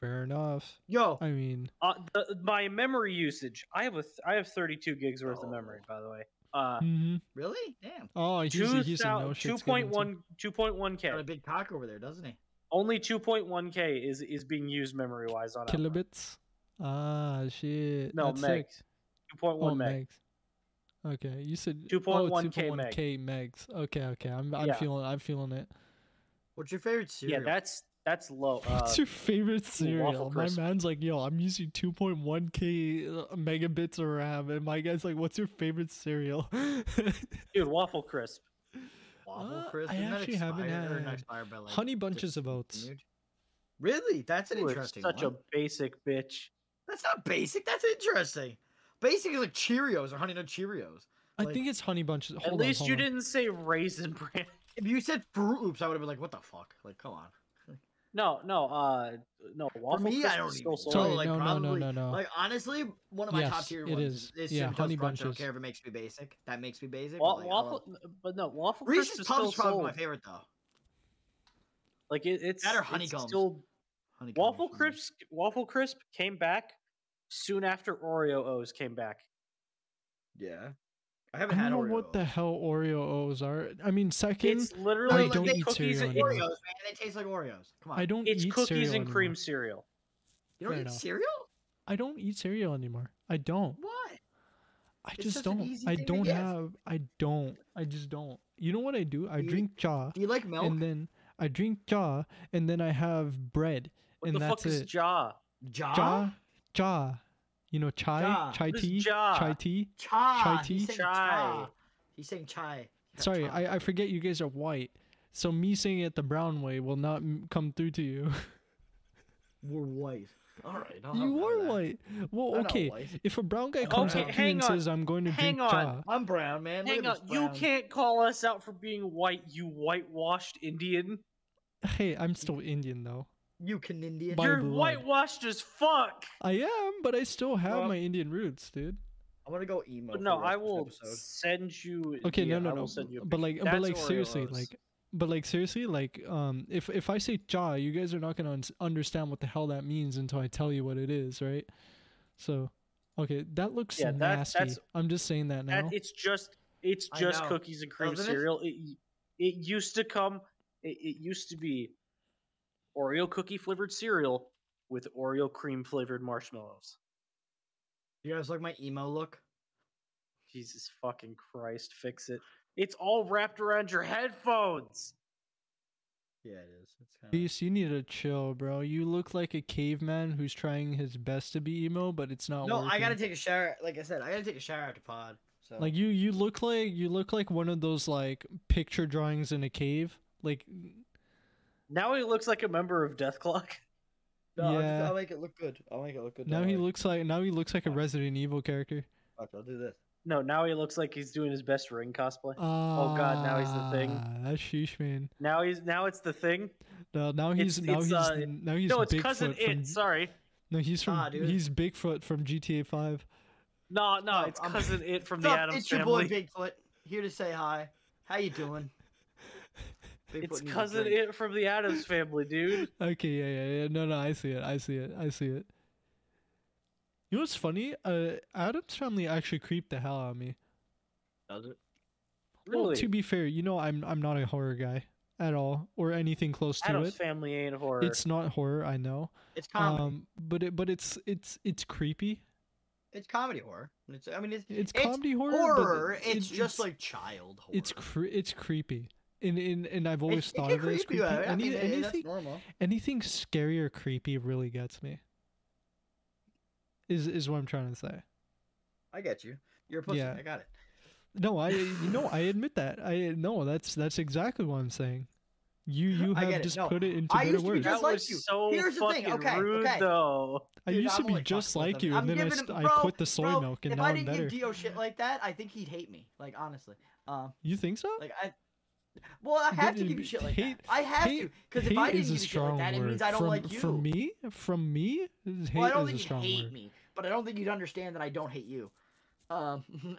Speaker 1: Fair enough.
Speaker 2: Yo,
Speaker 1: I mean,
Speaker 3: Uh, the, my memory usage. I have a. Th- I have thirty two gigs worth of memory,
Speaker 2: Oh.
Speaker 3: by the way.
Speaker 2: Ah.
Speaker 3: Uh,
Speaker 1: hmm
Speaker 2: really? Damn.
Speaker 1: oh, he's a, he's a no shit.
Speaker 3: two point one. Two point one k.
Speaker 2: Got a big cock over there, doesn't he?
Speaker 3: Only two point one k is is being used memory wise on. Opera.
Speaker 1: kilobits. Ah, shit.
Speaker 3: No
Speaker 1: That's sick.
Speaker 3: megs. Two point
Speaker 1: Oh,
Speaker 3: one meg.
Speaker 1: megs. Okay, you said oh,
Speaker 3: 2.1K
Speaker 1: 2.1K megs. Okay, okay. I'm I'm
Speaker 3: Yeah.
Speaker 1: feeling I'm feeling it.
Speaker 2: What's your favorite
Speaker 3: Yeah,
Speaker 2: cereal?
Speaker 3: that's that's low. Uh,
Speaker 1: What's your favorite cereal? My
Speaker 3: Crisp.
Speaker 1: man's like, yo, I'm using 2.1k uh, megabits of RAM, and my guy's like, what's your favorite cereal?
Speaker 3: dude, waffle crisp.
Speaker 2: Waffle
Speaker 1: Uh,
Speaker 2: crisp.
Speaker 1: I
Speaker 2: Isn't that
Speaker 1: actually haven't
Speaker 2: expired? Or not
Speaker 1: had
Speaker 2: expired, but, like,
Speaker 1: Honey Bunches of Oats.
Speaker 2: discontinued? Really? That's an
Speaker 3: You are
Speaker 2: interesting
Speaker 3: such
Speaker 2: one.
Speaker 3: a basic bitch.
Speaker 2: That's not basic. That's interesting. Basic is like Cheerios or Honey Nut Cheerios.
Speaker 1: I
Speaker 2: Like-
Speaker 1: think it's Honey Bunches. Hold
Speaker 3: At
Speaker 1: on,
Speaker 3: least
Speaker 1: hold
Speaker 3: you
Speaker 1: on.
Speaker 3: didn't say raisin bran.
Speaker 2: If you said Fruit Loops, I would have been like, "What the fuck?" Like, come on.
Speaker 3: No, no, uh, no. Waffle
Speaker 2: For me,
Speaker 3: crisp
Speaker 2: I don't even.
Speaker 3: is still
Speaker 2: know.
Speaker 3: solo.
Speaker 1: Sorry,
Speaker 2: like,
Speaker 1: no, no, no,
Speaker 2: probably,
Speaker 1: no, no.
Speaker 2: Like, honestly, one of my top
Speaker 1: Uh, Yes,
Speaker 2: tier
Speaker 1: it
Speaker 2: ones
Speaker 1: is.
Speaker 2: is
Speaker 1: Yeah,
Speaker 2: Cinnamon Toast
Speaker 1: Honey
Speaker 2: Crunch. I don't
Speaker 1: Bunches.
Speaker 2: care if it makes me basic. That makes me basic. but,
Speaker 3: Wa-
Speaker 2: like, I love-
Speaker 3: waffle, but no, waffle crisp
Speaker 2: Reese's
Speaker 3: is
Speaker 2: Puffs
Speaker 3: still
Speaker 2: is probably
Speaker 3: sold.
Speaker 2: my favorite though.
Speaker 3: Like it, it's
Speaker 2: That or
Speaker 3: it's
Speaker 2: honeycombs.
Speaker 3: Still,
Speaker 2: Honeycombs
Speaker 3: waffle
Speaker 2: for me.
Speaker 3: crisp, waffle crisp came back soon after Oreo O's came back.
Speaker 2: Yeah. I
Speaker 1: I
Speaker 2: haven't
Speaker 1: don't
Speaker 2: had
Speaker 1: know
Speaker 2: Oreo.
Speaker 1: what the hell Oreo O's are. I mean, second,
Speaker 3: It's literally
Speaker 2: don't
Speaker 3: like
Speaker 2: eat
Speaker 3: cookies
Speaker 1: cereal
Speaker 3: and
Speaker 2: Oreos,
Speaker 1: anymore.
Speaker 3: it's,
Speaker 2: man. They taste like Oreos. Come on.
Speaker 1: I don't
Speaker 3: it's
Speaker 1: eat
Speaker 3: cookies
Speaker 1: cereal
Speaker 3: and cream
Speaker 1: anymore.
Speaker 3: cereal.
Speaker 2: You don't
Speaker 1: fair
Speaker 2: eat
Speaker 1: enough.
Speaker 2: cereal?
Speaker 1: I don't eat cereal anymore. I don't.
Speaker 2: What?
Speaker 1: I
Speaker 2: It's
Speaker 1: just
Speaker 2: such an
Speaker 1: don't.
Speaker 2: easy
Speaker 1: I
Speaker 2: thing to
Speaker 1: don't
Speaker 2: get.
Speaker 1: have. I don't. I just don't. You know what I do? I
Speaker 2: Do you-
Speaker 1: drink cha,
Speaker 2: Do you like milk?
Speaker 1: and then I drink cha, and then I have bread,
Speaker 3: What
Speaker 1: and
Speaker 3: the
Speaker 1: that's
Speaker 3: fuck is
Speaker 1: it.
Speaker 3: jaw?
Speaker 2: Jaw?
Speaker 1: Cha, cha. You know chai,
Speaker 2: Ja.
Speaker 1: chai
Speaker 3: What is
Speaker 1: tea,
Speaker 3: ja?
Speaker 1: chai tea.
Speaker 2: Chai.
Speaker 1: Chai tea?
Speaker 2: He's saying
Speaker 3: Chai.
Speaker 2: chai. He's saying chai. Yeah,
Speaker 1: Sorry,
Speaker 2: chai.
Speaker 1: I, I forget you guys are white, so me saying it the brown way will not m- come through to you.
Speaker 2: We're white. All right, I'll
Speaker 1: you
Speaker 2: have none of
Speaker 1: are
Speaker 2: that.
Speaker 1: white. Well,
Speaker 2: I'm not
Speaker 1: okay.
Speaker 2: white.
Speaker 1: If a brown guy comes
Speaker 2: Okay,
Speaker 1: up to you and
Speaker 3: hang on.
Speaker 1: says, "I'm going to
Speaker 3: Hang
Speaker 1: drink
Speaker 3: on.
Speaker 1: Ja,"
Speaker 2: I'm brown, man. Look
Speaker 3: Hang on,
Speaker 2: at this
Speaker 3: you
Speaker 2: brown.
Speaker 3: can't call us out for being white, you whitewashed Indian.
Speaker 1: hey, I'm still Indian though.
Speaker 2: You can Indian.
Speaker 1: By
Speaker 3: You're
Speaker 1: blood.
Speaker 3: whitewashed as fuck.
Speaker 1: I am, but I still have
Speaker 3: Well-
Speaker 1: my Indian roots, dude.
Speaker 2: I want to go emo.
Speaker 3: But
Speaker 2: for
Speaker 3: no,
Speaker 2: the rest
Speaker 3: I
Speaker 2: of this
Speaker 3: will
Speaker 2: episode.
Speaker 3: send you.
Speaker 1: Okay,
Speaker 3: yeah,
Speaker 1: no, no,
Speaker 3: I will
Speaker 1: no.
Speaker 3: send you a
Speaker 1: But
Speaker 3: pic-
Speaker 1: like, but
Speaker 3: That's
Speaker 1: like, seriously,
Speaker 3: Oreos.
Speaker 1: like, but like, seriously, like, um, if if I say Ja, you guys are not gonna un- understand what the hell that means until I tell you what it is, right? So, okay, that looks
Speaker 3: Yeah, that-
Speaker 1: nasty.
Speaker 3: that's-
Speaker 1: I'm just saying that now.
Speaker 3: That, it's just it's
Speaker 2: I
Speaker 3: just
Speaker 2: know.
Speaker 3: cookies and cream
Speaker 2: Doesn't it?
Speaker 3: cereal. It y- it used to come. It, it used to be Oreo cookie flavored cereal with Oreo cream flavored marshmallows.
Speaker 2: You guys like my emo look?
Speaker 3: Jesus fucking Christ, fix it! It's all wrapped around your headphones.
Speaker 2: Yeah, it is. It's kind of.
Speaker 1: Beast, you need to chill, bro. You look like a caveman who's trying his best to be emo, but it's not
Speaker 2: No,
Speaker 1: working.
Speaker 2: I gotta take a shower. Like I said, I gotta take a shower after pod. So
Speaker 1: Like you, you look like you look like one of those like picture drawings in a cave. Like,
Speaker 3: Now he looks like a member of Death Clock.
Speaker 2: no, I'll, just,
Speaker 1: yeah.
Speaker 2: I'll make it look good. I'll make it look good.
Speaker 1: now
Speaker 2: don't
Speaker 1: he
Speaker 2: worry.
Speaker 1: looks like now he looks like a
Speaker 2: Fuck.
Speaker 1: Resident Evil character.
Speaker 2: Fuck, I'll do this.
Speaker 3: No, now he looks like he's doing his best ring cosplay.
Speaker 1: Oh
Speaker 3: God, now he's the thing.
Speaker 1: Ah, That's sheesh, man.
Speaker 3: Now he's now it's the thing.
Speaker 1: No, now he's
Speaker 3: It's-
Speaker 1: now
Speaker 3: it's,
Speaker 1: he's
Speaker 3: uh,
Speaker 1: now he's
Speaker 3: no, it's
Speaker 1: Bigfoot
Speaker 3: cousin
Speaker 1: from,
Speaker 3: it. Sorry,
Speaker 1: no, he's from
Speaker 2: Ah, dude.
Speaker 1: he's Bigfoot from GTA Five.
Speaker 3: no, no,
Speaker 2: No,
Speaker 3: it's
Speaker 2: I'm-
Speaker 3: cousin it from the
Speaker 2: Sup,
Speaker 3: Adams
Speaker 2: it's your boy
Speaker 3: family.
Speaker 2: Bigfoot here to say hi. How you doing? Bigfoot
Speaker 3: it's
Speaker 2: needs a
Speaker 3: cousin
Speaker 2: drink.
Speaker 3: it from the Adams family, dude.
Speaker 1: Okay, yeah, yeah, yeah. No, no, I see it. I see it. I see it. You know what's funny? Uh, Adam's family actually creeped the hell out of me.
Speaker 2: Does it?
Speaker 1: Well,
Speaker 3: Really?
Speaker 1: to be fair, you know I'm I'm not a horror guy at all or anything close to
Speaker 3: Adams
Speaker 1: it.
Speaker 3: family ain't horror.
Speaker 1: It's not horror, I know.
Speaker 2: It's comedy.
Speaker 1: Um, but it but it's it's it's creepy.
Speaker 2: it's comedy horror. It's I mean it's
Speaker 1: It's,
Speaker 2: It's
Speaker 1: comedy horror. but
Speaker 2: horror.
Speaker 1: it-
Speaker 2: it's
Speaker 1: it-
Speaker 2: just like child horror.
Speaker 1: It's cre- it's creepy. And, and, and I've always
Speaker 2: It's- it
Speaker 1: thought
Speaker 2: can
Speaker 1: of it as
Speaker 2: creep
Speaker 1: creepy.
Speaker 2: you out. I
Speaker 1: Any-
Speaker 2: mean, eh, that's
Speaker 1: anything,
Speaker 2: normal.
Speaker 1: anything scary or creepy really gets me. Is is what I'm trying to say.
Speaker 2: I get you. You're a pussy.
Speaker 1: Yeah.
Speaker 2: I got it.
Speaker 1: No, I you know I admit that. I no, that's that's exactly what I'm saying. You you
Speaker 2: I
Speaker 1: have
Speaker 2: get it.
Speaker 1: just
Speaker 2: No,
Speaker 1: put it into
Speaker 2: I
Speaker 1: better
Speaker 2: used to be
Speaker 1: words.
Speaker 2: just
Speaker 3: that
Speaker 2: like
Speaker 3: was
Speaker 2: you.
Speaker 3: so
Speaker 2: Here's the
Speaker 3: fucking
Speaker 2: thing, okay,
Speaker 3: rude,
Speaker 2: okay.
Speaker 3: though.
Speaker 1: I
Speaker 2: Dude,
Speaker 1: used to
Speaker 2: I'm
Speaker 1: be
Speaker 2: only
Speaker 1: just
Speaker 2: fucking with
Speaker 1: like
Speaker 2: him.
Speaker 1: you, and
Speaker 2: I'm
Speaker 1: then I,
Speaker 2: giving
Speaker 1: st-
Speaker 2: him-
Speaker 1: I
Speaker 2: bro,
Speaker 1: quit the soy
Speaker 2: Bro,
Speaker 1: milk, and
Speaker 2: if
Speaker 1: now
Speaker 2: I
Speaker 1: I'm
Speaker 2: didn't
Speaker 1: better.
Speaker 2: give Dio shit like that, I think he'd hate me. Like honestly, um,
Speaker 1: you think so?
Speaker 2: like I. Well, I have to
Speaker 1: Dude,
Speaker 2: give you shit like
Speaker 1: hate-
Speaker 2: that. I have
Speaker 1: hate-
Speaker 2: to, because if
Speaker 1: hate
Speaker 2: I didn't
Speaker 1: is a
Speaker 2: give you shit like
Speaker 1: strong
Speaker 2: that, it means
Speaker 1: word.
Speaker 2: I don't
Speaker 1: from,
Speaker 2: like you.
Speaker 1: From me, from me, hate
Speaker 2: well, I
Speaker 1: is
Speaker 2: don't
Speaker 1: a
Speaker 2: think you'd
Speaker 1: strong
Speaker 2: hate
Speaker 1: word.
Speaker 2: me, but I don't think you'd understand that I don't hate you. Um,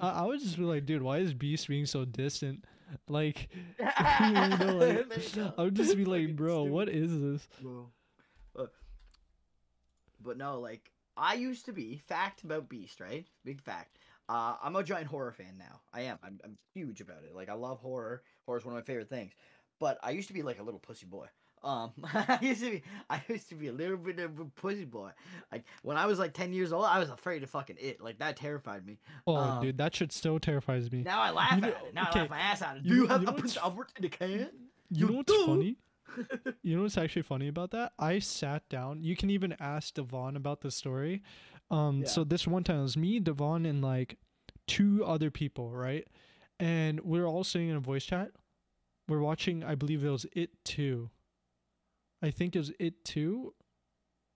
Speaker 1: I, I would just be like, dude, why is Beast being so distant? Like, you know,
Speaker 2: There
Speaker 1: like,
Speaker 2: you go.
Speaker 1: I would just be like,
Speaker 2: Fucking
Speaker 1: bro,
Speaker 2: stupid.
Speaker 1: what is this?
Speaker 2: No. But, Uh, but no, like I used to be. Fact about Beast, right? Big fact. Uh, I'm a giant horror fan now. I am. I'm, I'm huge about it. Like I love horror. Horror is one of my favorite things. But I used to be like a little pussy boy. Um, I used to be. I used to be a little bit of a pussy boy. Like when I was like 10 years old, I was afraid of fucking it. Like that terrified me.
Speaker 1: Oh,
Speaker 2: Um,
Speaker 1: dude, that shit still terrifies me.
Speaker 2: Now I laugh
Speaker 1: know-
Speaker 2: at it. Now I
Speaker 1: okay,
Speaker 2: laugh my ass out.
Speaker 1: you
Speaker 2: Do you
Speaker 1: know-
Speaker 2: have
Speaker 1: you know
Speaker 2: a
Speaker 1: what's-
Speaker 2: punch upward in the can?
Speaker 1: you know
Speaker 2: you
Speaker 1: what's
Speaker 2: do.
Speaker 1: funny? you know what's actually funny about that? I sat down. You can even ask Devon about the story. Um,
Speaker 2: Yeah.
Speaker 1: so this one time it was me, Devon, and like two other people, right? And we were all sitting in a voice chat. We're watching, I believe it was It Too. I think it was It Too,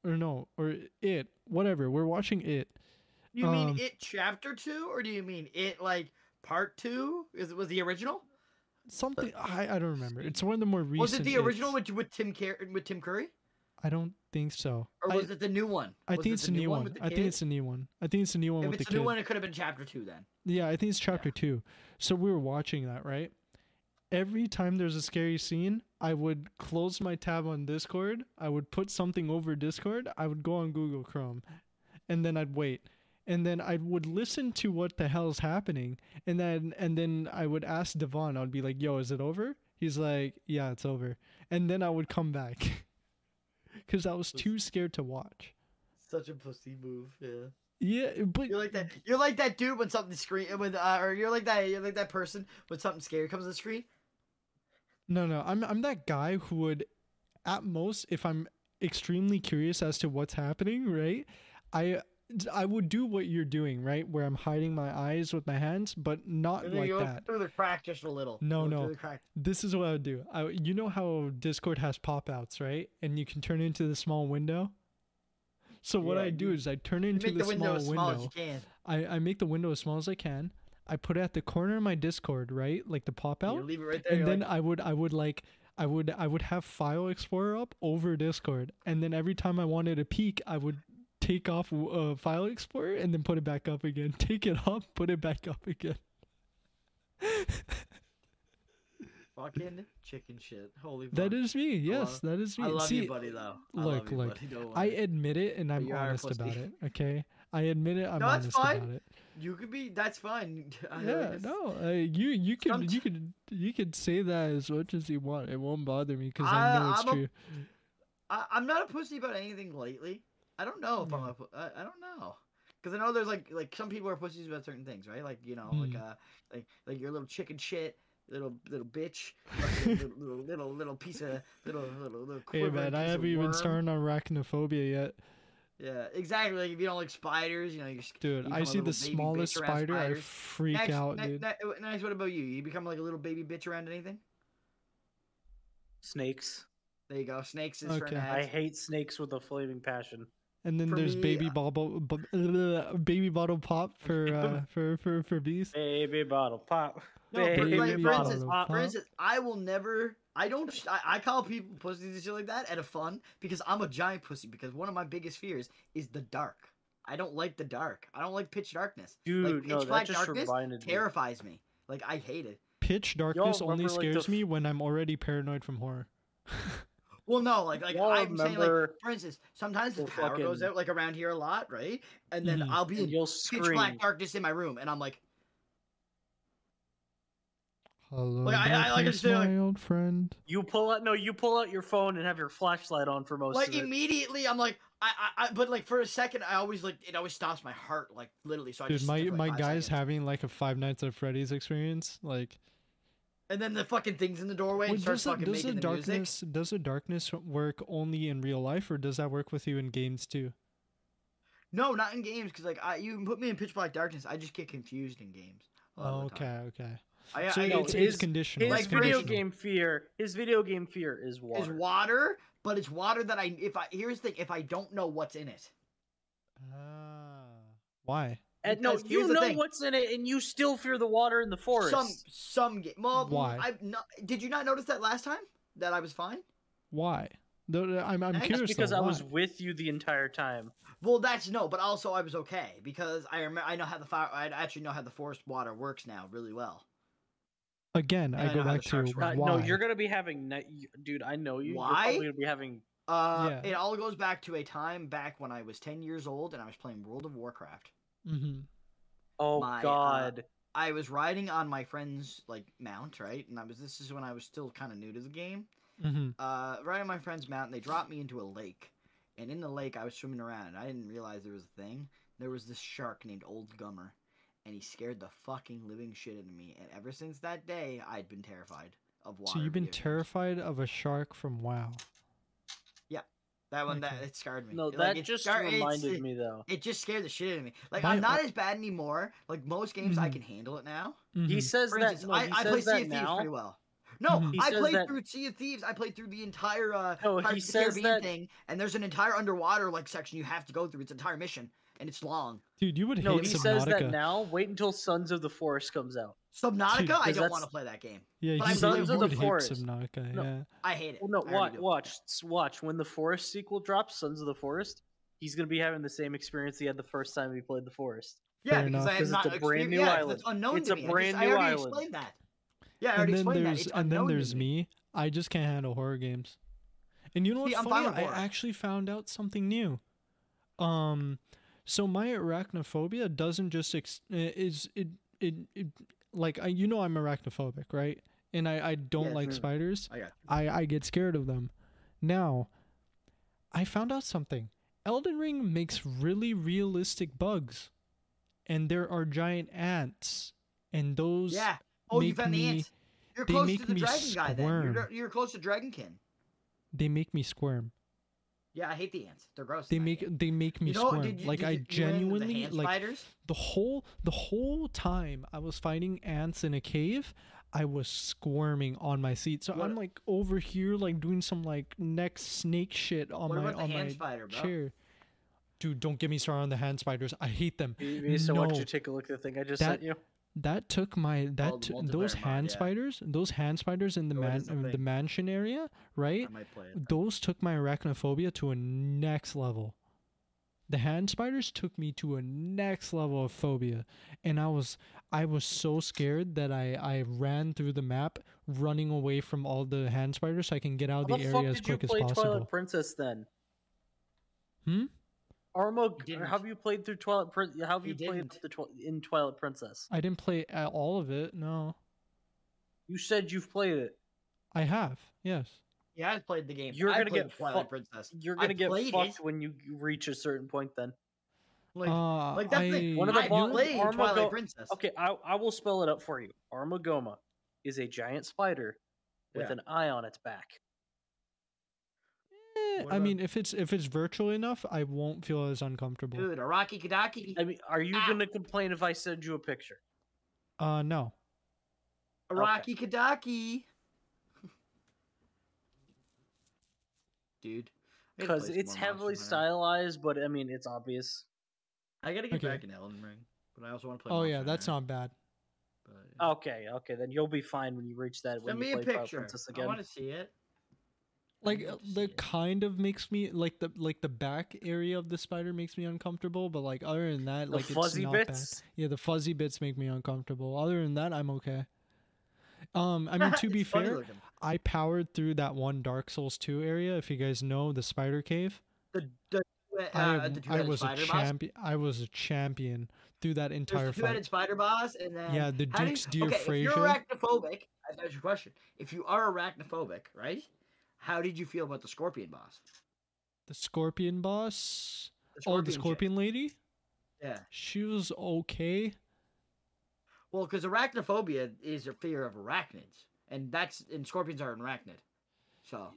Speaker 1: or no, or It, whatever. We're watching It.
Speaker 2: You mean
Speaker 1: Um,
Speaker 2: it chapter two, or do you mean it like part two? Is it was the original?
Speaker 1: Something I, I don't remember. It's one of the more recent.
Speaker 2: Uh, Was it the original
Speaker 1: It's.
Speaker 2: with, with Tim Car- with Tim Curry,
Speaker 1: I don't think so.
Speaker 2: or
Speaker 1: I,
Speaker 2: was it the new one?
Speaker 1: I
Speaker 2: Was
Speaker 1: think
Speaker 2: it
Speaker 1: it's
Speaker 2: the
Speaker 1: a new one.
Speaker 2: with the
Speaker 1: I think
Speaker 2: kid?
Speaker 1: it's a new one. I think it's a new one
Speaker 2: If
Speaker 1: with the
Speaker 2: it's a
Speaker 1: kid.
Speaker 2: new one, it could have been chapter two then.
Speaker 1: Yeah, I think it's chapter two. So we were watching that, right? Every time there's a scary scene, I would close my tab on Discord. I would put something over Discord. I would go on Google Chrome and then I'd wait. And then I would listen to what the hell's happening. And then and then I would ask Devon, I'd be like, yo, is it over? He's like, yeah, it's over. And then I would come back because I was too scared to watch.
Speaker 2: Such a pussy move. Yeah.
Speaker 1: Yeah, but
Speaker 2: You're like that. You're like that dude when something screen when uh, or you're like that. You're like that person when something scary comes on the screen.
Speaker 1: No, no, I'm I'm that guy who would, at most, if I'm extremely curious as to what's happening, right? I I would do what you're doing, right? Where I'm hiding my eyes with my hands, but not
Speaker 2: And then
Speaker 1: Uh, like
Speaker 2: you go
Speaker 1: that.
Speaker 2: through the crack just a little.
Speaker 1: No,
Speaker 2: Go
Speaker 1: no.
Speaker 2: through the crack.
Speaker 1: This is what I would do. I, you know how Discord has pop outs, right? And you can turn it into the small window. So what
Speaker 2: Yeah,
Speaker 1: I do
Speaker 2: you-
Speaker 1: is I turn
Speaker 2: You
Speaker 1: into
Speaker 2: make
Speaker 1: the,
Speaker 2: the
Speaker 1: small
Speaker 2: window as small
Speaker 1: window.
Speaker 2: as you can.
Speaker 1: I, I make the window as small as I can. I put it at the corner of my Discord, right? Like the pop
Speaker 2: You
Speaker 1: out.
Speaker 2: leave it right there.
Speaker 1: and
Speaker 2: you're
Speaker 1: then
Speaker 2: like,
Speaker 1: I would I would like I would I would have File Explorer up over Discord, and then every time I wanted a peek, I would take off uh, File Explorer and then put it back up again. Take it off, put it back up again.
Speaker 2: fucking chicken shit. Holy fuck.
Speaker 1: That is me. Yes, that is me.
Speaker 2: I love
Speaker 1: See,
Speaker 2: you, buddy, though. I
Speaker 1: look,
Speaker 2: love you,
Speaker 1: look,
Speaker 2: buddy. Don't
Speaker 1: I
Speaker 2: worry.
Speaker 1: admit it, and I'm
Speaker 2: you are a
Speaker 1: honest about
Speaker 2: pussy.
Speaker 1: it. Okay, I admit it. I'm
Speaker 2: No, it's
Speaker 1: honest
Speaker 2: fine.
Speaker 1: about it.
Speaker 2: You could be. That's fine. I know
Speaker 1: yeah,
Speaker 2: it's-
Speaker 1: no, uh, you you could
Speaker 2: Somet-
Speaker 1: you could you could say that as much as you want. It won't bother me because
Speaker 2: I-
Speaker 1: I know it's
Speaker 2: I'm a-
Speaker 1: true.
Speaker 2: I, I'm not a pussy about anything lately. I don't know if I'm
Speaker 1: Yeah.
Speaker 2: a. pu- I, I don't know. Because I know there's like like some people are pussies about certain things, right? Like you know,
Speaker 1: Mm.
Speaker 2: like uh, like like your little chicken shit, little little bitch, fucking little, little little little piece of little little little.
Speaker 1: Hey
Speaker 2: quivering
Speaker 1: man, I
Speaker 2: piece of
Speaker 1: haven't even
Speaker 2: worm.
Speaker 1: started on arachnophobia yet.
Speaker 2: Yeah, exactly. Like if you don't like spiders, you know you're. sc-
Speaker 1: Dude,
Speaker 2: you
Speaker 1: I
Speaker 2: become a
Speaker 1: see
Speaker 2: little
Speaker 1: the
Speaker 2: baby bitch
Speaker 1: smallest
Speaker 2: around
Speaker 1: spider, I
Speaker 2: spiders.
Speaker 1: freak
Speaker 2: next,
Speaker 1: out,
Speaker 2: ne-
Speaker 1: dude.
Speaker 2: ne- uh, next, what about you? You become like a little baby bitch around anything?
Speaker 4: Snakes.
Speaker 2: There you go. Snakes is for
Speaker 1: Okay.
Speaker 2: nads.
Speaker 4: I hate snakes with a flaming passion.
Speaker 1: and then
Speaker 2: for
Speaker 1: there's
Speaker 2: me,
Speaker 1: baby
Speaker 2: uh,
Speaker 1: bottle, bu- uh, baby bottle pop for uh, for for for beast.
Speaker 4: Baby bottle pop.
Speaker 2: No, for,
Speaker 1: Baby
Speaker 2: like, for
Speaker 1: bottle
Speaker 2: instance,
Speaker 1: of
Speaker 2: uh, for
Speaker 1: pop.
Speaker 2: instance, I will never. I don't. sh- I, I call people pussies and shit like that at a fun because I'm a giant pussy. Because one of my biggest fears is the dark. I don't like the dark. I don't like pitch darkness.
Speaker 4: Dude,
Speaker 2: pitch
Speaker 4: no,
Speaker 2: black
Speaker 4: that just
Speaker 2: darkness
Speaker 4: reminded me.
Speaker 2: Terrifies me. Like I hate it.
Speaker 1: Pitch darkness only
Speaker 4: remember, like, the
Speaker 1: scares
Speaker 4: f-
Speaker 1: me when I'm already paranoid from horror.
Speaker 2: Well, no, like like
Speaker 4: Y'all
Speaker 2: I'm saying, like
Speaker 4: remember
Speaker 2: for instance, sometimes the
Speaker 4: the
Speaker 2: power goes
Speaker 4: fucking- Mm-hmm.
Speaker 2: out like around here a lot, right? And then
Speaker 1: Mhm.
Speaker 2: I'll be
Speaker 4: and
Speaker 2: in
Speaker 4: you'll
Speaker 2: pitch
Speaker 4: scream.
Speaker 2: black darkness in my room, and I'm like,
Speaker 1: Hello,
Speaker 2: Like, I- I- like I
Speaker 1: darkness,
Speaker 2: said, like-
Speaker 1: my old friend.
Speaker 4: You pull out no, you pull out your phone and have your flashlight on for most
Speaker 2: like
Speaker 4: of it.
Speaker 2: immediately, I'm like. I, I, I, but like for a second, I always like it always stops my heart, like literally. So I
Speaker 1: Dude,
Speaker 2: just
Speaker 1: my
Speaker 2: sit for, like,
Speaker 1: my
Speaker 2: five
Speaker 1: guy's
Speaker 2: seconds.
Speaker 1: having like a Five Nights at Freddy's experience. Like,
Speaker 2: And then the fucking things in the doorway
Speaker 1: wait,
Speaker 2: and
Speaker 1: does
Speaker 2: starts
Speaker 1: the,
Speaker 2: fucking
Speaker 1: does the
Speaker 2: making the, music.
Speaker 1: darkness does the darkness work only in real life, or does that work with you in games too?
Speaker 2: No, not in games, because like I, you can put me in pitch black darkness. I just get confused in games. a lot
Speaker 1: Oh,
Speaker 2: of the time.
Speaker 1: okay, okay.
Speaker 2: I,
Speaker 1: so
Speaker 2: I,
Speaker 1: it's,
Speaker 2: it's,
Speaker 1: it's
Speaker 4: his-
Speaker 1: conditional.
Speaker 4: His
Speaker 1: it's
Speaker 2: like, for
Speaker 4: video
Speaker 1: conditional.
Speaker 4: game fear, his video game fear is water.
Speaker 2: it's water, but it's water that I. If I here's the thing, if I don't know what's in it,
Speaker 1: Ah, why?
Speaker 4: And no,
Speaker 2: Because here's
Speaker 4: you
Speaker 2: the
Speaker 4: know
Speaker 2: thing.
Speaker 4: what's in it, and you still fear the water in the forest.
Speaker 2: some some game. Well,
Speaker 1: Why?
Speaker 2: I not, did you not notice that last time that I was fine?
Speaker 1: Why? No, no, I'm, I'm
Speaker 2: That's
Speaker 1: curious.
Speaker 4: That's because
Speaker 1: though,
Speaker 4: I was
Speaker 1: why?
Speaker 4: with you the entire time.
Speaker 2: Well, that's no, but also I was okay because I remember I know how the fire. I actually know how the forest water works now really well.
Speaker 1: again.
Speaker 2: and
Speaker 1: I go
Speaker 2: I know how the
Speaker 1: back to
Speaker 2: sharks
Speaker 1: why.
Speaker 4: Uh, no, you're gonna be having, night- you- dude. I know you.
Speaker 2: Why?
Speaker 4: You're probably gonna be having.
Speaker 2: Uh,
Speaker 1: Yeah.
Speaker 2: it all goes back to a time back when I was ten years old and I was playing World of Warcraft.
Speaker 1: hmm
Speaker 4: Oh
Speaker 2: My, uh,
Speaker 4: God.
Speaker 2: I was riding on my friend's like mount, right? And I was this is when I was still kind of new to the game.
Speaker 1: hmm
Speaker 2: Uh, riding on my friend's mount, and they dropped me into a lake. And in the lake, I was swimming around, and I didn't realize there was a thing. There was this shark named Old Gummer, and he scared the fucking living shit out of me. And ever since that day, I'd been terrified of water.
Speaker 1: So you've been
Speaker 2: video games.
Speaker 1: terrified of a shark from WoW.
Speaker 2: That one that
Speaker 1: Okay.
Speaker 2: it scared me.
Speaker 4: no,
Speaker 2: Like,
Speaker 4: that
Speaker 2: it
Speaker 4: just
Speaker 2: scar- it's-
Speaker 4: reminded
Speaker 2: it-
Speaker 4: me though.
Speaker 2: It just scared the shit out of me. Like
Speaker 1: My-
Speaker 2: I'm not as bad anymore. Like most games, I
Speaker 1: Mhm.
Speaker 2: can handle it now.
Speaker 4: He
Speaker 1: Mhm.
Speaker 4: says
Speaker 2: For
Speaker 4: that.
Speaker 2: instance,
Speaker 4: no,
Speaker 2: I,
Speaker 4: he
Speaker 2: I
Speaker 4: says
Speaker 2: play Sea
Speaker 4: that
Speaker 2: of Thieves
Speaker 4: now.
Speaker 2: pretty well. No,
Speaker 1: Mhm.
Speaker 4: He
Speaker 2: I
Speaker 4: says
Speaker 2: played
Speaker 4: that-
Speaker 2: through Sea of Thieves. I played through the entire uh,
Speaker 4: No, he
Speaker 2: Pirates of the
Speaker 4: says
Speaker 2: Caribbean
Speaker 4: that-
Speaker 2: thing, and there's an entire underwater like section you have to go through. It's an entire mission, and it's long.
Speaker 1: Dude, you would
Speaker 4: No,
Speaker 1: hate
Speaker 4: he says that
Speaker 1: Subnautica.
Speaker 4: now. Wait until Sons of the Forest comes out.
Speaker 2: Subnautica,
Speaker 1: Dude,
Speaker 2: I
Speaker 4: because
Speaker 2: don't
Speaker 4: that's-
Speaker 2: want to play that game.
Speaker 1: yeah,
Speaker 2: but
Speaker 1: he
Speaker 2: I'm
Speaker 1: said
Speaker 2: Sons
Speaker 1: you
Speaker 2: of the
Speaker 1: would hate
Speaker 4: Forest.
Speaker 1: Subnautica.
Speaker 4: No.
Speaker 1: Yeah.
Speaker 2: I hate it.
Speaker 4: Well, no,
Speaker 2: I already
Speaker 4: watch,
Speaker 2: do.
Speaker 4: watch, s- watch. When the Forest sequel drops, Sons of the Forest, he's gonna be having the same experience he had the first time he played the Forest.
Speaker 2: Yeah,
Speaker 1: Fair
Speaker 2: because I
Speaker 1: enough.
Speaker 2: have
Speaker 4: Because it's
Speaker 2: not
Speaker 4: a brand
Speaker 2: experienced-
Speaker 4: new
Speaker 2: yeah, 'cause
Speaker 4: island.
Speaker 2: It's unknown
Speaker 4: It's
Speaker 2: to
Speaker 4: a
Speaker 2: me.
Speaker 4: brand
Speaker 2: I, just,
Speaker 4: new
Speaker 2: I already
Speaker 4: island.
Speaker 2: explained that. Yeah, I
Speaker 1: and
Speaker 2: already
Speaker 1: then
Speaker 2: explained that.
Speaker 1: there's
Speaker 2: It's
Speaker 1: and then
Speaker 2: unknown to
Speaker 1: there's
Speaker 2: me.
Speaker 1: me. I just can't handle horror games. And you know
Speaker 2: See,
Speaker 1: what's
Speaker 2: I'm fine
Speaker 1: funny?
Speaker 2: with
Speaker 1: I
Speaker 2: horror.
Speaker 1: actually found out something new. Um, so my arachnophobia doesn't just ex- uh, is it it, it like I, you know I'm arachnophobic, right? And I I don't
Speaker 2: Yeah,
Speaker 1: like
Speaker 2: mm.
Speaker 1: spiders.
Speaker 2: I got.
Speaker 1: I I get scared of them. Now, I found out something. Elden Ring makes really realistic bugs, and there are giant ants, and those
Speaker 2: Yeah. Oh, you
Speaker 1: make
Speaker 2: found the
Speaker 1: me-
Speaker 2: ants. You're
Speaker 1: they
Speaker 2: close
Speaker 1: make
Speaker 2: to the
Speaker 1: me
Speaker 2: dragon guy. Then
Speaker 1: squirm.
Speaker 2: you're, you're close to Dragonkin.
Speaker 1: they make me squirm.
Speaker 2: Yeah, I hate the ants. They're gross.
Speaker 1: They
Speaker 2: in my
Speaker 1: make
Speaker 2: opinion.
Speaker 1: they make me
Speaker 2: You know,
Speaker 1: squirm.
Speaker 2: did you-
Speaker 1: like
Speaker 2: did
Speaker 1: I
Speaker 2: you- you ran into the
Speaker 1: genuinely
Speaker 2: hand
Speaker 1: like
Speaker 2: spiders.
Speaker 1: the whole the whole time I was fighting ants in a cave, I was squirming on my seat. So
Speaker 2: What-
Speaker 1: I'm like over here like doing some like neck snake shit on
Speaker 2: What
Speaker 1: my
Speaker 2: about the
Speaker 1: on
Speaker 2: hand
Speaker 1: my
Speaker 2: spider, bro?
Speaker 1: chair. Dude, don't get me started on the hand spiders. I hate them.
Speaker 3: Maybe, so why don't
Speaker 1: No.
Speaker 3: you take a look at the thing I just
Speaker 1: That-
Speaker 3: sent you?
Speaker 1: That took my
Speaker 2: Oh,
Speaker 1: that
Speaker 2: the
Speaker 1: took
Speaker 2: multiplayer
Speaker 1: those
Speaker 2: mod,
Speaker 1: hand
Speaker 2: yeah.
Speaker 1: spiders, those hand spiders in the
Speaker 2: Oh, it
Speaker 1: man
Speaker 2: is a
Speaker 1: uh, the
Speaker 2: thing.
Speaker 1: mansion area, right?
Speaker 2: I might play it.
Speaker 1: Those took my arachnophobia to a next level. The hand spiders took me to a next level of phobia, and I was I was so scared that I I ran through the map running away from all the hand spiders so I can get out of
Speaker 3: How
Speaker 1: the
Speaker 3: the
Speaker 1: area
Speaker 3: fuck
Speaker 1: as
Speaker 3: did you
Speaker 1: quick as
Speaker 3: play
Speaker 1: possible.
Speaker 3: Twilight Princess then?
Speaker 1: Hmm?
Speaker 3: Armo,
Speaker 2: You didn't.
Speaker 3: how have you played through Twilight Princess? How have
Speaker 2: You
Speaker 3: you, played
Speaker 2: didn't.
Speaker 3: the twi- in Twilight Princess?
Speaker 1: I didn't play at all of it. No,
Speaker 3: You said you've played it.
Speaker 1: I have. Yes.
Speaker 2: Yeah, I played the game.
Speaker 3: You're
Speaker 2: I
Speaker 3: gonna
Speaker 2: played
Speaker 3: get
Speaker 2: Twilight
Speaker 3: fucked.
Speaker 2: Princess.
Speaker 3: You're
Speaker 2: I
Speaker 3: gonna get
Speaker 2: played it.
Speaker 3: fucked when you reach a certain point. Then
Speaker 2: Like,
Speaker 1: Uh,
Speaker 2: like that's the
Speaker 1: I-
Speaker 2: thing.
Speaker 3: One of the
Speaker 2: I
Speaker 3: bo-
Speaker 2: played
Speaker 3: Arma
Speaker 2: Twilight
Speaker 3: go-
Speaker 2: Princess.
Speaker 3: okay, I, I will spell it out for you. Armagoma is a giant spider with
Speaker 2: Yeah.
Speaker 3: an eye on its back.
Speaker 1: Eh,
Speaker 2: What
Speaker 1: I
Speaker 2: about-
Speaker 1: mean, if it's if it's virtual enough, I won't feel as uncomfortable.
Speaker 2: Dude, Araki Kadaki.
Speaker 3: I mean, are you
Speaker 2: Ah.
Speaker 3: gonna complain if I send you a picture?
Speaker 1: Uh, no.
Speaker 2: Araki Kadaki. Dude. I gotta
Speaker 3: Because
Speaker 2: play some
Speaker 3: it's
Speaker 2: more Monster
Speaker 3: heavily
Speaker 2: Hunter.
Speaker 3: stylized, but I mean, it's obvious.
Speaker 2: I gotta get
Speaker 1: Okay.
Speaker 2: back in Elden Ring, but I also want to play.
Speaker 1: Oh
Speaker 2: Monster
Speaker 1: yeah, that's
Speaker 2: Hunter,
Speaker 1: not bad.
Speaker 2: but, yeah.
Speaker 3: Okay, okay, then you'll be fine when you reach that. Oh, when
Speaker 2: Send me
Speaker 3: you
Speaker 2: a
Speaker 3: play Twilight
Speaker 2: picture.
Speaker 3: Princess
Speaker 2: I
Speaker 3: again.
Speaker 2: want to see it. I
Speaker 1: Like
Speaker 2: need
Speaker 1: uh,
Speaker 2: to see
Speaker 1: the
Speaker 2: it.
Speaker 1: kind of makes me like the like the back area of the spider makes me uncomfortable, but like other than that,
Speaker 3: the
Speaker 1: like
Speaker 3: fuzzy
Speaker 1: it's not bad.
Speaker 3: bits.
Speaker 1: Yeah, the fuzzy bits make me uncomfortable. Other than that, I'm okay. Um, I mean to be
Speaker 2: It's funny
Speaker 1: fair,
Speaker 2: looking.
Speaker 1: I powered through that one Dark Souls 2 area. If you guys know the spider cave,
Speaker 2: the, the, uh,
Speaker 1: I,
Speaker 2: the
Speaker 1: I
Speaker 2: two-headed
Speaker 1: was a
Speaker 2: spider boss.
Speaker 1: champion. I was a champion through that entire
Speaker 2: There's the two-headed
Speaker 1: fight.
Speaker 2: spider boss, and then
Speaker 1: Yeah, the
Speaker 2: how do you-
Speaker 1: Duke's Dear
Speaker 2: okay, If you're
Speaker 1: Frasier.
Speaker 2: arachnophobic, I- that's your question. If you are arachnophobic, right? How did you feel about the scorpion boss?
Speaker 1: The scorpion boss.
Speaker 2: The
Speaker 1: Oh, the
Speaker 2: chick.
Speaker 1: scorpion lady.
Speaker 2: Yeah.
Speaker 1: She was okay.
Speaker 2: Well, because arachnophobia is a fear of arachnids, and that's and scorpions are an arachnid. So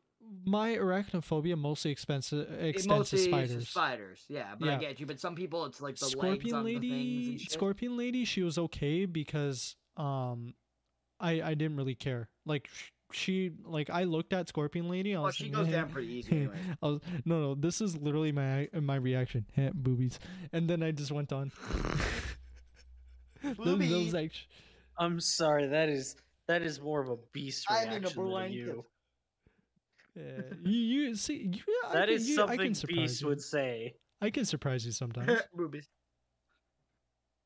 Speaker 1: My arachnophobia mostly expensive
Speaker 2: it
Speaker 1: extends to
Speaker 2: mostly is the
Speaker 1: spiders.
Speaker 2: spiders. Yeah, but I
Speaker 1: Yeah.
Speaker 2: get you. But some people, it's like the legs
Speaker 1: Scorpion
Speaker 2: on the things.
Speaker 1: lady,
Speaker 2: And shit.
Speaker 1: Scorpion lady, she was okay because um, I I didn't really care. Like sh- she like I looked at Scorpion lady. I
Speaker 2: well,
Speaker 1: was
Speaker 2: she
Speaker 1: like,
Speaker 2: goes
Speaker 1: "Eh."
Speaker 2: down pretty easy. Anyways.
Speaker 1: I was, no, no, this is literally my my reaction. Heh, boobies, and then I just went on. That was- that was
Speaker 2: Boobies.
Speaker 1: act-
Speaker 3: I'm sorry, that is that is more of a beast
Speaker 2: I'm in a
Speaker 3: reaction than
Speaker 2: blanket.
Speaker 3: you.
Speaker 1: yeah, you, you see, you, I
Speaker 3: That
Speaker 1: can,
Speaker 3: is
Speaker 1: you, I
Speaker 3: something
Speaker 1: can surprise
Speaker 3: beast
Speaker 1: you.
Speaker 3: would say.
Speaker 1: I can surprise you sometimes.
Speaker 2: Rubies.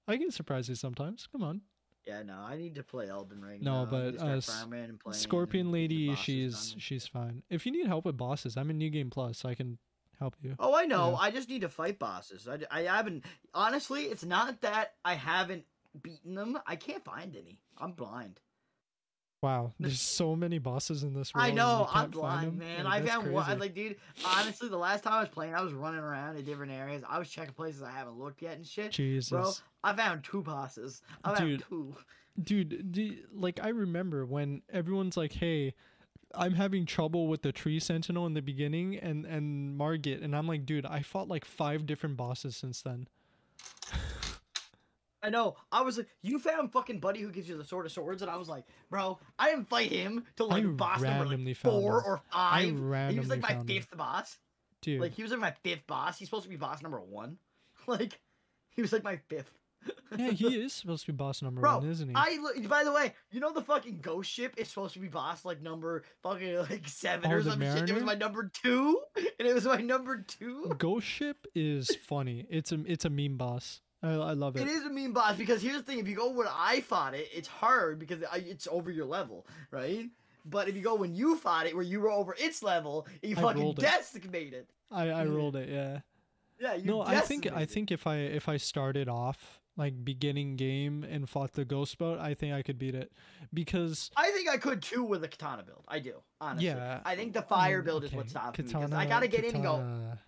Speaker 1: I can surprise you sometimes. Come on.
Speaker 2: Yeah, no, I need to play Elden Ring.
Speaker 1: No,
Speaker 2: though. I
Speaker 1: but,
Speaker 2: need to
Speaker 1: uh,
Speaker 2: start
Speaker 1: s-
Speaker 2: farming and playing
Speaker 1: Scorpion
Speaker 2: and get the
Speaker 1: Lady,
Speaker 2: bosses
Speaker 1: she's
Speaker 2: done and
Speaker 1: she's
Speaker 2: shit.
Speaker 1: fine. If you need help with bosses, I'm in New Game Plus, so I can help you.
Speaker 2: Oh, I know.
Speaker 1: Yeah.
Speaker 2: I just need to fight bosses. I, I haven't. Honestly, it's not that I haven't beaten them. I can't find any. I'm blind.
Speaker 1: Wow, there's so many bosses in this world.
Speaker 2: I
Speaker 1: and you
Speaker 2: know.
Speaker 1: can't
Speaker 2: I'm
Speaker 1: find
Speaker 2: blind,
Speaker 1: 'em?
Speaker 2: man.
Speaker 1: Like,
Speaker 2: I
Speaker 1: that's
Speaker 2: found one. I-
Speaker 1: crazy.
Speaker 2: Like, dude, honestly, the last time I was playing, I was running around in different areas. I was checking places I haven't looked yet and shit.
Speaker 1: Jesus,
Speaker 2: Bro, I found two bosses. I found
Speaker 1: Dude.
Speaker 2: two.
Speaker 1: dude, do, like I remember when everyone's like, "Hey, I'm having trouble with the tree sentinel in the beginning," and and Margit, and I'm like, "Dude, I fought like five different bosses since then."
Speaker 2: I know. I was like, you found fucking buddy who gives you the sword of swords, and I was like, bro, I didn't fight him till
Speaker 1: I
Speaker 2: like boss number
Speaker 1: randomly
Speaker 2: like
Speaker 1: found
Speaker 2: four
Speaker 1: him.
Speaker 2: or
Speaker 1: I,
Speaker 2: five. And he was
Speaker 1: randomly
Speaker 2: like my
Speaker 1: found 'em.
Speaker 2: fifth boss.
Speaker 1: Dude,
Speaker 2: Like he was like my fifth boss. He's supposed to be boss number one. Like he was like my fifth.
Speaker 1: yeah, he is supposed to be boss number
Speaker 2: Bro,
Speaker 1: one, isn't he?
Speaker 2: I li- by the way, you know the fucking ghost ship is supposed to be boss like number fucking like seven
Speaker 1: Oh,
Speaker 2: or
Speaker 1: the
Speaker 2: some shit. It was
Speaker 1: Mariner?
Speaker 2: my number two, and it was my number two.
Speaker 1: Ghost Ship is funny. It's a it's a meme boss. I, I love it.
Speaker 2: It is a mean boss because here's the thing: if you go when I fought it, it's hard because I- it's over your level, right? But if you go when you fought it, where you were over its level, you
Speaker 1: I
Speaker 2: fucking
Speaker 1: rolled it.
Speaker 2: decimated it.
Speaker 1: I, I
Speaker 2: Yeah.
Speaker 1: rolled it. Yeah.
Speaker 2: Yeah, you
Speaker 1: no, I think I
Speaker 2: decimated it.
Speaker 1: think if I if I started off like beginning game and fought the Ghost Boat, I think I could beat it because
Speaker 2: I think I could too with a katana build. I do, honestly.
Speaker 1: Yeah,
Speaker 2: I think the
Speaker 1: I
Speaker 2: fire
Speaker 1: mean,
Speaker 2: build is
Speaker 1: oh, okay,
Speaker 2: what stops me because I gotta get in and go.
Speaker 1: katana-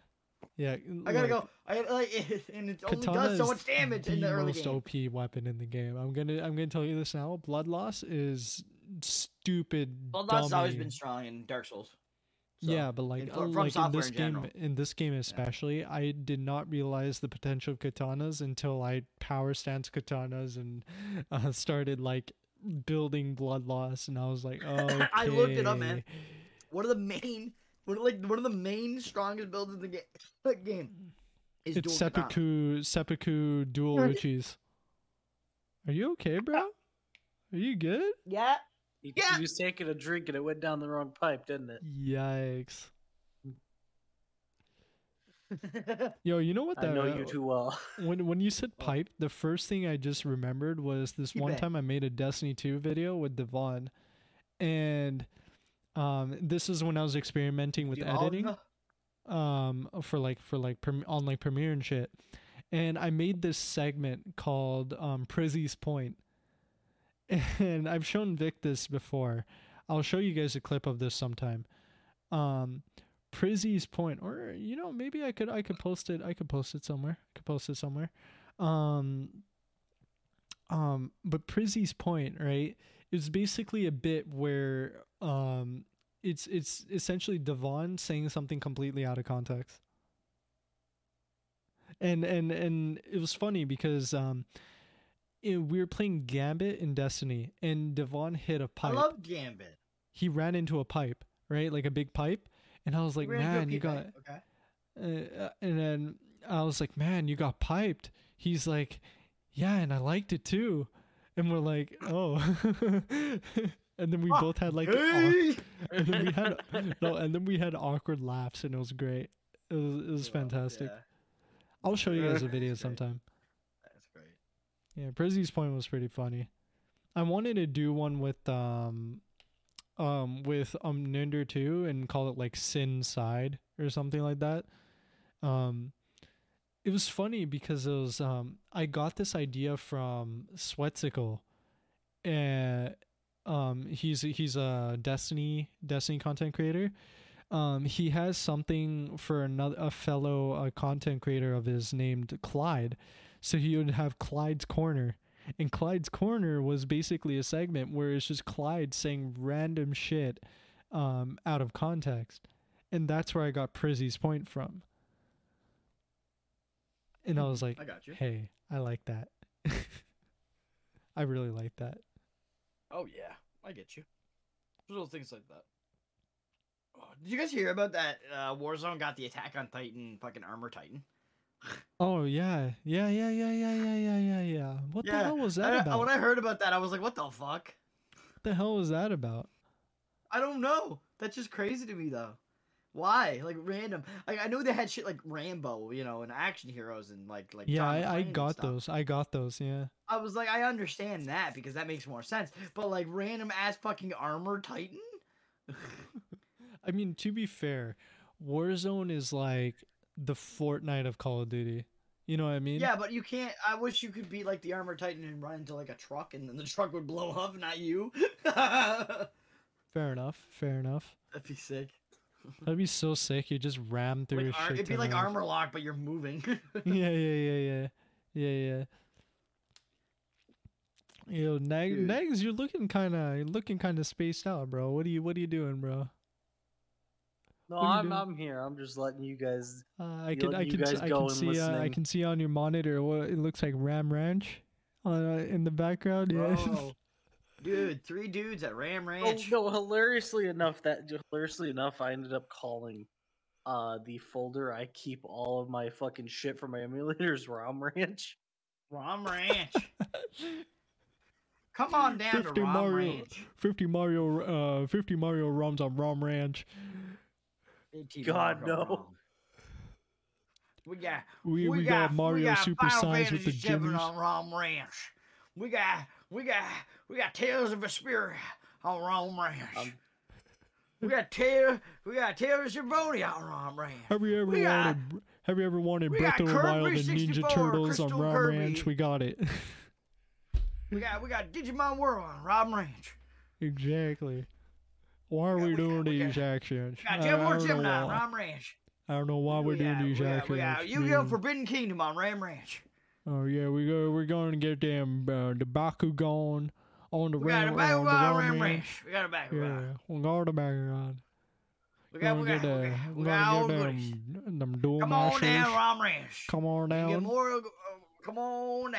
Speaker 1: Yeah.
Speaker 2: I gotta go. I like, and it only does so
Speaker 1: is
Speaker 2: much damage in the early
Speaker 1: most
Speaker 2: game.
Speaker 1: OP weapon in the game. I'm gonna I'm gonna tell you this now. Blood loss is stupid.
Speaker 2: Blood Lot's always
Speaker 1: dummy.
Speaker 2: been strong in Dark Souls.
Speaker 1: yeah, but like,
Speaker 2: and
Speaker 1: uh,
Speaker 2: fro- from
Speaker 1: like in
Speaker 2: software
Speaker 1: this
Speaker 2: in
Speaker 1: game,
Speaker 2: general.
Speaker 1: in this game especially, I did not realize the potential of katanas until I power stance katanas and uh, started like building blood loss, and I was like, oh,
Speaker 2: I looked it up, man. One of the main, one of, like one of the main strongest builds in the game. The game is
Speaker 1: It's
Speaker 2: dual katana.
Speaker 1: seppuku, seppuku dual
Speaker 2: Sorry.
Speaker 1: uchis. Are you okay, bro? Are you good?
Speaker 2: Yeah,
Speaker 4: He,
Speaker 2: Yeah.
Speaker 4: he was taking a drink and it went down the wrong pipe, didn't it?
Speaker 1: Yikes! Yo, you know what that?
Speaker 4: I know
Speaker 1: uh,
Speaker 4: you too well.
Speaker 1: when when you said pipe, the first thing I just remembered was this
Speaker 2: Oh. You
Speaker 1: one
Speaker 2: bet.
Speaker 1: time I made a Destiny 2 video with Devon, and um, this is when I was experimenting with
Speaker 2: You all
Speaker 1: editing
Speaker 2: know-
Speaker 1: um for like for like prem- on like premiere and shit and i made this segment called um prizzy's point and i've shown vic this before i'll show you guys a clip of this sometime um prizzy's point or you know maybe i could i could post it i could post it somewhere i could post it somewhere um um but prizzy's point right is basically a bit where um it's it's essentially Devon saying something completely out of context. And and and it was funny because um it- we were playing Gambit in Destiny and Devon hit a
Speaker 2: I
Speaker 1: pipe.
Speaker 2: love Gambit.
Speaker 1: he ran into a pipe, right? Like a big pipe. And I was like,
Speaker 2: We're gonna do a
Speaker 1: "Man, you
Speaker 2: peep
Speaker 1: got
Speaker 2: at it, okay.
Speaker 1: uh, and then I was like, "Man, you got piped." He's like, "Yeah, and I liked it too." And we're like, "Oh." and then we
Speaker 2: Fuck,
Speaker 1: both had like aw-
Speaker 2: Hey!
Speaker 1: and then we had no, and then we had awkward laughs, and it was great. It was it was
Speaker 2: Well,
Speaker 1: fantastic.
Speaker 2: yeah,
Speaker 1: I'll show you guys a
Speaker 2: That's
Speaker 1: video
Speaker 2: great.
Speaker 1: sometime.
Speaker 2: that's great.
Speaker 1: Yeah, Prizzy's point was pretty funny. I wanted to do one with um, um, with um Ninder too, and call it like Sin Side or something like that. Um, it was funny because it was um, I got this idea from Sweatsicle, and uh, um, he's he's a Destiny Destiny content creator. Um, he has something for another a fellow uh, content creator of his named Clyde, so he would have Clyde's Corner. And Clyde's Corner was basically a segment where it's just Clyde saying random shit um, out of context. And that's where I got Prizzy's point from. And I was like,
Speaker 2: I got you.
Speaker 1: hey, I like that. I really like that.
Speaker 2: Oh yeah, I get you. Little things like that. Oh, did you guys hear about that? Uh, Warzone got the Attack on Titan fucking armor Titan.
Speaker 1: Oh, yeah. Yeah, yeah, yeah, yeah, yeah, yeah, yeah, yeah. What the
Speaker 2: Yeah,
Speaker 1: hell was
Speaker 2: I-
Speaker 1: that about?
Speaker 2: when
Speaker 1: What
Speaker 2: I heard about that, I was like, "What the fuck?
Speaker 1: the hell was that about?
Speaker 2: I don't know. That's just crazy to me, though. Why? Like random. Like I know they had shit like Rambo, you know, and action heroes, and like like.
Speaker 1: Yeah,
Speaker 2: John
Speaker 1: I, I
Speaker 2: McClane and
Speaker 1: got
Speaker 2: stuff.
Speaker 1: those. I got those, yeah.
Speaker 2: I was like, I understand that because that makes more sense. But like random ass fucking armor Titan.
Speaker 1: I mean, to be fair, Warzone is like the Fortnite of Call of Duty. You know what I mean?
Speaker 2: Yeah, but you can't. I wish you could be like the armored titan and run into like a truck, and then the truck would blow up, not you. That'd
Speaker 1: Fair enough. Fair enough.
Speaker 2: be sick.
Speaker 1: That'd be so sick. You just ram through
Speaker 2: Like,
Speaker 1: a
Speaker 2: ar-
Speaker 1: shit
Speaker 2: it'd be
Speaker 1: ton
Speaker 2: like
Speaker 1: of-
Speaker 2: armor lock, but you're moving.
Speaker 1: yeah, yeah, yeah, yeah, yeah, yeah. Yo, Nag-
Speaker 2: Dude.
Speaker 1: Nags, you're looking kind of, you're looking kind of spaced out, bro. What are you, what are you doing, bro?
Speaker 4: No,
Speaker 1: what are you
Speaker 4: I'm
Speaker 1: doing?
Speaker 4: I'm here. I'm just letting you guys.
Speaker 1: Uh, I
Speaker 4: You
Speaker 1: can,
Speaker 4: let
Speaker 1: I
Speaker 4: you
Speaker 1: can,
Speaker 4: guys
Speaker 1: s- I
Speaker 4: go
Speaker 1: can
Speaker 4: and
Speaker 1: see, uh, I
Speaker 4: listening.
Speaker 1: can see on your monitor what it looks like Ram Ranch, uh, in the background. Yeah.
Speaker 2: Bro. Dude, three dudes at Ram
Speaker 4: Oh,
Speaker 2: Ranch.
Speaker 4: no, hilariously enough, that hilariously enough, I ended up calling uh the folder I keep all of my fucking shit from my emulators ROM Ranch.
Speaker 2: Ram Ranch. Come on down to
Speaker 1: 50
Speaker 2: Rom
Speaker 1: Mario.
Speaker 2: Ranch.
Speaker 1: 50 Mario uh 50 Mario ROMs on ROM Ranch.
Speaker 2: 18
Speaker 4: God,
Speaker 2: Mario
Speaker 4: no.
Speaker 2: Rom. We got
Speaker 1: We we, got,
Speaker 2: we
Speaker 1: Mario
Speaker 2: got
Speaker 1: Super
Speaker 2: Final
Speaker 1: Size with the
Speaker 2: Fantasy VII
Speaker 1: jitters.
Speaker 2: on Rom Ranch. We got we got we got Tales of Vesperia on Rom Ranch.
Speaker 4: Um,
Speaker 2: we got Tales we got Tales of Bony on Rom Ranch.
Speaker 1: Have you ever
Speaker 2: we got-
Speaker 1: wanted have you ever wanted
Speaker 2: we
Speaker 1: Breath
Speaker 2: got
Speaker 1: of the
Speaker 2: Kirby
Speaker 1: Wild and Ninja
Speaker 2: 64,
Speaker 1: Turtles on
Speaker 2: Crystal
Speaker 1: ROM
Speaker 2: Kirby.
Speaker 1: Ranch? We got it.
Speaker 2: We got we got Digimon World on Rom Ranch.
Speaker 1: exactly. Why are
Speaker 2: Yeah,
Speaker 1: we,
Speaker 2: we got-
Speaker 1: doing
Speaker 2: we got-
Speaker 1: these actions?
Speaker 2: We got
Speaker 1: I, I
Speaker 2: Jim War
Speaker 1: don't know
Speaker 2: Gemini on
Speaker 1: why.
Speaker 2: Rom Ranch.
Speaker 1: I don't know why we're
Speaker 2: we
Speaker 1: doing
Speaker 2: got,
Speaker 1: these
Speaker 2: we got,
Speaker 1: actions.
Speaker 2: we got Yu-Gi-Oh! Forbidden Kingdom on Ram Ranch.
Speaker 1: Oh yeah, we go we're going to get them uh, the Bakugan on the
Speaker 2: We got a
Speaker 1: Ram on
Speaker 2: Bakugan on
Speaker 1: the
Speaker 2: Ram
Speaker 1: Ram Ranch.
Speaker 2: Ranch. We got a Bakugan.
Speaker 1: Yeah, we got the Bakugan.
Speaker 2: Look out!
Speaker 1: Gonna
Speaker 2: Look
Speaker 1: get,
Speaker 2: out!
Speaker 1: uh,
Speaker 2: Look out! Look
Speaker 1: gonna
Speaker 2: out!
Speaker 1: get um,
Speaker 2: Look at this.
Speaker 1: them, them dual
Speaker 2: Come on
Speaker 1: mashers.
Speaker 2: now, Ram Ranch.
Speaker 1: Come on
Speaker 2: You get
Speaker 1: down.
Speaker 2: more. uh, Come on now.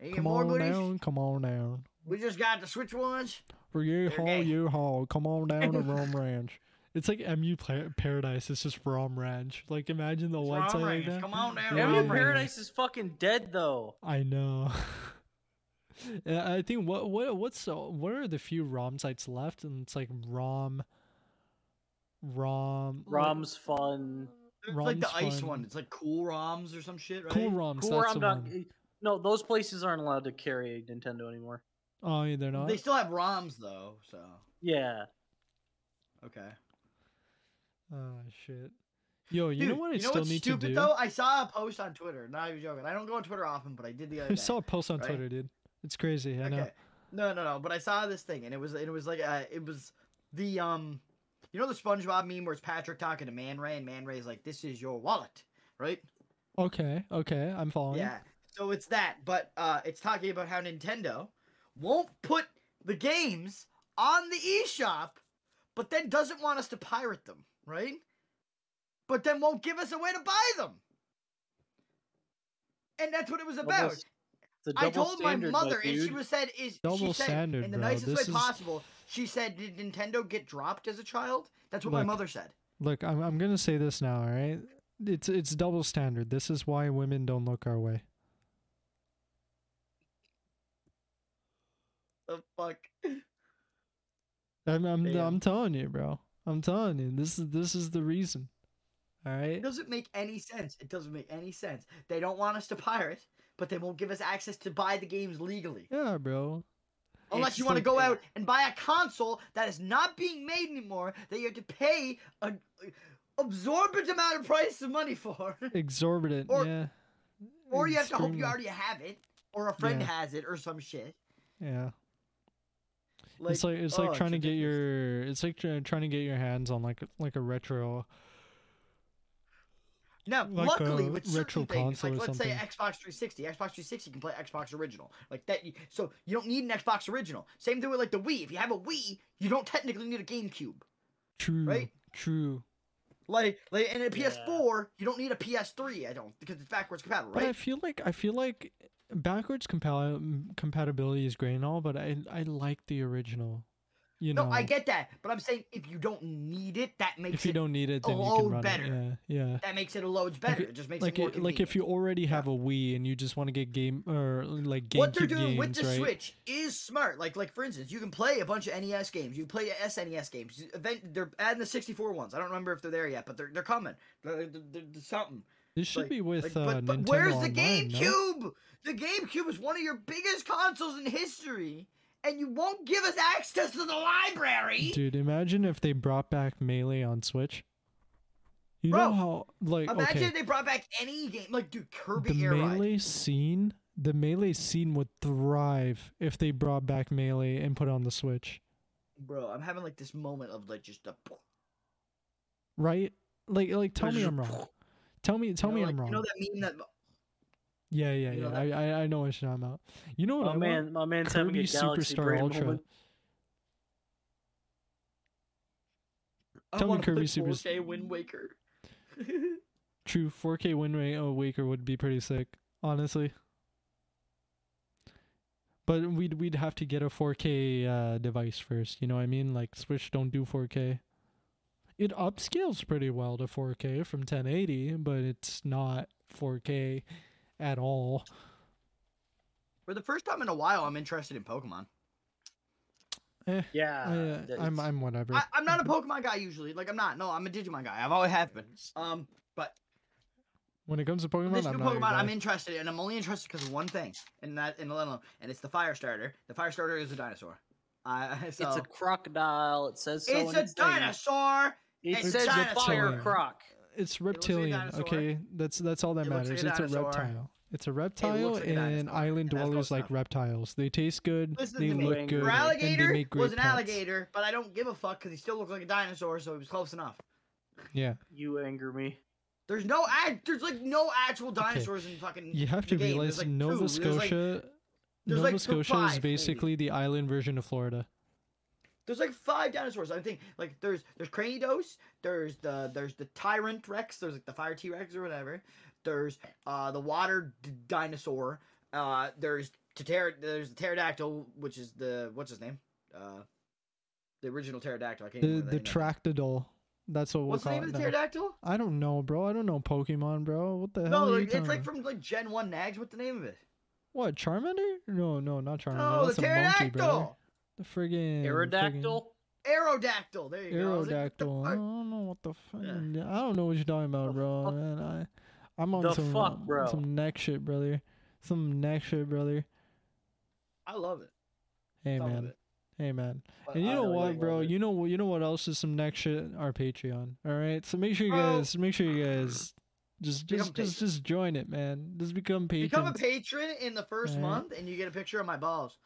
Speaker 2: You get
Speaker 1: Come
Speaker 2: more
Speaker 1: on
Speaker 2: goodies.
Speaker 1: down. Come on down.
Speaker 2: We just got the switch ones.
Speaker 1: You haul,
Speaker 2: gay.
Speaker 1: you haul. Come on down to Rum Ranch. It's like MU pla- Paradise. It's just Rum Ranch. Like imagine the
Speaker 2: It's
Speaker 1: website
Speaker 2: Rum
Speaker 1: like
Speaker 2: Ranch.
Speaker 1: that.
Speaker 2: Come on down,
Speaker 1: Yeah, yeah,
Speaker 3: Yeah,
Speaker 2: Rum
Speaker 1: yeah.
Speaker 2: Ranch.
Speaker 3: Paradise is fucking dead though.
Speaker 1: I know. And I think what what what's the- what are the few ROM sites left? And it's like ROM, ROM,
Speaker 3: Rom's fun.
Speaker 2: It's like the
Speaker 1: Rom's
Speaker 2: ice
Speaker 1: fun.
Speaker 2: one. It's like cool ROMs or some shit, right?
Speaker 1: Cool ROMs.
Speaker 3: Cool
Speaker 1: that's
Speaker 3: Rom
Speaker 1: the
Speaker 3: doc-
Speaker 1: one.
Speaker 3: No, those places aren't allowed to carry Nintendo anymore.
Speaker 1: Oh, yeah, they're not.
Speaker 2: They still have ROMs though, so
Speaker 3: Yeah.
Speaker 2: okay.
Speaker 1: oh shit. Yo, you know
Speaker 2: Dude,
Speaker 1: what I
Speaker 2: you know
Speaker 1: still
Speaker 2: what's
Speaker 1: need
Speaker 2: stupid
Speaker 1: to do?
Speaker 2: though? I saw a post on Twitter. Not even joking. I don't go on Twitter often, but I did the other
Speaker 1: I
Speaker 2: day.
Speaker 1: saw a post on
Speaker 2: right?
Speaker 1: Twitter, dude. It's crazy. I know.
Speaker 2: No, no, no. But I saw this thing, and it was, it was like, uh, it was the um, you know, the SpongeBob meme where it's Patrick talking to Man Ray, and Man Ray's like, "This is your wallet," right?
Speaker 1: Okay, okay, I'm following.
Speaker 2: Yeah. So it's that, but uh, it's talking about how Nintendo won't put the games on the eShop, but then doesn't want us to pirate them, right? But then won't give us a way to buy them. And that's what it was
Speaker 3: Well,
Speaker 2: about.
Speaker 3: that's the
Speaker 2: I
Speaker 3: double
Speaker 2: told my
Speaker 3: standard,
Speaker 2: mother,
Speaker 3: dude.
Speaker 2: and she was said is she
Speaker 1: Double
Speaker 2: said
Speaker 1: standard,
Speaker 2: in the
Speaker 1: bro.
Speaker 2: nicest
Speaker 1: This
Speaker 2: way
Speaker 1: is-
Speaker 2: possible. She said, "Did Nintendo get dropped as a child?" That's what my
Speaker 1: Look.
Speaker 2: mother said.
Speaker 1: Look, I'm I'm gonna say this now, all right? It's it's double standard. This is why women don't look our way.
Speaker 2: The fuck.
Speaker 1: I'm I'm,
Speaker 2: Damn.
Speaker 1: I'm telling you, bro. I'm telling you. This is this is the reason. All
Speaker 2: It
Speaker 1: right.
Speaker 2: doesn't make any sense. It doesn't make any sense. They don't want us to pirate, but they won't give us access to buy the games legally.
Speaker 1: Yeah, bro.
Speaker 2: Unless
Speaker 1: It's
Speaker 2: you want to
Speaker 1: like-
Speaker 2: go out and buy a console that is not being made anymore, that you have to pay an absorbent amount of price of money for,
Speaker 1: Exorbitant.
Speaker 2: Or-
Speaker 1: yeah.
Speaker 2: or you have to hope you
Speaker 1: Extremely.
Speaker 2: already have it, or a friend
Speaker 1: Yeah.
Speaker 2: has it, or some shit.
Speaker 1: Yeah.
Speaker 2: Like,
Speaker 1: it's like it's
Speaker 2: oh,
Speaker 1: like trying to get
Speaker 2: ridiculous.
Speaker 1: your it's like try- trying to get your hands on like like a retro.
Speaker 2: Now,
Speaker 1: like
Speaker 2: luckily,
Speaker 1: a
Speaker 2: with
Speaker 1: retro
Speaker 2: certain things,
Speaker 1: console
Speaker 2: like
Speaker 1: or
Speaker 2: let's say
Speaker 1: something.
Speaker 2: Xbox 360, Xbox 360 can play Xbox Original, like that. You, so you don't need an Xbox Original. Same thing with like the Wii. If you have a Wii, you don't technically need a GameCube.
Speaker 1: True.
Speaker 2: Right?
Speaker 1: True.
Speaker 2: Like, like and a
Speaker 3: Yeah.
Speaker 2: PS4, you don't need a PS3. I don't because it's backwards compatible,
Speaker 1: But I
Speaker 2: right?
Speaker 1: feel like I feel like backwards compa- compatibility is great and all, but I I like the original. You
Speaker 2: no,
Speaker 1: know.
Speaker 2: I get that, but I'm saying if you don't need it, that makes
Speaker 1: if you
Speaker 2: it
Speaker 1: don't need it,
Speaker 2: a
Speaker 1: then you
Speaker 2: load
Speaker 1: can run
Speaker 2: better.
Speaker 1: it. Yeah, yeah.
Speaker 2: that makes it a loads better.
Speaker 1: it-
Speaker 2: it just makes
Speaker 1: Like
Speaker 2: it more
Speaker 1: it, like if
Speaker 2: convenient.
Speaker 1: you already have a Wii and you just want to get game or like GameCube
Speaker 2: what they're doing
Speaker 1: games,
Speaker 2: with the
Speaker 1: right?
Speaker 2: Switch is smart. Like, like for instance, you can play a bunch of NES games. You play SNES games. You- Event, they're adding the 64 ones. I don't remember if they're there yet, but they're they're coming. They're, they're- they're- they're something.
Speaker 1: This should
Speaker 2: like-
Speaker 1: be with
Speaker 2: Like,
Speaker 1: uh,
Speaker 2: but but
Speaker 1: Nintendo
Speaker 2: where's the
Speaker 1: Online, no?
Speaker 2: GameCube? The GameCube is one of your biggest consoles in history, and you won't give us access to the library.
Speaker 1: Dude, imagine if they brought back Melee on Switch. You know
Speaker 2: Bro,
Speaker 1: how like
Speaker 2: Imagine
Speaker 1: okay,
Speaker 2: if they brought back any game, like dude, Kirby
Speaker 1: the
Speaker 2: Air Ride.
Speaker 1: Melee scene, the Melee scene would thrive if they brought back Melee and put it on the Switch,
Speaker 2: Bro, I'm having like this moment of like just a.
Speaker 1: right? Like like tell me I'm wrong. Tell me tell
Speaker 2: you know,
Speaker 1: me
Speaker 2: like,
Speaker 1: I'm wrong.
Speaker 2: You know that meme that
Speaker 1: yeah, yeah,
Speaker 2: you know
Speaker 1: yeah.
Speaker 2: that-
Speaker 1: I, I I know what you're talking about. You know what
Speaker 3: my
Speaker 1: I want?
Speaker 3: Oh, man, my man's having a
Speaker 1: Kirby
Speaker 3: galaxy
Speaker 1: Superstar
Speaker 3: brain
Speaker 1: Ultra.
Speaker 3: moment.
Speaker 2: I
Speaker 1: Tell me
Speaker 2: wanna play
Speaker 1: Kirby Super-
Speaker 2: 4K Wind Waker.
Speaker 1: True, 4K win rate oh, Waker would be pretty sick, honestly. But we'd we'd have to get a 4K uh, device first. You know what I mean? Like Switch don't do 4K. It upscales pretty well to 4K from 1080, but it's not 4K at all.
Speaker 2: For the first time in a while, I'm interested in Pokemon.
Speaker 3: Yeah,
Speaker 1: I, uh,
Speaker 3: that
Speaker 1: I'm
Speaker 3: it's-
Speaker 1: I'm whatever.
Speaker 2: I, I'm not a Pokemon guy usually. Like I'm not. No, I'm a Digimon guy. I've always have been. Um, but
Speaker 1: when it comes to Pokemon,
Speaker 2: this
Speaker 1: I'm
Speaker 2: new
Speaker 1: not your
Speaker 2: Pokemon, I'm
Speaker 1: guy.
Speaker 2: interested, in, and I'm only interested because of one thing, and that, and alone, and it's the Fire Starter. The Fire Starter is a dinosaur. Uh, so
Speaker 3: it's a crocodile. It says so.
Speaker 2: it's
Speaker 3: in
Speaker 2: a
Speaker 3: its name.
Speaker 2: dinosaur.
Speaker 3: It
Speaker 2: It's
Speaker 3: says
Speaker 2: dinosaur.
Speaker 3: fire croc.
Speaker 1: It's
Speaker 2: looks like a
Speaker 1: reptilian.
Speaker 2: dinosaur.
Speaker 1: okay, that's that's all that
Speaker 2: It looks like
Speaker 1: matters.
Speaker 2: a
Speaker 1: it's a
Speaker 2: dinosaur.
Speaker 1: reptile. It's a reptile,
Speaker 2: like a
Speaker 1: and
Speaker 2: dinosaur,
Speaker 1: island
Speaker 2: and that's
Speaker 1: dwellers
Speaker 2: close
Speaker 1: like
Speaker 2: enough.
Speaker 1: reptiles. They taste good.
Speaker 2: Listen
Speaker 1: they
Speaker 2: to me.
Speaker 1: look good.
Speaker 3: Your
Speaker 2: Your
Speaker 1: and they
Speaker 2: alligator
Speaker 1: make great
Speaker 2: was an
Speaker 1: pets.
Speaker 2: alligator, but I don't give a fuck because he still looked like a dinosaur, so he was close enough.
Speaker 1: Yeah,
Speaker 3: You anger me.
Speaker 2: There's no act. There's like no actual dinosaurs in fucking.
Speaker 1: you have to
Speaker 2: the game.
Speaker 1: realize
Speaker 2: There's, like,
Speaker 1: Nova
Speaker 2: two. There's, like-
Speaker 1: Scotia.
Speaker 2: there's,
Speaker 1: Nova
Speaker 2: like, two-
Speaker 1: Scotia
Speaker 2: five,
Speaker 1: is
Speaker 2: maybe.
Speaker 1: basically the island version of Florida.
Speaker 2: There's like five dinosaurs. I think like there's there's Cranidos, there's the there's the Tyrant Rex, there's like the Fire T Rex or whatever. There's uh the Water d- dinosaur. Uh, there's Pter- there's the pterodactyl, which is the what's his name? Uh, the original pterodactyl. I can't
Speaker 1: The
Speaker 2: remember
Speaker 1: the
Speaker 2: that name.
Speaker 1: Tractodol. That's what we'll
Speaker 2: What's the
Speaker 1: call
Speaker 2: name
Speaker 1: it.
Speaker 2: of the
Speaker 1: now.
Speaker 2: pterodactyl?
Speaker 1: I don't know, bro. I don't know Pokemon, bro. What the
Speaker 2: No,
Speaker 1: hell? are you
Speaker 2: like, it's
Speaker 1: talking
Speaker 2: like
Speaker 1: about?
Speaker 2: from like Gen One Nags. What's the name of it?
Speaker 1: what Charmander? No, no, not Charmander.
Speaker 2: No,
Speaker 1: That's
Speaker 2: the
Speaker 1: a monkey, brother.
Speaker 2: pterodactyl,
Speaker 1: The friggin'
Speaker 3: Aerodactyl.
Speaker 2: aerodactyl. There
Speaker 1: friggin'
Speaker 2: you go. I was like, what the
Speaker 1: Aerodactyl. I
Speaker 2: fuck?
Speaker 1: don't know what the fuck.
Speaker 2: Yeah.
Speaker 1: I don't know what you're talking about,
Speaker 3: The
Speaker 1: bro.
Speaker 3: fuck-
Speaker 1: Man, I, I'm on
Speaker 3: The
Speaker 1: some
Speaker 3: fuck, bro?
Speaker 1: some neck shit, brother. Some neck shit, brother.
Speaker 2: I love it.
Speaker 1: Hey
Speaker 2: Some of
Speaker 1: man,
Speaker 2: it.
Speaker 1: hey man.
Speaker 2: But
Speaker 1: And you
Speaker 2: I
Speaker 1: know
Speaker 2: really
Speaker 1: what,
Speaker 2: love
Speaker 1: bro?
Speaker 2: it.
Speaker 1: You know what? You know what else is some next shit? Our Patreon. All right. So make sure you
Speaker 2: Bro.
Speaker 1: guys, make sure you guys, just
Speaker 2: Become
Speaker 1: just just just join it, man. Just become patrons.
Speaker 2: become a patron in the first
Speaker 1: Alright.
Speaker 2: month, and you get a picture of my balls.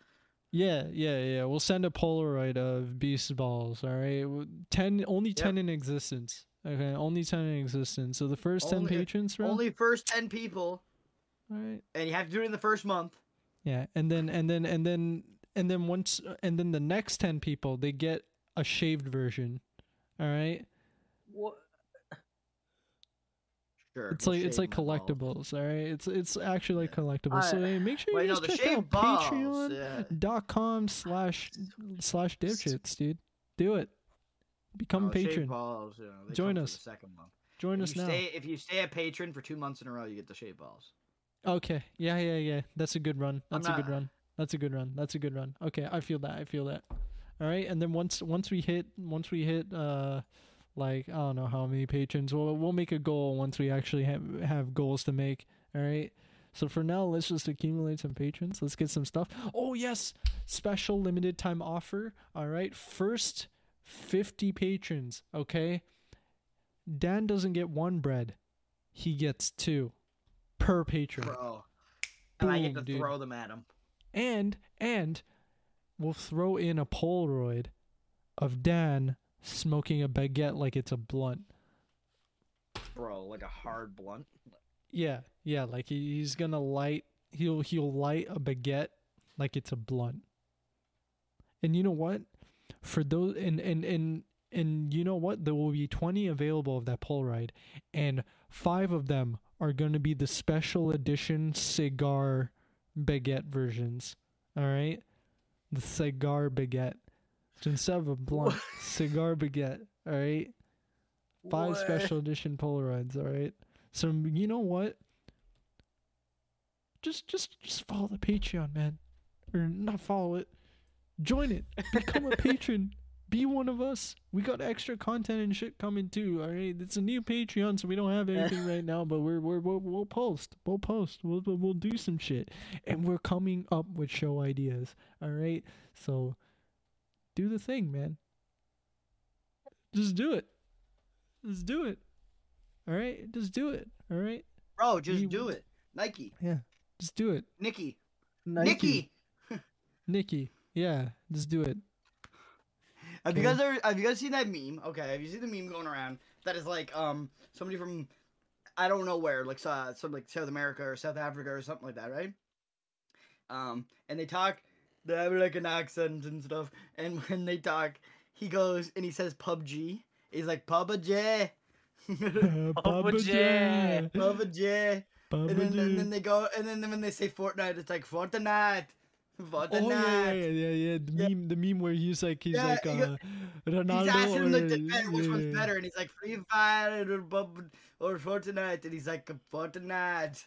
Speaker 1: yeah, yeah, yeah. We'll send a Polaroid of Beast Balls. All right. W- Ten, only ten in existence. Okay, only ten in existence. So the first ten
Speaker 2: Only-
Speaker 1: patrons, bro.
Speaker 2: Only first ten people,
Speaker 1: all right.
Speaker 2: and you have to do it in the first month.
Speaker 1: Yeah, and then and then and then and then once uh, and then the next ten people they get a shaved version. All right.
Speaker 3: What?
Speaker 2: Sure.
Speaker 1: It's
Speaker 2: we'll
Speaker 1: like it's
Speaker 2: shave
Speaker 1: like
Speaker 2: my balls.
Speaker 1: collectibles, all right. It's it's actually like collectibles. so
Speaker 3: I-
Speaker 1: hey, make sure
Speaker 2: Wait,
Speaker 1: you
Speaker 2: no,
Speaker 1: guys
Speaker 2: the
Speaker 1: check out
Speaker 2: shaved balls.
Speaker 1: Patreon
Speaker 2: yeah.
Speaker 1: dot com slash slash dipshits, dude. Do it. Become
Speaker 2: No,
Speaker 1: a
Speaker 2: Oh, shaved
Speaker 1: patron.
Speaker 2: balls, you know, they
Speaker 1: Join
Speaker 2: come for
Speaker 1: us.
Speaker 2: the second month.
Speaker 1: Join
Speaker 2: If
Speaker 1: us
Speaker 2: you
Speaker 1: now.
Speaker 2: Stay, if you stay a patron for two months in a row, you get the shave balls.
Speaker 1: Okay. Yeah, yeah, yeah. That's a good run.
Speaker 2: I'm
Speaker 1: That's a good
Speaker 2: not-
Speaker 1: run. That's a good run. That's a good run. Okay, I feel that. I feel that. All right, and then once once we hit once we hit uh like I don't know how many patrons we'll we'll make a goal once we actually have have goals to make. All right. So for now, let's just accumulate some patrons. Let's get some stuff. Oh yes, special limited time offer. All right, first fifty patrons. Okay. Dan doesn't get one bread; he gets two per patron
Speaker 2: Bro. And I get to
Speaker 1: Boom, dude.
Speaker 2: throw them at him.
Speaker 1: and and we'll throw in a Polaroid of Dan smoking a baguette like it's a blunt.
Speaker 2: Bro, like a hard blunt.
Speaker 1: Yeah, yeah, like he, he's gonna light. He'll he'll light a baguette like it's a blunt. And you know what? For those and and and and you know what? There will be twenty available of that Polaroid, and five of them are gonna be the special edition cigar baguette versions. All right, the cigar baguette. So instead of a blunt, cigar baguette. All right five
Speaker 3: What?
Speaker 1: special edition Polaroids. All right. So you know what? Just just just follow the Patreon, man, or not follow it. Join it. Become a patron. Be one of us. We got extra content and shit coming too. All right. It's a new Patreon, so we don't have anything right now, but we're we're we'll, we'll post. We'll post. We'll we'll we'll do some shit, and we're coming up with show ideas. All right. So do the thing, man. Just do it. Just do it. All right, just do it. All right,
Speaker 2: Bro, just
Speaker 1: You-
Speaker 2: do it. Nike.
Speaker 1: just do it,
Speaker 2: Nikki.
Speaker 3: Nike.
Speaker 2: Nikki.
Speaker 1: Nikki. Yeah, just do it.
Speaker 2: Have you guys ever, have you guys seen that meme? Okay, have you seen the meme going around that is like um somebody from I don't know where, like uh, some like South America or South Africa or something like that, right? Um, and they talk, they have like an accent and stuff, and when they talk, he goes and he says PUBG. He's like PUBG, PUBG,
Speaker 1: Papa
Speaker 3: Jay.
Speaker 1: Papa
Speaker 2: Oh, and then, and then
Speaker 1: Jay.
Speaker 2: they go, and then when they say Fortnite, it's like Fortnite, Fortnite.
Speaker 1: Oh yeah, yeah, yeah, yeah. The
Speaker 2: Yeah.
Speaker 1: meme, the meme where he's like, he's
Speaker 2: Yeah,
Speaker 1: like,
Speaker 2: he
Speaker 1: uh,
Speaker 2: go-
Speaker 1: Ronaldo.
Speaker 2: He's asking him like
Speaker 1: or-
Speaker 2: the debate which
Speaker 1: yeah.
Speaker 2: one's better, and he's like Free Fire or Pub or Fortnite, and he's like Fortnite,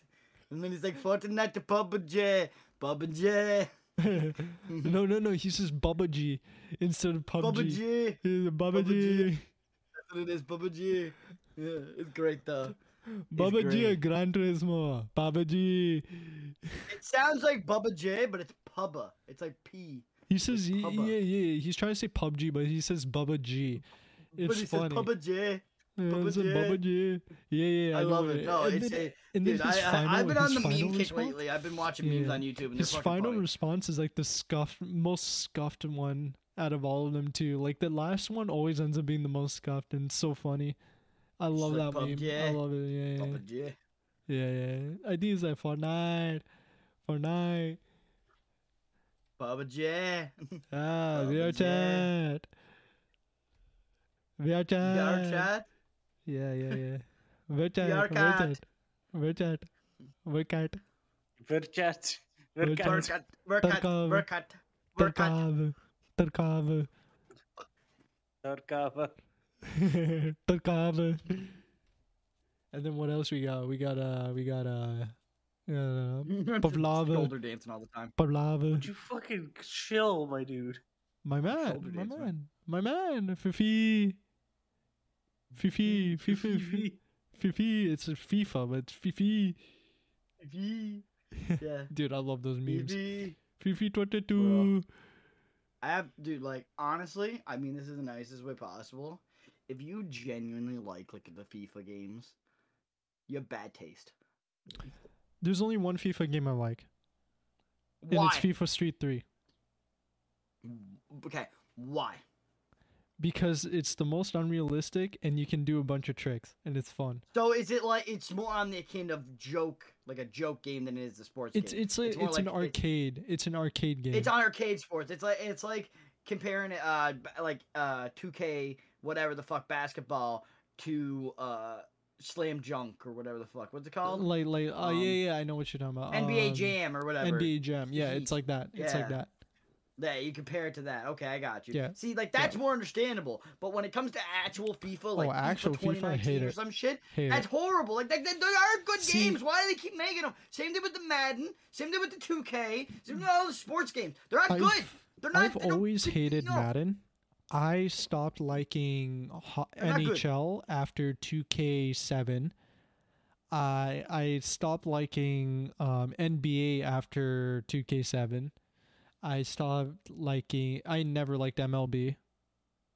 Speaker 2: and then he's like Fortnite to PUBG, PUBG,
Speaker 1: no, no, no. He's just Bubba G instead of PUBG.
Speaker 2: PUBG,
Speaker 1: He's a Bubba G.
Speaker 2: that's what it is, PUBG. Yeah, it's great though.
Speaker 1: Bubba G.
Speaker 2: great.
Speaker 1: a Gran Turismo. Bubba G.
Speaker 2: It sounds like Bubba J, but it's Pubba. It's like P.
Speaker 1: He says, yeah,
Speaker 2: Bubba.
Speaker 1: yeah, yeah. He's trying to say PUBG, but he says Bubba G. It's
Speaker 2: but he
Speaker 1: funny.
Speaker 2: says Pubba J.
Speaker 1: Yeah,
Speaker 2: Bubba
Speaker 1: it's a
Speaker 2: J.
Speaker 1: Bubba J. Yeah, yeah, yeah.
Speaker 2: I
Speaker 1: know
Speaker 2: love
Speaker 1: what
Speaker 2: it. No,
Speaker 1: and
Speaker 2: it's
Speaker 1: then,
Speaker 2: a,
Speaker 1: and then
Speaker 2: dude. I,
Speaker 1: his final,
Speaker 2: I, I've been
Speaker 1: his
Speaker 2: on the meme
Speaker 1: final
Speaker 2: kick
Speaker 1: response,
Speaker 2: lately. I've been watching memes
Speaker 1: Yeah.
Speaker 2: on YouTube, and they're
Speaker 1: His
Speaker 2: fucking
Speaker 1: final
Speaker 2: funny.
Speaker 1: response is like the scuffed, most scuffed one out of all of them too. Like the last one always ends up being the most scuffed, and it's so funny. I love
Speaker 2: like
Speaker 1: that meme. I
Speaker 2: PUBG.
Speaker 1: love it. Yeah, yeah,
Speaker 2: Pubba J.
Speaker 1: yeah. yeah, yeah. I think it's like Fortnite, Fortnite.
Speaker 2: Bubba J.
Speaker 1: Ah,
Speaker 2: Oh,
Speaker 1: VR
Speaker 2: yeah.
Speaker 1: chat. VR
Speaker 2: Yar
Speaker 1: chat.
Speaker 2: chat.
Speaker 1: Yeah, yeah, yeah. VR
Speaker 2: VR
Speaker 1: chat. VR
Speaker 2: cat.
Speaker 1: chat. VR chat. VR cat.
Speaker 4: Verkat.
Speaker 1: Verkat.
Speaker 4: Verkat.
Speaker 2: Workout. Workout.
Speaker 1: Tarkov.
Speaker 2: Workout. Workout.
Speaker 1: Tarkov. Tarkov.
Speaker 4: Verkava.
Speaker 1: Tarkov. And then what else we got? We got uh we got uh uh Pavlova.
Speaker 2: Shoulder dancing all the time.
Speaker 1: Pavlov.
Speaker 4: Would you fucking chill, my dude?
Speaker 1: My man,
Speaker 2: shoulder
Speaker 1: my
Speaker 2: dates, man.
Speaker 1: man, my man, Fifi. Fifi, Fifi, Fifi, Fifi. It's a FIFA, but it's Fifi.
Speaker 2: Yeah.
Speaker 1: Dude, I love those memes.
Speaker 2: Fifi.
Speaker 1: Fifi 22.
Speaker 2: I have, dude, like, honestly, I mean, this is the nicest way possible. If you genuinely like, like, the FIFA games, you have bad taste.
Speaker 1: There's only one FIFA game I like, and
Speaker 2: Why?
Speaker 1: it's FIFA Street 3
Speaker 2: okay, why?
Speaker 1: because it's the most unrealistic, and you can do a bunch of tricks, and it's fun.
Speaker 2: So is it like, it's more on the kind of joke, like a joke game than it is the sports
Speaker 1: It's
Speaker 2: game?
Speaker 1: it's a, it's,
Speaker 2: more
Speaker 1: an
Speaker 2: like-
Speaker 1: arcade. It's an arcade game.
Speaker 2: It's on arcade sports. It's like, it's like comparing, uh, b- like, uh, 2K, whatever the fuck, basketball to, uh, Slam Junk or whatever the fuck. What's it called?
Speaker 1: like like oh
Speaker 2: um,
Speaker 1: yeah yeah I know what you're talking about.
Speaker 2: NBA
Speaker 1: Um,
Speaker 2: Jam or whatever.
Speaker 1: NBA Jam. Yeah, it's
Speaker 2: Heat.
Speaker 1: like that. It's like
Speaker 2: Yeah.
Speaker 1: that.
Speaker 2: That you compare it to that. Okay, I got you.
Speaker 1: Yeah. Oh,
Speaker 2: See, like that's more understandable. But when it comes to actual FIFA, like
Speaker 1: actual FIFA,
Speaker 2: FIFA
Speaker 1: I
Speaker 2: 2019
Speaker 1: hate
Speaker 2: or
Speaker 1: it.
Speaker 2: some shit,
Speaker 1: Hate it.
Speaker 2: that's horrible. Like, like, there are good
Speaker 1: See-
Speaker 2: games. Why do they keep making them? Same thing with the Madden. Same thing with the 2K. Same thing with all the sports games. They're not
Speaker 1: I've-
Speaker 2: good. They're not.
Speaker 1: I've
Speaker 2: they don't-
Speaker 1: always
Speaker 2: they-
Speaker 1: hated
Speaker 2: no.
Speaker 1: Madden. I stopped liking ho-
Speaker 2: They're not good.
Speaker 1: NHL after 2K7. I I stopped liking um, NBA after 2K7. I stopped liking. I never liked MLB.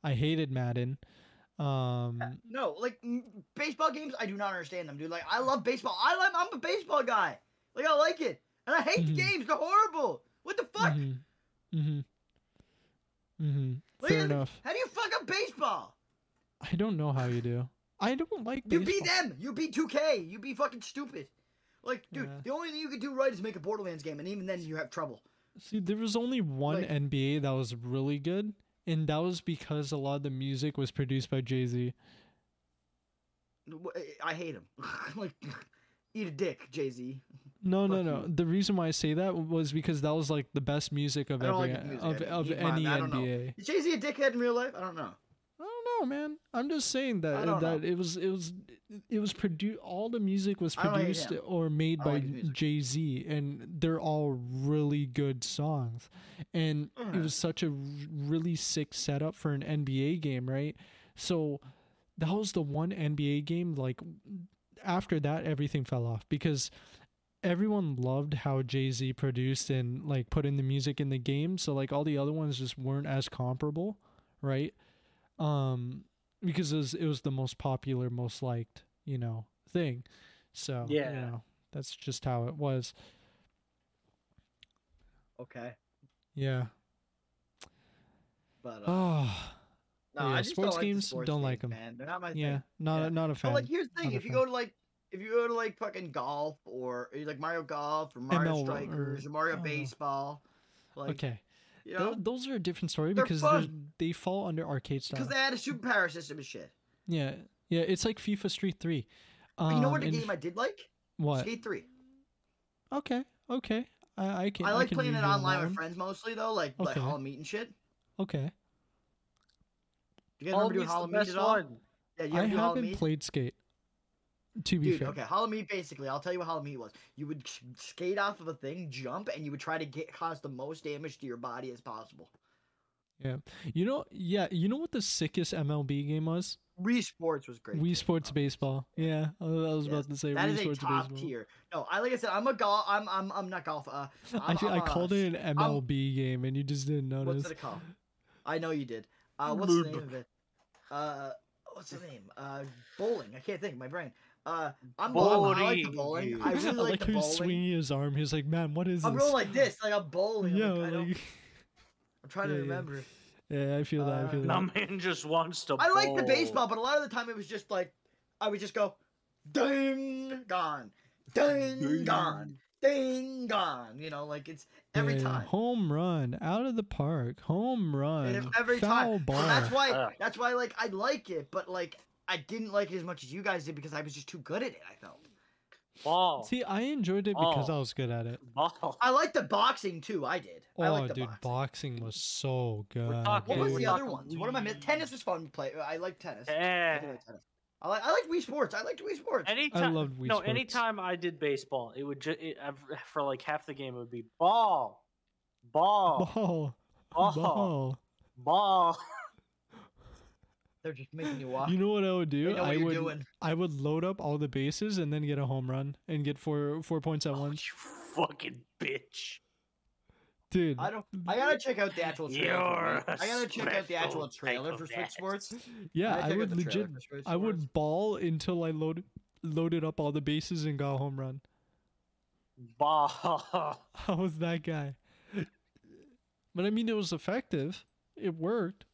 Speaker 1: I hated Madden.
Speaker 2: Uh,
Speaker 1: Um,
Speaker 2: No, like m- baseball games, I do not understand them, dude. Like I love baseball. I like. I'm a baseball guy. Like I like it, and I hate the
Speaker 1: Mhm.
Speaker 2: games. They're horrible. What the fuck?
Speaker 1: hmm hmm hmm
Speaker 2: Like,
Speaker 1: Fair
Speaker 2: how do-
Speaker 1: enough.
Speaker 2: How do you fuck up baseball?
Speaker 1: I don't know how you do. I don't like
Speaker 2: You
Speaker 1: baseball.
Speaker 2: be them. You be 2K. You be fucking stupid. Like, dude,
Speaker 1: Yeah.
Speaker 2: the only thing you could do right is make a Borderlands game, and even then you have trouble.
Speaker 1: See, there was only one
Speaker 2: Like-
Speaker 1: NBA that was really good, and that was because a lot of the music was produced by Jay Z.
Speaker 2: Wh- I hate him. like, eat a dick, Jay Z.
Speaker 1: No, no,
Speaker 2: Fuck
Speaker 1: no. The reason why I say that was because that was like the best music of
Speaker 2: I don't
Speaker 1: every
Speaker 2: like his music. I
Speaker 1: of,
Speaker 2: mean,
Speaker 1: of
Speaker 2: he's mine.
Speaker 1: any
Speaker 2: I don't know.
Speaker 1: NBA.
Speaker 2: Is Jay Z a dickhead in real life? I don't know.
Speaker 1: I don't know, man. I'm just saying
Speaker 2: I
Speaker 1: that
Speaker 2: don't
Speaker 1: that it was it was it was produced. All the music was
Speaker 2: I don't hate
Speaker 1: produced
Speaker 2: him.
Speaker 1: or made
Speaker 2: I
Speaker 1: by
Speaker 2: don't like his music.
Speaker 1: Jay Z, and they're all really good songs. And it
Speaker 2: Mhm.
Speaker 1: was such a r- really sick setup for an NBA game, right? So that was the one NBA game. Like after that, everything fell off because everyone loved how Jay Z produced and like put in the music in the game. So like all the other ones just weren't as comparable, right? Um, because it was it was the most popular, most liked, you know, thing. So you
Speaker 4: Yeah.
Speaker 1: know, that's just how it was.
Speaker 2: Okay,
Speaker 1: Yeah.
Speaker 2: but uh,
Speaker 1: Oh,
Speaker 2: no,
Speaker 1: yeah,
Speaker 2: I just
Speaker 1: sports
Speaker 2: don't like the
Speaker 1: games,
Speaker 2: sports
Speaker 1: don't
Speaker 2: games,
Speaker 1: like 'em.
Speaker 2: Man, they're not my
Speaker 1: yeah.
Speaker 2: thing.
Speaker 1: Not
Speaker 2: yeah.
Speaker 1: not a
Speaker 2: But
Speaker 1: fan.
Speaker 2: like, here's the thing:
Speaker 1: Not a
Speaker 2: if you
Speaker 1: fan.
Speaker 2: go to like, if you go to like fucking golf or eh, like Mario Golf or Mario
Speaker 1: ML or-
Speaker 2: Strikers or Mario
Speaker 1: oh, no.
Speaker 2: Baseball, like,
Speaker 1: okay.
Speaker 2: you know,
Speaker 1: Tho- those are a different story
Speaker 2: They're
Speaker 1: because they're-
Speaker 2: fun.
Speaker 1: they fall under arcade style.
Speaker 2: because they had a superpower system and shit.
Speaker 1: yeah. Yeah. It's like FIFA Street Three. Um,
Speaker 2: But you know what a
Speaker 1: and
Speaker 2: game I did like?
Speaker 1: what?
Speaker 2: Skate 3.
Speaker 1: Okay. Okay. I, I can.
Speaker 2: I like
Speaker 1: can
Speaker 2: playing
Speaker 1: read
Speaker 2: it
Speaker 1: you on that
Speaker 2: online with
Speaker 1: one.
Speaker 2: friends mostly though, like like
Speaker 1: Okay.
Speaker 2: Hollow Meat and shit.
Speaker 1: Okay.
Speaker 2: Do you guys
Speaker 4: All
Speaker 2: remember doing
Speaker 4: meets the
Speaker 2: Hollow Meat
Speaker 4: best
Speaker 2: at all?
Speaker 4: one.
Speaker 2: Yeah, you
Speaker 1: I
Speaker 2: ever do Hollow
Speaker 1: haven't
Speaker 2: Meat?
Speaker 1: played Skate. To be
Speaker 2: Dude,
Speaker 1: fair.
Speaker 2: okay, Hollow Meat basically, I'll tell you what Hollow Meat was. You would s- skate off of a thing, jump, and you would try to get cause the most damage to your body as possible.
Speaker 1: You know, yeah, you know what the sickest MLB game was?
Speaker 2: Wii Sports was great.
Speaker 1: Wii
Speaker 2: too,
Speaker 1: Sports
Speaker 2: obviously.
Speaker 1: Baseball. Yeah, I was I was
Speaker 2: Yes,
Speaker 1: about to say
Speaker 2: That
Speaker 1: Wii
Speaker 2: is a
Speaker 1: Sports
Speaker 2: top
Speaker 1: Baseball.
Speaker 2: tier. No, I like I said, I'm a golf. I'm I'm I'm not golf. Uh,
Speaker 1: I,
Speaker 2: I'm-
Speaker 1: thi-
Speaker 2: I'm
Speaker 1: I
Speaker 2: a
Speaker 1: called
Speaker 2: s-
Speaker 1: it an MLB game and you just didn't notice.
Speaker 2: What's it called? I know you did. Uh, what's the name
Speaker 4: Lube.
Speaker 2: of it? Uh, what's the name? Uh, bowling. I can't think. My brain. Uh, I'm bowling. I like the
Speaker 4: Bowling.
Speaker 2: bowling. I really
Speaker 1: I
Speaker 2: like,
Speaker 1: like
Speaker 2: the
Speaker 1: who's
Speaker 2: bowling.
Speaker 1: swinging his arm. He's like, man, what is
Speaker 2: I'm
Speaker 1: this?
Speaker 2: going like this, like I'm bowling.
Speaker 1: yeah,
Speaker 2: I'm, like, I don't,
Speaker 1: like-
Speaker 2: I'm trying to
Speaker 1: yeah, yeah.
Speaker 2: remember.
Speaker 1: yeah, I feel that. I
Speaker 2: Uh,
Speaker 1: feel
Speaker 4: That
Speaker 1: that.
Speaker 4: man just wants to.
Speaker 2: I like the
Speaker 4: bowl.
Speaker 2: baseball, but a lot of the time it was just like I would just go, ding gone, ding gone. ding gone. You know, like it's every
Speaker 1: Yeah,
Speaker 2: time.
Speaker 1: Home run, out of the park, home run,
Speaker 2: And every
Speaker 1: foul
Speaker 2: time.
Speaker 1: ball.
Speaker 2: So that's why
Speaker 4: Ugh.
Speaker 2: that's why like I like it, but like I didn't like it as much as you guys did because I was just too good at it, I felt.
Speaker 4: Ball.
Speaker 1: See, I enjoyed it because
Speaker 4: Oh.
Speaker 1: I was good at it.
Speaker 4: Ball.
Speaker 2: I liked the boxing too, I did.
Speaker 1: Oh,
Speaker 2: I liked the
Speaker 1: dude,
Speaker 2: boxing.
Speaker 1: boxing. was so good.
Speaker 4: talking-
Speaker 2: what
Speaker 1: dude.
Speaker 2: was
Speaker 4: we're
Speaker 2: the other
Speaker 4: talking
Speaker 2: ones? What am I missing?
Speaker 4: Wii.
Speaker 2: Tennis was fun to play. I like tennis. I,
Speaker 4: Yeah.
Speaker 2: did like tennis. I like I like Wii Sports. I liked Wii Sports.
Speaker 4: Anytime.
Speaker 1: loved Wii
Speaker 4: no,
Speaker 1: Sports.
Speaker 4: anytime I did baseball, it would just for like half the game it would be ball, ball,
Speaker 1: Ball,
Speaker 4: ball, ball.
Speaker 1: ball.
Speaker 2: They're just making you walk.
Speaker 1: You know what I would do?
Speaker 2: They know what
Speaker 1: I
Speaker 2: you're
Speaker 1: would
Speaker 2: doing.
Speaker 1: I would load up all the bases and then get a home run and get four four points at
Speaker 4: Oh, you
Speaker 1: once.
Speaker 4: fucking bitch.
Speaker 1: Dude,
Speaker 2: I don't. I gotta check out the actual trailer. for
Speaker 4: You're
Speaker 2: Wii. I gotta check out the
Speaker 4: special
Speaker 2: actual
Speaker 4: type
Speaker 2: trailer
Speaker 4: of
Speaker 2: for Switch
Speaker 4: ass.
Speaker 2: Sports.
Speaker 1: yeah,
Speaker 2: gotta
Speaker 1: I
Speaker 2: check out
Speaker 1: would
Speaker 2: the trailer
Speaker 1: legit
Speaker 2: for Switch
Speaker 1: I
Speaker 2: Sports.
Speaker 1: would ball until I load loaded up all the bases and got a home run.
Speaker 4: Ball.
Speaker 1: I was that guy. But I mean, it was effective. It worked.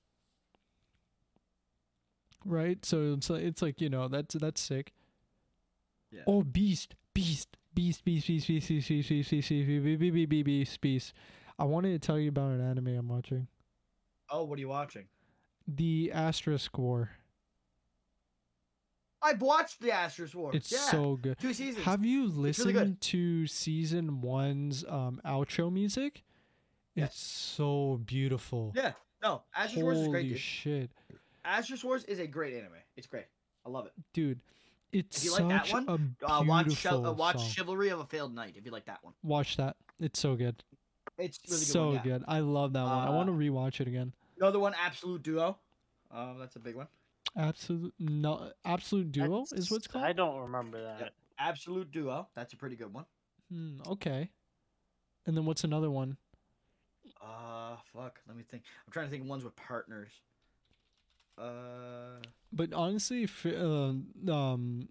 Speaker 1: Right? So it's like, it's like you know that's that's sick.
Speaker 2: Yeah.
Speaker 1: Oh, beast, beast, beast, beast, beast, beast, beast, beast, beast, beast, beast, beast, beast, beast, beast, beast, beast. I wanted to tell you about an anime I'm watching.
Speaker 2: Oh, what are you watching?
Speaker 1: The Asterisk War.
Speaker 2: I've watched the Asterisk War.
Speaker 1: It's
Speaker 2: Oh, yeah,
Speaker 1: so good.
Speaker 2: two seasons.
Speaker 1: Have you
Speaker 2: It's
Speaker 1: listened
Speaker 2: really good.
Speaker 1: to season one's um outro music?
Speaker 2: Yes.
Speaker 1: It's so beautiful.
Speaker 2: Yeah. No, Asterisk Wars is great.
Speaker 1: Holy
Speaker 2: Dude.
Speaker 1: shit.
Speaker 2: Asterisk Wars is a great anime. It's great. I love it.
Speaker 1: dude it's
Speaker 2: If you
Speaker 1: such
Speaker 2: like that one,
Speaker 1: a beautiful
Speaker 2: Uh, watch Shel- uh, watch
Speaker 1: song.
Speaker 2: Chivalry of a Failed Knight if you like that one.
Speaker 1: watch that it's so good
Speaker 2: It's really good.
Speaker 1: so
Speaker 2: one, yeah.
Speaker 1: good i love that one i
Speaker 2: Uh,
Speaker 1: want to rewatch it again
Speaker 2: Another one, Absolute Duo. Um, that's a big one.
Speaker 1: absolute no absolute duo is what's
Speaker 4: I
Speaker 1: called
Speaker 4: don't remember that.
Speaker 2: Yep. Absolute Duo. That's a pretty good one.
Speaker 1: Hmm, okay and then what's another one
Speaker 2: Uh, fuck. Let me think. I'm trying to think of ones with partners. Uh,
Speaker 1: but honestly if, uh, um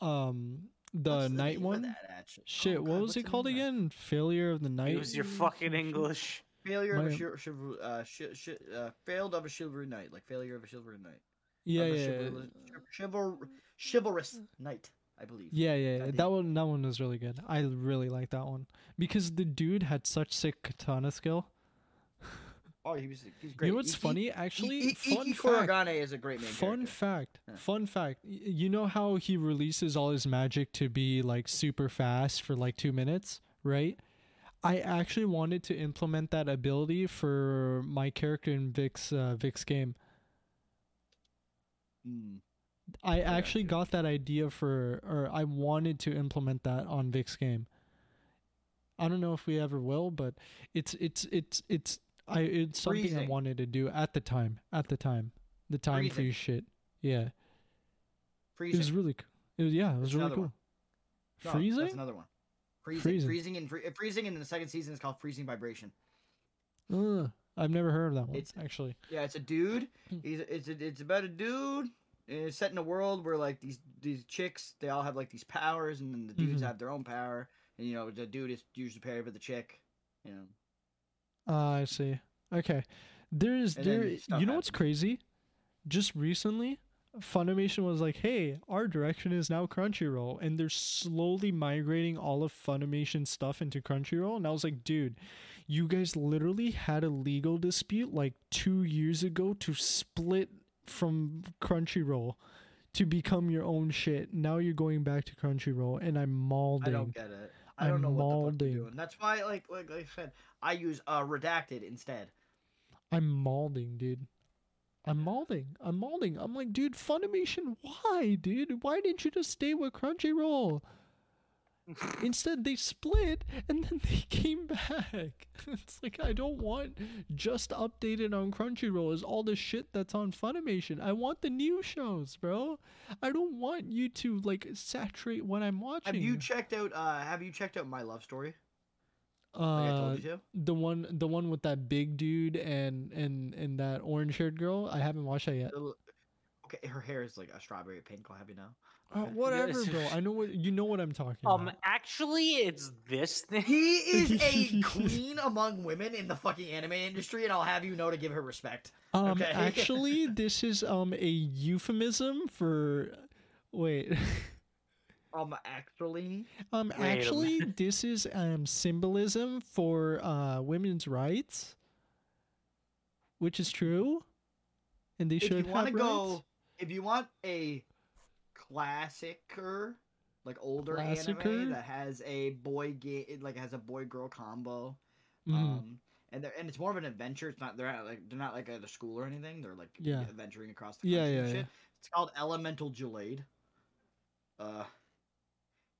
Speaker 1: um the
Speaker 2: what's
Speaker 1: night
Speaker 2: name of
Speaker 1: one
Speaker 2: that actually? Oh,
Speaker 1: shit
Speaker 2: God,
Speaker 1: what was
Speaker 2: what's
Speaker 1: it
Speaker 2: the
Speaker 1: called
Speaker 2: name of that?
Speaker 1: again failure of the night
Speaker 4: It was your fucking English.
Speaker 2: Failure of a
Speaker 1: My-
Speaker 2: shi- Chival- uh, shi- shi- uh, failed of a chivalry knight, like failure of a chivalry knight.
Speaker 1: yeah
Speaker 2: of a
Speaker 1: yeah
Speaker 2: chivalrous, chival- chivalrous knight, I believe.
Speaker 1: Yeah, yeah, yeah.
Speaker 2: Goddamn.
Speaker 1: that one. That one was really good. I really like that one because the dude had such sick katana skill.
Speaker 2: Oh, he was he's great. E,
Speaker 1: You know what's
Speaker 2: Iki-
Speaker 1: funny?
Speaker 2: I-
Speaker 1: Actually,
Speaker 2: I-
Speaker 1: fun
Speaker 2: Iki
Speaker 1: fact.
Speaker 2: Kuragane is a great main
Speaker 1: Fun
Speaker 2: character.
Speaker 1: fact.
Speaker 2: Yeah.
Speaker 1: Fun fact. Y- You know how he releases all his magic to be like super fast for like two minutes, right? I actually wanted to implement that ability for my character in Vic's uh, Vic's game.
Speaker 2: Mm.
Speaker 1: I
Speaker 2: I
Speaker 1: actually got
Speaker 2: gotcha.
Speaker 1: that idea for, or I wanted to implement that on Vic's game. I don't know if we ever will, but it's it's it's it's I it's something I
Speaker 2: Freezing.
Speaker 1: wanted to do at the time. At the time, the time
Speaker 2: Freezing.
Speaker 1: freeze shit. Yeah, it
Speaker 2: Freezing.
Speaker 1: was really. c- It was yeah, it was
Speaker 2: That's
Speaker 1: really
Speaker 2: another one.
Speaker 1: cool.
Speaker 2: No,
Speaker 1: freezing.
Speaker 2: That's another one. Freezing.
Speaker 1: Freezing.
Speaker 2: Freezing. and free- freezing in the second season is called Freezing Vibration.
Speaker 1: Ugh, I've never heard of that one
Speaker 2: It's-
Speaker 1: actually.
Speaker 2: Yeah, it's a dude.
Speaker 1: Hmm.
Speaker 2: He's it's a, it's about a dude. And it's set in a world where like these these chicks, they all have like these powers, and then the dudes
Speaker 1: Mhm.
Speaker 2: have their own power. And you know, the dude is usually paired with the chick. You know,
Speaker 1: Ah, I see. Okay, there is
Speaker 2: And then
Speaker 1: there.
Speaker 2: stuff
Speaker 1: You know what's
Speaker 2: happens.
Speaker 1: crazy? Just recently, Funimation was like, "Hey, our direction is now Crunchyroll," and they're slowly migrating all of Funimation stuff into Crunchyroll. And I was like, "Dude, you guys literally had a legal dispute like two years ago to split from Crunchyroll." To become your own shit. Now you're going back to Crunchyroll, and I'm
Speaker 2: I
Speaker 1: maulding.
Speaker 2: don't get it. I
Speaker 1: I'm
Speaker 2: don't know what the fuck
Speaker 1: molding.
Speaker 2: you're doing. That's why, like, like I said, I use uh, redacted instead.
Speaker 1: I'm mauling, dude. I'm
Speaker 2: Uh-huh.
Speaker 1: mauling. I'm mauling. I'm like, dude, Funimation, why, dude? Why didn't you just stay with Crunchyroll? Instead, they split and then they came back. It's like, I don't want just updated on Crunchyroll, is all the shit that's on Funimation. I want the new shows, bro. I don't want you to, like, saturate what I'm watching.
Speaker 2: Have you checked out? uh Have you checked out my love story? Like I
Speaker 1: uh,
Speaker 2: told you to.
Speaker 1: the one the one with that big dude and and and that orange haired girl i haven't watched that yet
Speaker 2: The l- Okay, her hair is like a strawberry pink. I'll have you know.
Speaker 1: Uh,
Speaker 2: Okay.
Speaker 1: whatever,
Speaker 4: Yes.
Speaker 1: bro. I know what you know what I'm talking
Speaker 4: Um,
Speaker 1: about.
Speaker 4: actually, it's this thing.
Speaker 2: He is a queen among women in the fucking anime industry, and I'll have you know to give her respect.
Speaker 1: Um,
Speaker 2: okay.
Speaker 1: actually, this is um a euphemism for wait.
Speaker 2: Um, actually,
Speaker 1: Um,
Speaker 4: a
Speaker 1: actually, this is um symbolism for uh women's rights, which is true, and they
Speaker 2: if you
Speaker 1: should
Speaker 2: want
Speaker 1: have
Speaker 2: to
Speaker 1: rights.
Speaker 2: go, if you want a classicer, like older
Speaker 1: Classicer?
Speaker 2: anime that has a boy game, like has a boy girl combo,
Speaker 1: Mhm.
Speaker 2: um, and they're and it's more of an adventure. It's not they're not like they're not like at a school or anything. They're like
Speaker 1: Yeah.
Speaker 2: adventuring across the
Speaker 1: Yeah,
Speaker 2: country. and
Speaker 1: yeah,
Speaker 2: shit.
Speaker 1: yeah.
Speaker 2: It's called Elemental Gelade. Uh,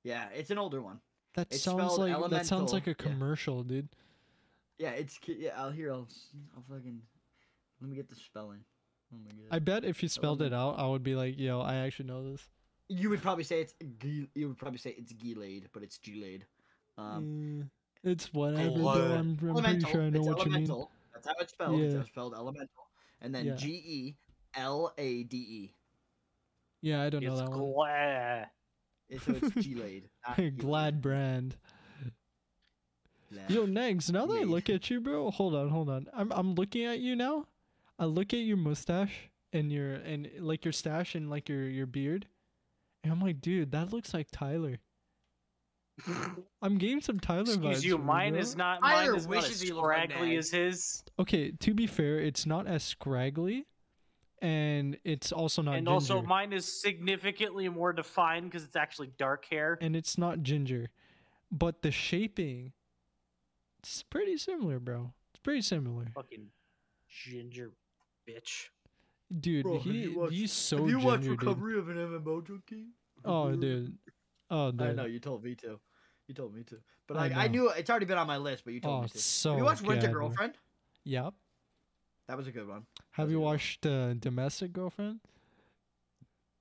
Speaker 2: yeah, it's an older one.
Speaker 1: that
Speaker 2: it's
Speaker 1: sounds
Speaker 2: spelled
Speaker 1: like that sounds like
Speaker 2: elemental,
Speaker 1: a
Speaker 2: yeah.
Speaker 1: commercial, dude.
Speaker 2: Yeah, it's ki- yeah. I'll here. I'll s- I'll fucking let me get the spelling. Oh my god.
Speaker 1: I bet if you spelled it out, I would be like, "Yo, I actually know this."
Speaker 2: You would probably say it's G- you would probably say it's Gelade, but it's Gelade. Um,
Speaker 1: Mm, it's whatever. Though.
Speaker 4: Ele-
Speaker 1: I'm, Mm, I'm pretty sure I know
Speaker 2: it's
Speaker 1: what
Speaker 2: elemental. That's how it's spelled. It's
Speaker 1: Yeah.
Speaker 2: how it's spelled elemental, and then
Speaker 1: Yeah.
Speaker 2: G E L A D E.
Speaker 1: you mean. Yeah, I don't know
Speaker 4: It's
Speaker 1: that
Speaker 4: glad.
Speaker 2: It's- So it's Gelade. not
Speaker 1: one.
Speaker 2: Gelade.
Speaker 1: Glad brand.
Speaker 2: Nah.
Speaker 1: Yo, Negs, now that I
Speaker 2: Made.
Speaker 1: look at you, bro, hold on, hold on. I'm I'm looking at you now. I look at your mustache and your and like your stash and like your your beard. And I'm like, dude, that looks like Tyler. I'm getting some Tyler vibes.
Speaker 4: Excuse you,
Speaker 1: from
Speaker 4: mine
Speaker 1: bro.
Speaker 4: is not.
Speaker 2: Tyler
Speaker 4: mine is not
Speaker 2: wishes
Speaker 4: as
Speaker 2: he looked like
Speaker 4: scraggly
Speaker 2: Nag.
Speaker 4: as his,
Speaker 1: Okay, to be fair, it's not as scraggly and it's also not
Speaker 4: and
Speaker 1: ginger.
Speaker 4: also mine is significantly more defined because it's actually dark hair.
Speaker 1: and it's not ginger. But the shaping it's pretty similar, bro. It's pretty similar.
Speaker 4: Fucking ginger bitch.
Speaker 1: Dude,
Speaker 2: Bro, have
Speaker 1: he
Speaker 2: you watched-
Speaker 1: he's so
Speaker 2: Have you
Speaker 1: ginger,
Speaker 2: watched
Speaker 1: dude.
Speaker 2: Recovery of an MMO Junkie?
Speaker 1: Oh, dude. Oh, dude.
Speaker 2: I know you told me to. You told me to. But
Speaker 1: I
Speaker 2: like I
Speaker 1: know.
Speaker 2: knew it's already been on my list, but you told
Speaker 1: Oh,
Speaker 2: me
Speaker 1: it's
Speaker 2: to.
Speaker 1: so.
Speaker 2: Have you watched Rent a
Speaker 1: good, bro.
Speaker 2: Girlfriend?
Speaker 1: Yep.
Speaker 2: That was a good one.
Speaker 1: Have
Speaker 2: was a
Speaker 1: you
Speaker 2: good one.
Speaker 1: watched uh, Domestic Girlfriend?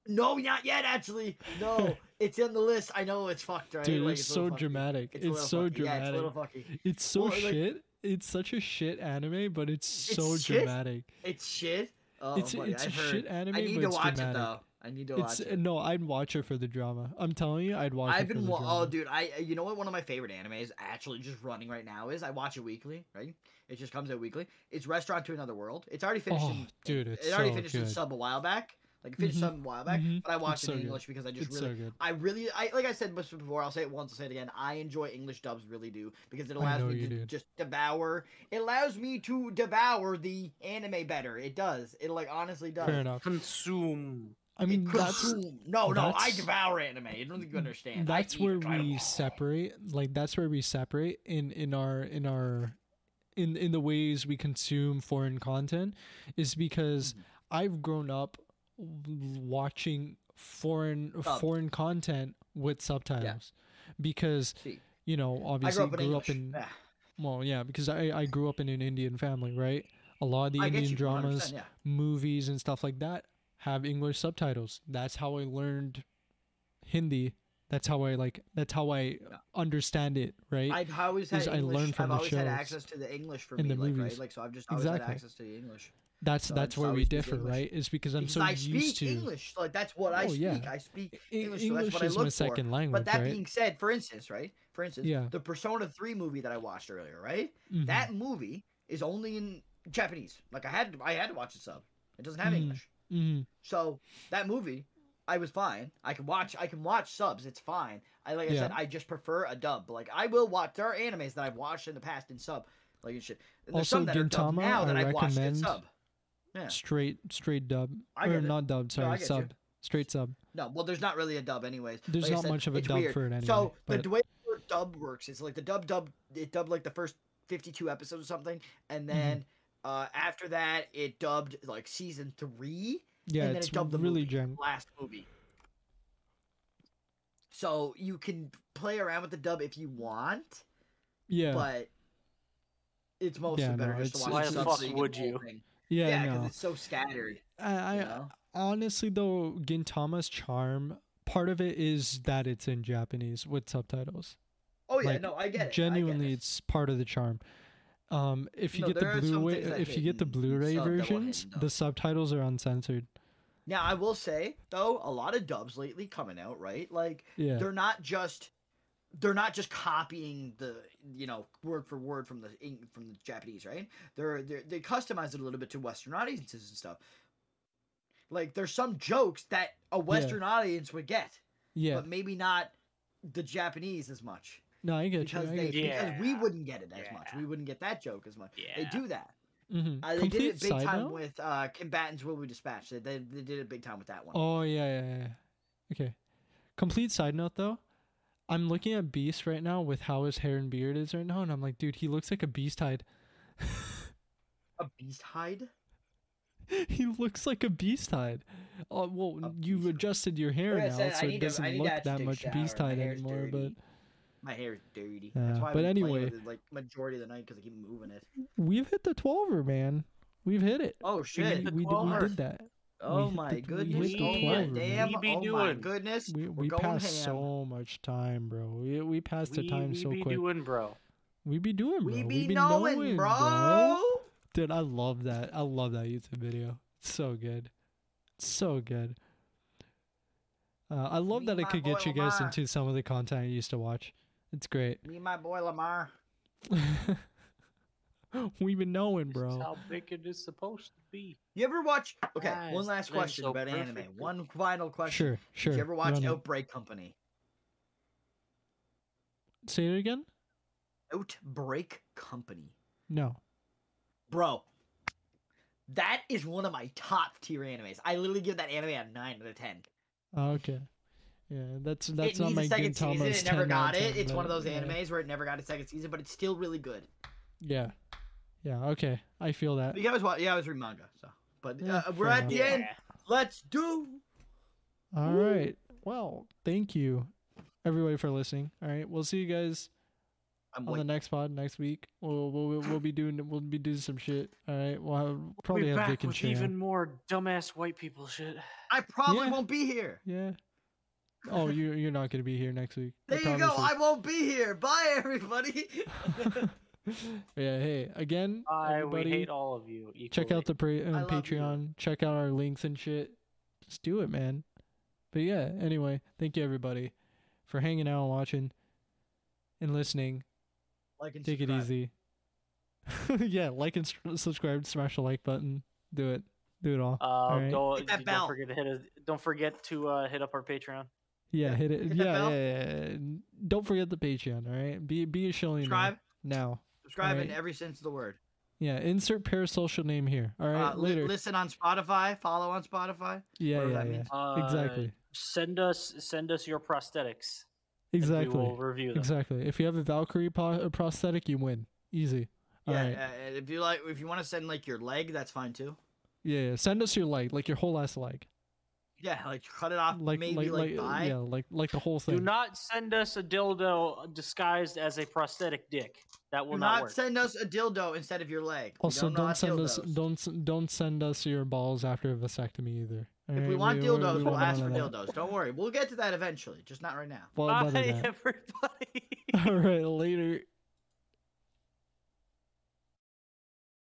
Speaker 2: No, not yet. Actually, no. it's in the list. I know it's fucked, right?
Speaker 1: Dude,
Speaker 2: Like,
Speaker 1: it's,
Speaker 2: a
Speaker 1: so
Speaker 2: little fucky.
Speaker 1: dramatic.
Speaker 2: a
Speaker 1: It's,
Speaker 2: little
Speaker 1: so
Speaker 2: fucky. Yeah, it's a
Speaker 1: dramatic.
Speaker 2: little fucky.
Speaker 1: it's so
Speaker 2: Well, like-
Speaker 1: shit. It's such a shit anime, but it's,
Speaker 2: It's
Speaker 1: so
Speaker 2: shit?
Speaker 1: dramatic.
Speaker 2: It's shit. Oh,
Speaker 1: it's
Speaker 2: buddy,
Speaker 1: it's a
Speaker 2: I've heard.
Speaker 1: shit anime,
Speaker 2: I need
Speaker 1: but
Speaker 2: to
Speaker 1: it's
Speaker 2: watch
Speaker 1: dramatic.
Speaker 2: it though. I need to
Speaker 1: It's
Speaker 2: watch it.
Speaker 1: no, I'd watch it for the drama. I'm telling you, I'd watch.
Speaker 2: I've
Speaker 1: it for
Speaker 2: been
Speaker 1: the
Speaker 2: wa-
Speaker 1: drama.
Speaker 2: oh dude I you know what one of my favorite animes actually just running right now is I watch it weekly right it just comes out weekly it's Restaurant to Another World it's already finished
Speaker 1: Oh,
Speaker 2: in,
Speaker 1: dude,
Speaker 2: it,
Speaker 1: it's
Speaker 2: already
Speaker 1: so
Speaker 2: finished in
Speaker 1: good.
Speaker 2: sub a while back like it finished
Speaker 1: Mhm,
Speaker 2: sub a while back
Speaker 1: mhm.
Speaker 2: but I watched
Speaker 1: It's so
Speaker 2: it in
Speaker 1: good.
Speaker 2: English because I just
Speaker 1: it's
Speaker 2: really
Speaker 1: so good.
Speaker 2: I really, I like I said this before. I'll say it once. I'll say it again. I enjoy English dubs, really do, because it
Speaker 1: I
Speaker 2: allows
Speaker 1: know
Speaker 2: me
Speaker 1: you
Speaker 2: to
Speaker 1: do.
Speaker 2: just devour. It allows me to devour the anime better. It does. It like honestly does.
Speaker 1: Fair enough.
Speaker 4: Consume.
Speaker 1: I
Speaker 2: It
Speaker 1: mean, that's
Speaker 2: consume- no, no. I
Speaker 1: that's-
Speaker 2: devour anime. I don't think you understand. I
Speaker 1: that's
Speaker 2: eat
Speaker 1: where
Speaker 2: it, I don't-
Speaker 1: we separate like that's where we separate in in our in our in in the ways we consume foreign content is because
Speaker 2: Mhm.
Speaker 1: i've grown up w- watching foreign
Speaker 2: Subs.
Speaker 1: foreign content with subtitles because
Speaker 2: See,
Speaker 1: you know
Speaker 2: I
Speaker 1: obviously
Speaker 2: grew up in English. yeah,
Speaker 1: well yeah because i i grew up in an indian family right a lot of the
Speaker 2: I get
Speaker 1: indian
Speaker 2: you, 100%,
Speaker 1: dramas
Speaker 2: Yeah.
Speaker 1: movies and stuff like that have English subtitles. That's how I learned Hindi. That's how I like. That's how I understand it. Right.
Speaker 2: I've always had.
Speaker 1: is I
Speaker 2: English,
Speaker 1: learned from
Speaker 2: I've
Speaker 1: the
Speaker 2: always had
Speaker 1: shows
Speaker 2: access to the English for
Speaker 1: and
Speaker 2: me,
Speaker 1: the
Speaker 2: like
Speaker 1: movies.
Speaker 2: right, like so. I've just always
Speaker 1: Exactly.
Speaker 2: had access to the English.
Speaker 1: that's
Speaker 2: so I
Speaker 1: that's
Speaker 2: just
Speaker 1: where we
Speaker 2: always use
Speaker 1: differ,
Speaker 2: English.
Speaker 1: right? Is because I'm
Speaker 2: Because
Speaker 1: so
Speaker 2: I
Speaker 1: used
Speaker 2: speak
Speaker 1: to
Speaker 2: English, like that's what I
Speaker 1: Oh,
Speaker 2: speak.
Speaker 1: yeah.
Speaker 2: I speak
Speaker 1: E-
Speaker 2: English, so that's
Speaker 1: English
Speaker 2: what I
Speaker 1: is my
Speaker 2: look for.
Speaker 1: second language,
Speaker 2: But that
Speaker 1: right?
Speaker 2: being said, for instance, right? For instance,
Speaker 1: Yeah.
Speaker 2: the Persona 3 movie that I watched earlier, right?
Speaker 1: Mhm.
Speaker 2: That movie is only in Japanese. Like I had to, I had to watch it sub. It doesn't have
Speaker 1: Mhm.
Speaker 2: English.
Speaker 1: Mhm.
Speaker 2: So that movie, I was fine. I can watch I can watch subs, it's fine. I like I said,
Speaker 1: Yeah.
Speaker 2: I just prefer a dub. Like I will watch there are animes that I've watched in the past in sub. Like and shit. And there's
Speaker 1: Also,
Speaker 2: some that are dubbed
Speaker 1: Gintama,
Speaker 2: now that
Speaker 1: I
Speaker 2: I've watched in
Speaker 1: recommend.
Speaker 2: sub. Yeah.
Speaker 1: straight straight dub
Speaker 2: I
Speaker 1: or
Speaker 2: get it.
Speaker 1: not dub
Speaker 2: I
Speaker 1: sorry
Speaker 2: get you.
Speaker 1: sub straight sub.
Speaker 2: No, well, there's not really a dub, anyways.
Speaker 1: There's
Speaker 2: Like I
Speaker 1: not
Speaker 2: said,
Speaker 1: much of a
Speaker 2: it's
Speaker 1: dub
Speaker 2: weird.
Speaker 1: for it anyway,
Speaker 2: So
Speaker 1: but-
Speaker 2: the way the word dub works, it's like the dub dub it dubbed like the first 52 episodes or something, and
Speaker 1: Mm-hmm.
Speaker 2: then uh, after that it dubbed like season three,
Speaker 1: Yeah,
Speaker 2: and then
Speaker 1: it's
Speaker 2: it dubbed the
Speaker 1: really
Speaker 2: movie,
Speaker 1: gen.
Speaker 2: last movie. So you can play around with the dub if you want,
Speaker 1: Yeah,
Speaker 2: but it's mostly
Speaker 1: Yeah,
Speaker 2: better
Speaker 1: no,
Speaker 2: just to
Speaker 1: it's-
Speaker 2: watch
Speaker 1: Why
Speaker 2: the
Speaker 1: the
Speaker 2: sub
Speaker 1: fuck
Speaker 2: so you
Speaker 4: would
Speaker 2: can
Speaker 4: you?
Speaker 1: yeah,
Speaker 2: Yeah,
Speaker 1: no.
Speaker 2: because it's so scattered.
Speaker 1: I, I
Speaker 2: you know?
Speaker 1: honestly though Gintama's charm part of it is that it's in Japanese with subtitles.
Speaker 2: Oh yeah,
Speaker 1: like,
Speaker 2: no, I get it. I get
Speaker 1: genuinely
Speaker 2: it.
Speaker 1: it's part of the charm um if you
Speaker 2: No,
Speaker 1: get
Speaker 2: there
Speaker 1: the
Speaker 2: are some
Speaker 1: blu-ray
Speaker 2: things I
Speaker 1: if you get the
Speaker 2: hate in- in
Speaker 1: blu-ray
Speaker 2: sub that were
Speaker 1: versions
Speaker 2: hidden, though.
Speaker 1: the subtitles are uncensored
Speaker 2: Now I will say though, a lot of dubs lately coming out, right? Like
Speaker 1: yeah
Speaker 2: they're not just they're not just copying the you know word for word from the Eng- from the Japanese, right? They're they they customize it a little bit to Western audiences and stuff. Like there's some jokes that a Western audience would get,
Speaker 1: Yeah.
Speaker 2: but maybe not the Japanese as much
Speaker 1: no, I get you.
Speaker 2: because
Speaker 1: I
Speaker 2: they
Speaker 1: get you.
Speaker 2: because we
Speaker 4: Yeah.
Speaker 2: wouldn't get it as much.
Speaker 4: Yeah.
Speaker 2: We wouldn't get that joke as much.
Speaker 4: Yeah.
Speaker 2: They do that.
Speaker 1: Mhm.
Speaker 2: Uh, they
Speaker 1: Complete
Speaker 2: did it big
Speaker 1: side
Speaker 2: time
Speaker 1: note?
Speaker 2: with uh, combatants will be dispatched. They, they they did it big time with that one.
Speaker 1: Oh yeah, yeah, yeah, yeah. Okay. Complete side note though, I'm looking at Beast right now with how his hair and beard is right now, and I'm like, dude, he looks like a beast hide.
Speaker 2: A beast hide.
Speaker 1: he looks like a beast hide. Oh well,
Speaker 2: A
Speaker 1: you
Speaker 2: beast hide.
Speaker 1: adjusted your hair
Speaker 2: Like I
Speaker 1: now,
Speaker 2: said, I
Speaker 1: so
Speaker 2: need
Speaker 1: it
Speaker 2: to- I
Speaker 1: doesn't
Speaker 2: need to
Speaker 1: look
Speaker 2: actually
Speaker 1: that
Speaker 2: take a
Speaker 1: much
Speaker 2: shower.
Speaker 1: beast
Speaker 2: My
Speaker 1: hide
Speaker 2: hair's
Speaker 1: anymore.
Speaker 2: dirty. My hair is dirty. That's
Speaker 1: Yeah,
Speaker 2: why
Speaker 1: but
Speaker 2: I've been playing
Speaker 1: anyway.
Speaker 2: with it, like majority of the night because I keep moving it.
Speaker 1: But we've hit the twelver, man. We've hit it.
Speaker 2: Oh
Speaker 1: We-
Speaker 2: shit!
Speaker 1: We,
Speaker 4: the
Speaker 1: did- we
Speaker 4: 12.
Speaker 1: did that.
Speaker 2: oh
Speaker 1: hit
Speaker 2: my
Speaker 1: the- we
Speaker 2: goodness!
Speaker 1: hit the
Speaker 2: Oh my
Speaker 1: 12,
Speaker 2: damn!
Speaker 4: man. We
Speaker 2: oh
Speaker 4: be
Speaker 2: my
Speaker 4: doing.
Speaker 2: goodness!
Speaker 1: We
Speaker 2: We're
Speaker 1: we
Speaker 2: going
Speaker 1: passed
Speaker 2: ham.
Speaker 1: so much time, bro. We we passed
Speaker 4: we,
Speaker 1: the time
Speaker 4: we
Speaker 1: so
Speaker 4: be
Speaker 1: quick.
Speaker 4: doing, bro.
Speaker 1: we be doing, bro.
Speaker 2: We be knowing, bro.
Speaker 1: Dude, I love that. I love that YouTube video. It's so good. So good. Uh, I love
Speaker 2: Me
Speaker 1: that
Speaker 2: and
Speaker 1: it
Speaker 2: my
Speaker 1: could get
Speaker 2: boy
Speaker 1: you guys
Speaker 2: Lamar.
Speaker 1: into some of the content I used to watch. It's great.
Speaker 2: Me and my boy Lamar.
Speaker 1: We've been knowing,
Speaker 4: This is
Speaker 1: bro.
Speaker 4: how big it is supposed to be.
Speaker 2: You ever watch? Okay,
Speaker 4: Why
Speaker 2: one
Speaker 4: is
Speaker 2: last
Speaker 4: things
Speaker 2: question
Speaker 4: so
Speaker 2: about anime.
Speaker 4: perfect?
Speaker 2: One final question.
Speaker 1: Sure, sure.
Speaker 2: Did you ever watch
Speaker 1: Run it.
Speaker 2: Outbreak Company?
Speaker 1: Say it again?
Speaker 2: Outbreak Company.
Speaker 1: No.
Speaker 2: Bro, that is one of my top tier animes. I literally give that anime a 9 out of 10.
Speaker 1: Oh, okay. Yeah, that's that's
Speaker 2: it
Speaker 1: not
Speaker 2: needs
Speaker 1: my
Speaker 2: a second
Speaker 1: Gintamas
Speaker 2: season. It never
Speaker 1: 10 out
Speaker 2: got
Speaker 1: of
Speaker 2: it.
Speaker 1: 10,
Speaker 2: It's one of
Speaker 1: but,
Speaker 2: those
Speaker 1: yeah.
Speaker 2: animes where it never got a second season, but it's still really good.
Speaker 1: Yeah. Yeah, okay. I feel that.
Speaker 2: But you guys watch, yeah, I was reading manga, so. But
Speaker 1: Yeah,
Speaker 2: uh, we're
Speaker 1: fair
Speaker 2: at the
Speaker 1: enough.
Speaker 2: end. Let's do.
Speaker 1: All
Speaker 2: Woo.
Speaker 1: right. Well, thank you, everybody, for listening. All right, we'll see you guys
Speaker 2: I'm
Speaker 1: on the
Speaker 2: waiting.
Speaker 1: next pod next week. We'll we'll, we'll, we'll be doing we'll be doing some shit. All right, we'll have, probably
Speaker 4: we
Speaker 1: have
Speaker 4: back
Speaker 1: Vic and
Speaker 4: with
Speaker 1: Shay. on.
Speaker 4: even more dumbass white people shit.
Speaker 2: I probably
Speaker 1: Yeah.
Speaker 2: won't be here.
Speaker 1: Yeah. Oh, you you're not gonna be here next week. I
Speaker 2: There you go. I
Speaker 1: promise
Speaker 2: won't be here. Bye, everybody.
Speaker 1: you. yeah. Hey, again,
Speaker 4: I
Speaker 1: everybody,
Speaker 4: we hate all of you. Equally.
Speaker 1: check out the pra-
Speaker 2: I
Speaker 1: um,
Speaker 2: love you.
Speaker 1: Patreon. Check out our links and shit. Just do it, man. But yeah. Anyway, thank you everybody for hanging out and watching and listening.
Speaker 2: like and
Speaker 1: Take it
Speaker 2: subscribe.
Speaker 1: easy. yeah, like and s- subscribe. Smash the like button. Do it. Do it all.
Speaker 4: Uh,
Speaker 1: right.
Speaker 4: go,
Speaker 2: Hit that bell.
Speaker 4: don't forget to hit us, don't forget to uh, hit up our Patreon.
Speaker 1: yeah,
Speaker 2: yeah,
Speaker 1: hit it.
Speaker 2: hit that
Speaker 1: Yeah, yeah,
Speaker 2: bell.
Speaker 1: yeah, yeah. Don't forget the Patreon. All right. Be be a shilling now.
Speaker 2: Subscribe.
Speaker 1: now.
Speaker 2: Subscribe in
Speaker 1: Alright.
Speaker 2: every sense of the word.
Speaker 1: Yeah. Insert parasocial name here. All right.
Speaker 2: uh, li-
Speaker 1: later.
Speaker 2: listen on Spotify. Follow on Spotify.
Speaker 1: yeah,
Speaker 2: whatever
Speaker 1: yeah,
Speaker 2: that
Speaker 1: yeah.
Speaker 2: means.
Speaker 4: Uh,
Speaker 1: Exactly.
Speaker 4: Send us send us your prosthetics. and We
Speaker 1: Exactly.
Speaker 4: will review them.
Speaker 1: Exactly. If you have a Valkyrie po- a prosthetic, you win. Easy. All
Speaker 2: Yeah,
Speaker 1: right.
Speaker 2: uh, and if you like, if you want to send like your leg, that's fine too.
Speaker 1: Yeah, yeah. Send us your like, like your whole ass like,
Speaker 2: Yeah, like cut it off,
Speaker 1: like,
Speaker 2: Uh, maybe like,
Speaker 1: like,
Speaker 2: thigh.
Speaker 1: like yeah, like, like the whole thing.
Speaker 4: Do not send us a dildo disguised as a prosthetic dick. That will
Speaker 2: Do
Speaker 4: not,
Speaker 2: not
Speaker 4: work.
Speaker 2: send us a dildo instead of your leg. We
Speaker 1: Also,
Speaker 2: know
Speaker 1: don't
Speaker 2: about
Speaker 1: send us
Speaker 2: dildos.
Speaker 1: don't s- don't send us your balls after a vasectomy either.
Speaker 2: If we
Speaker 1: Alright?
Speaker 2: want
Speaker 1: we're-
Speaker 2: dildos,
Speaker 1: we
Speaker 2: we'll
Speaker 1: want
Speaker 2: ask for
Speaker 1: none of that.
Speaker 2: dildos. Don't worry, we'll get to that eventually. Just not right now.
Speaker 1: Well,
Speaker 4: Bye,
Speaker 1: none of that.
Speaker 4: everybody.
Speaker 1: All right, later.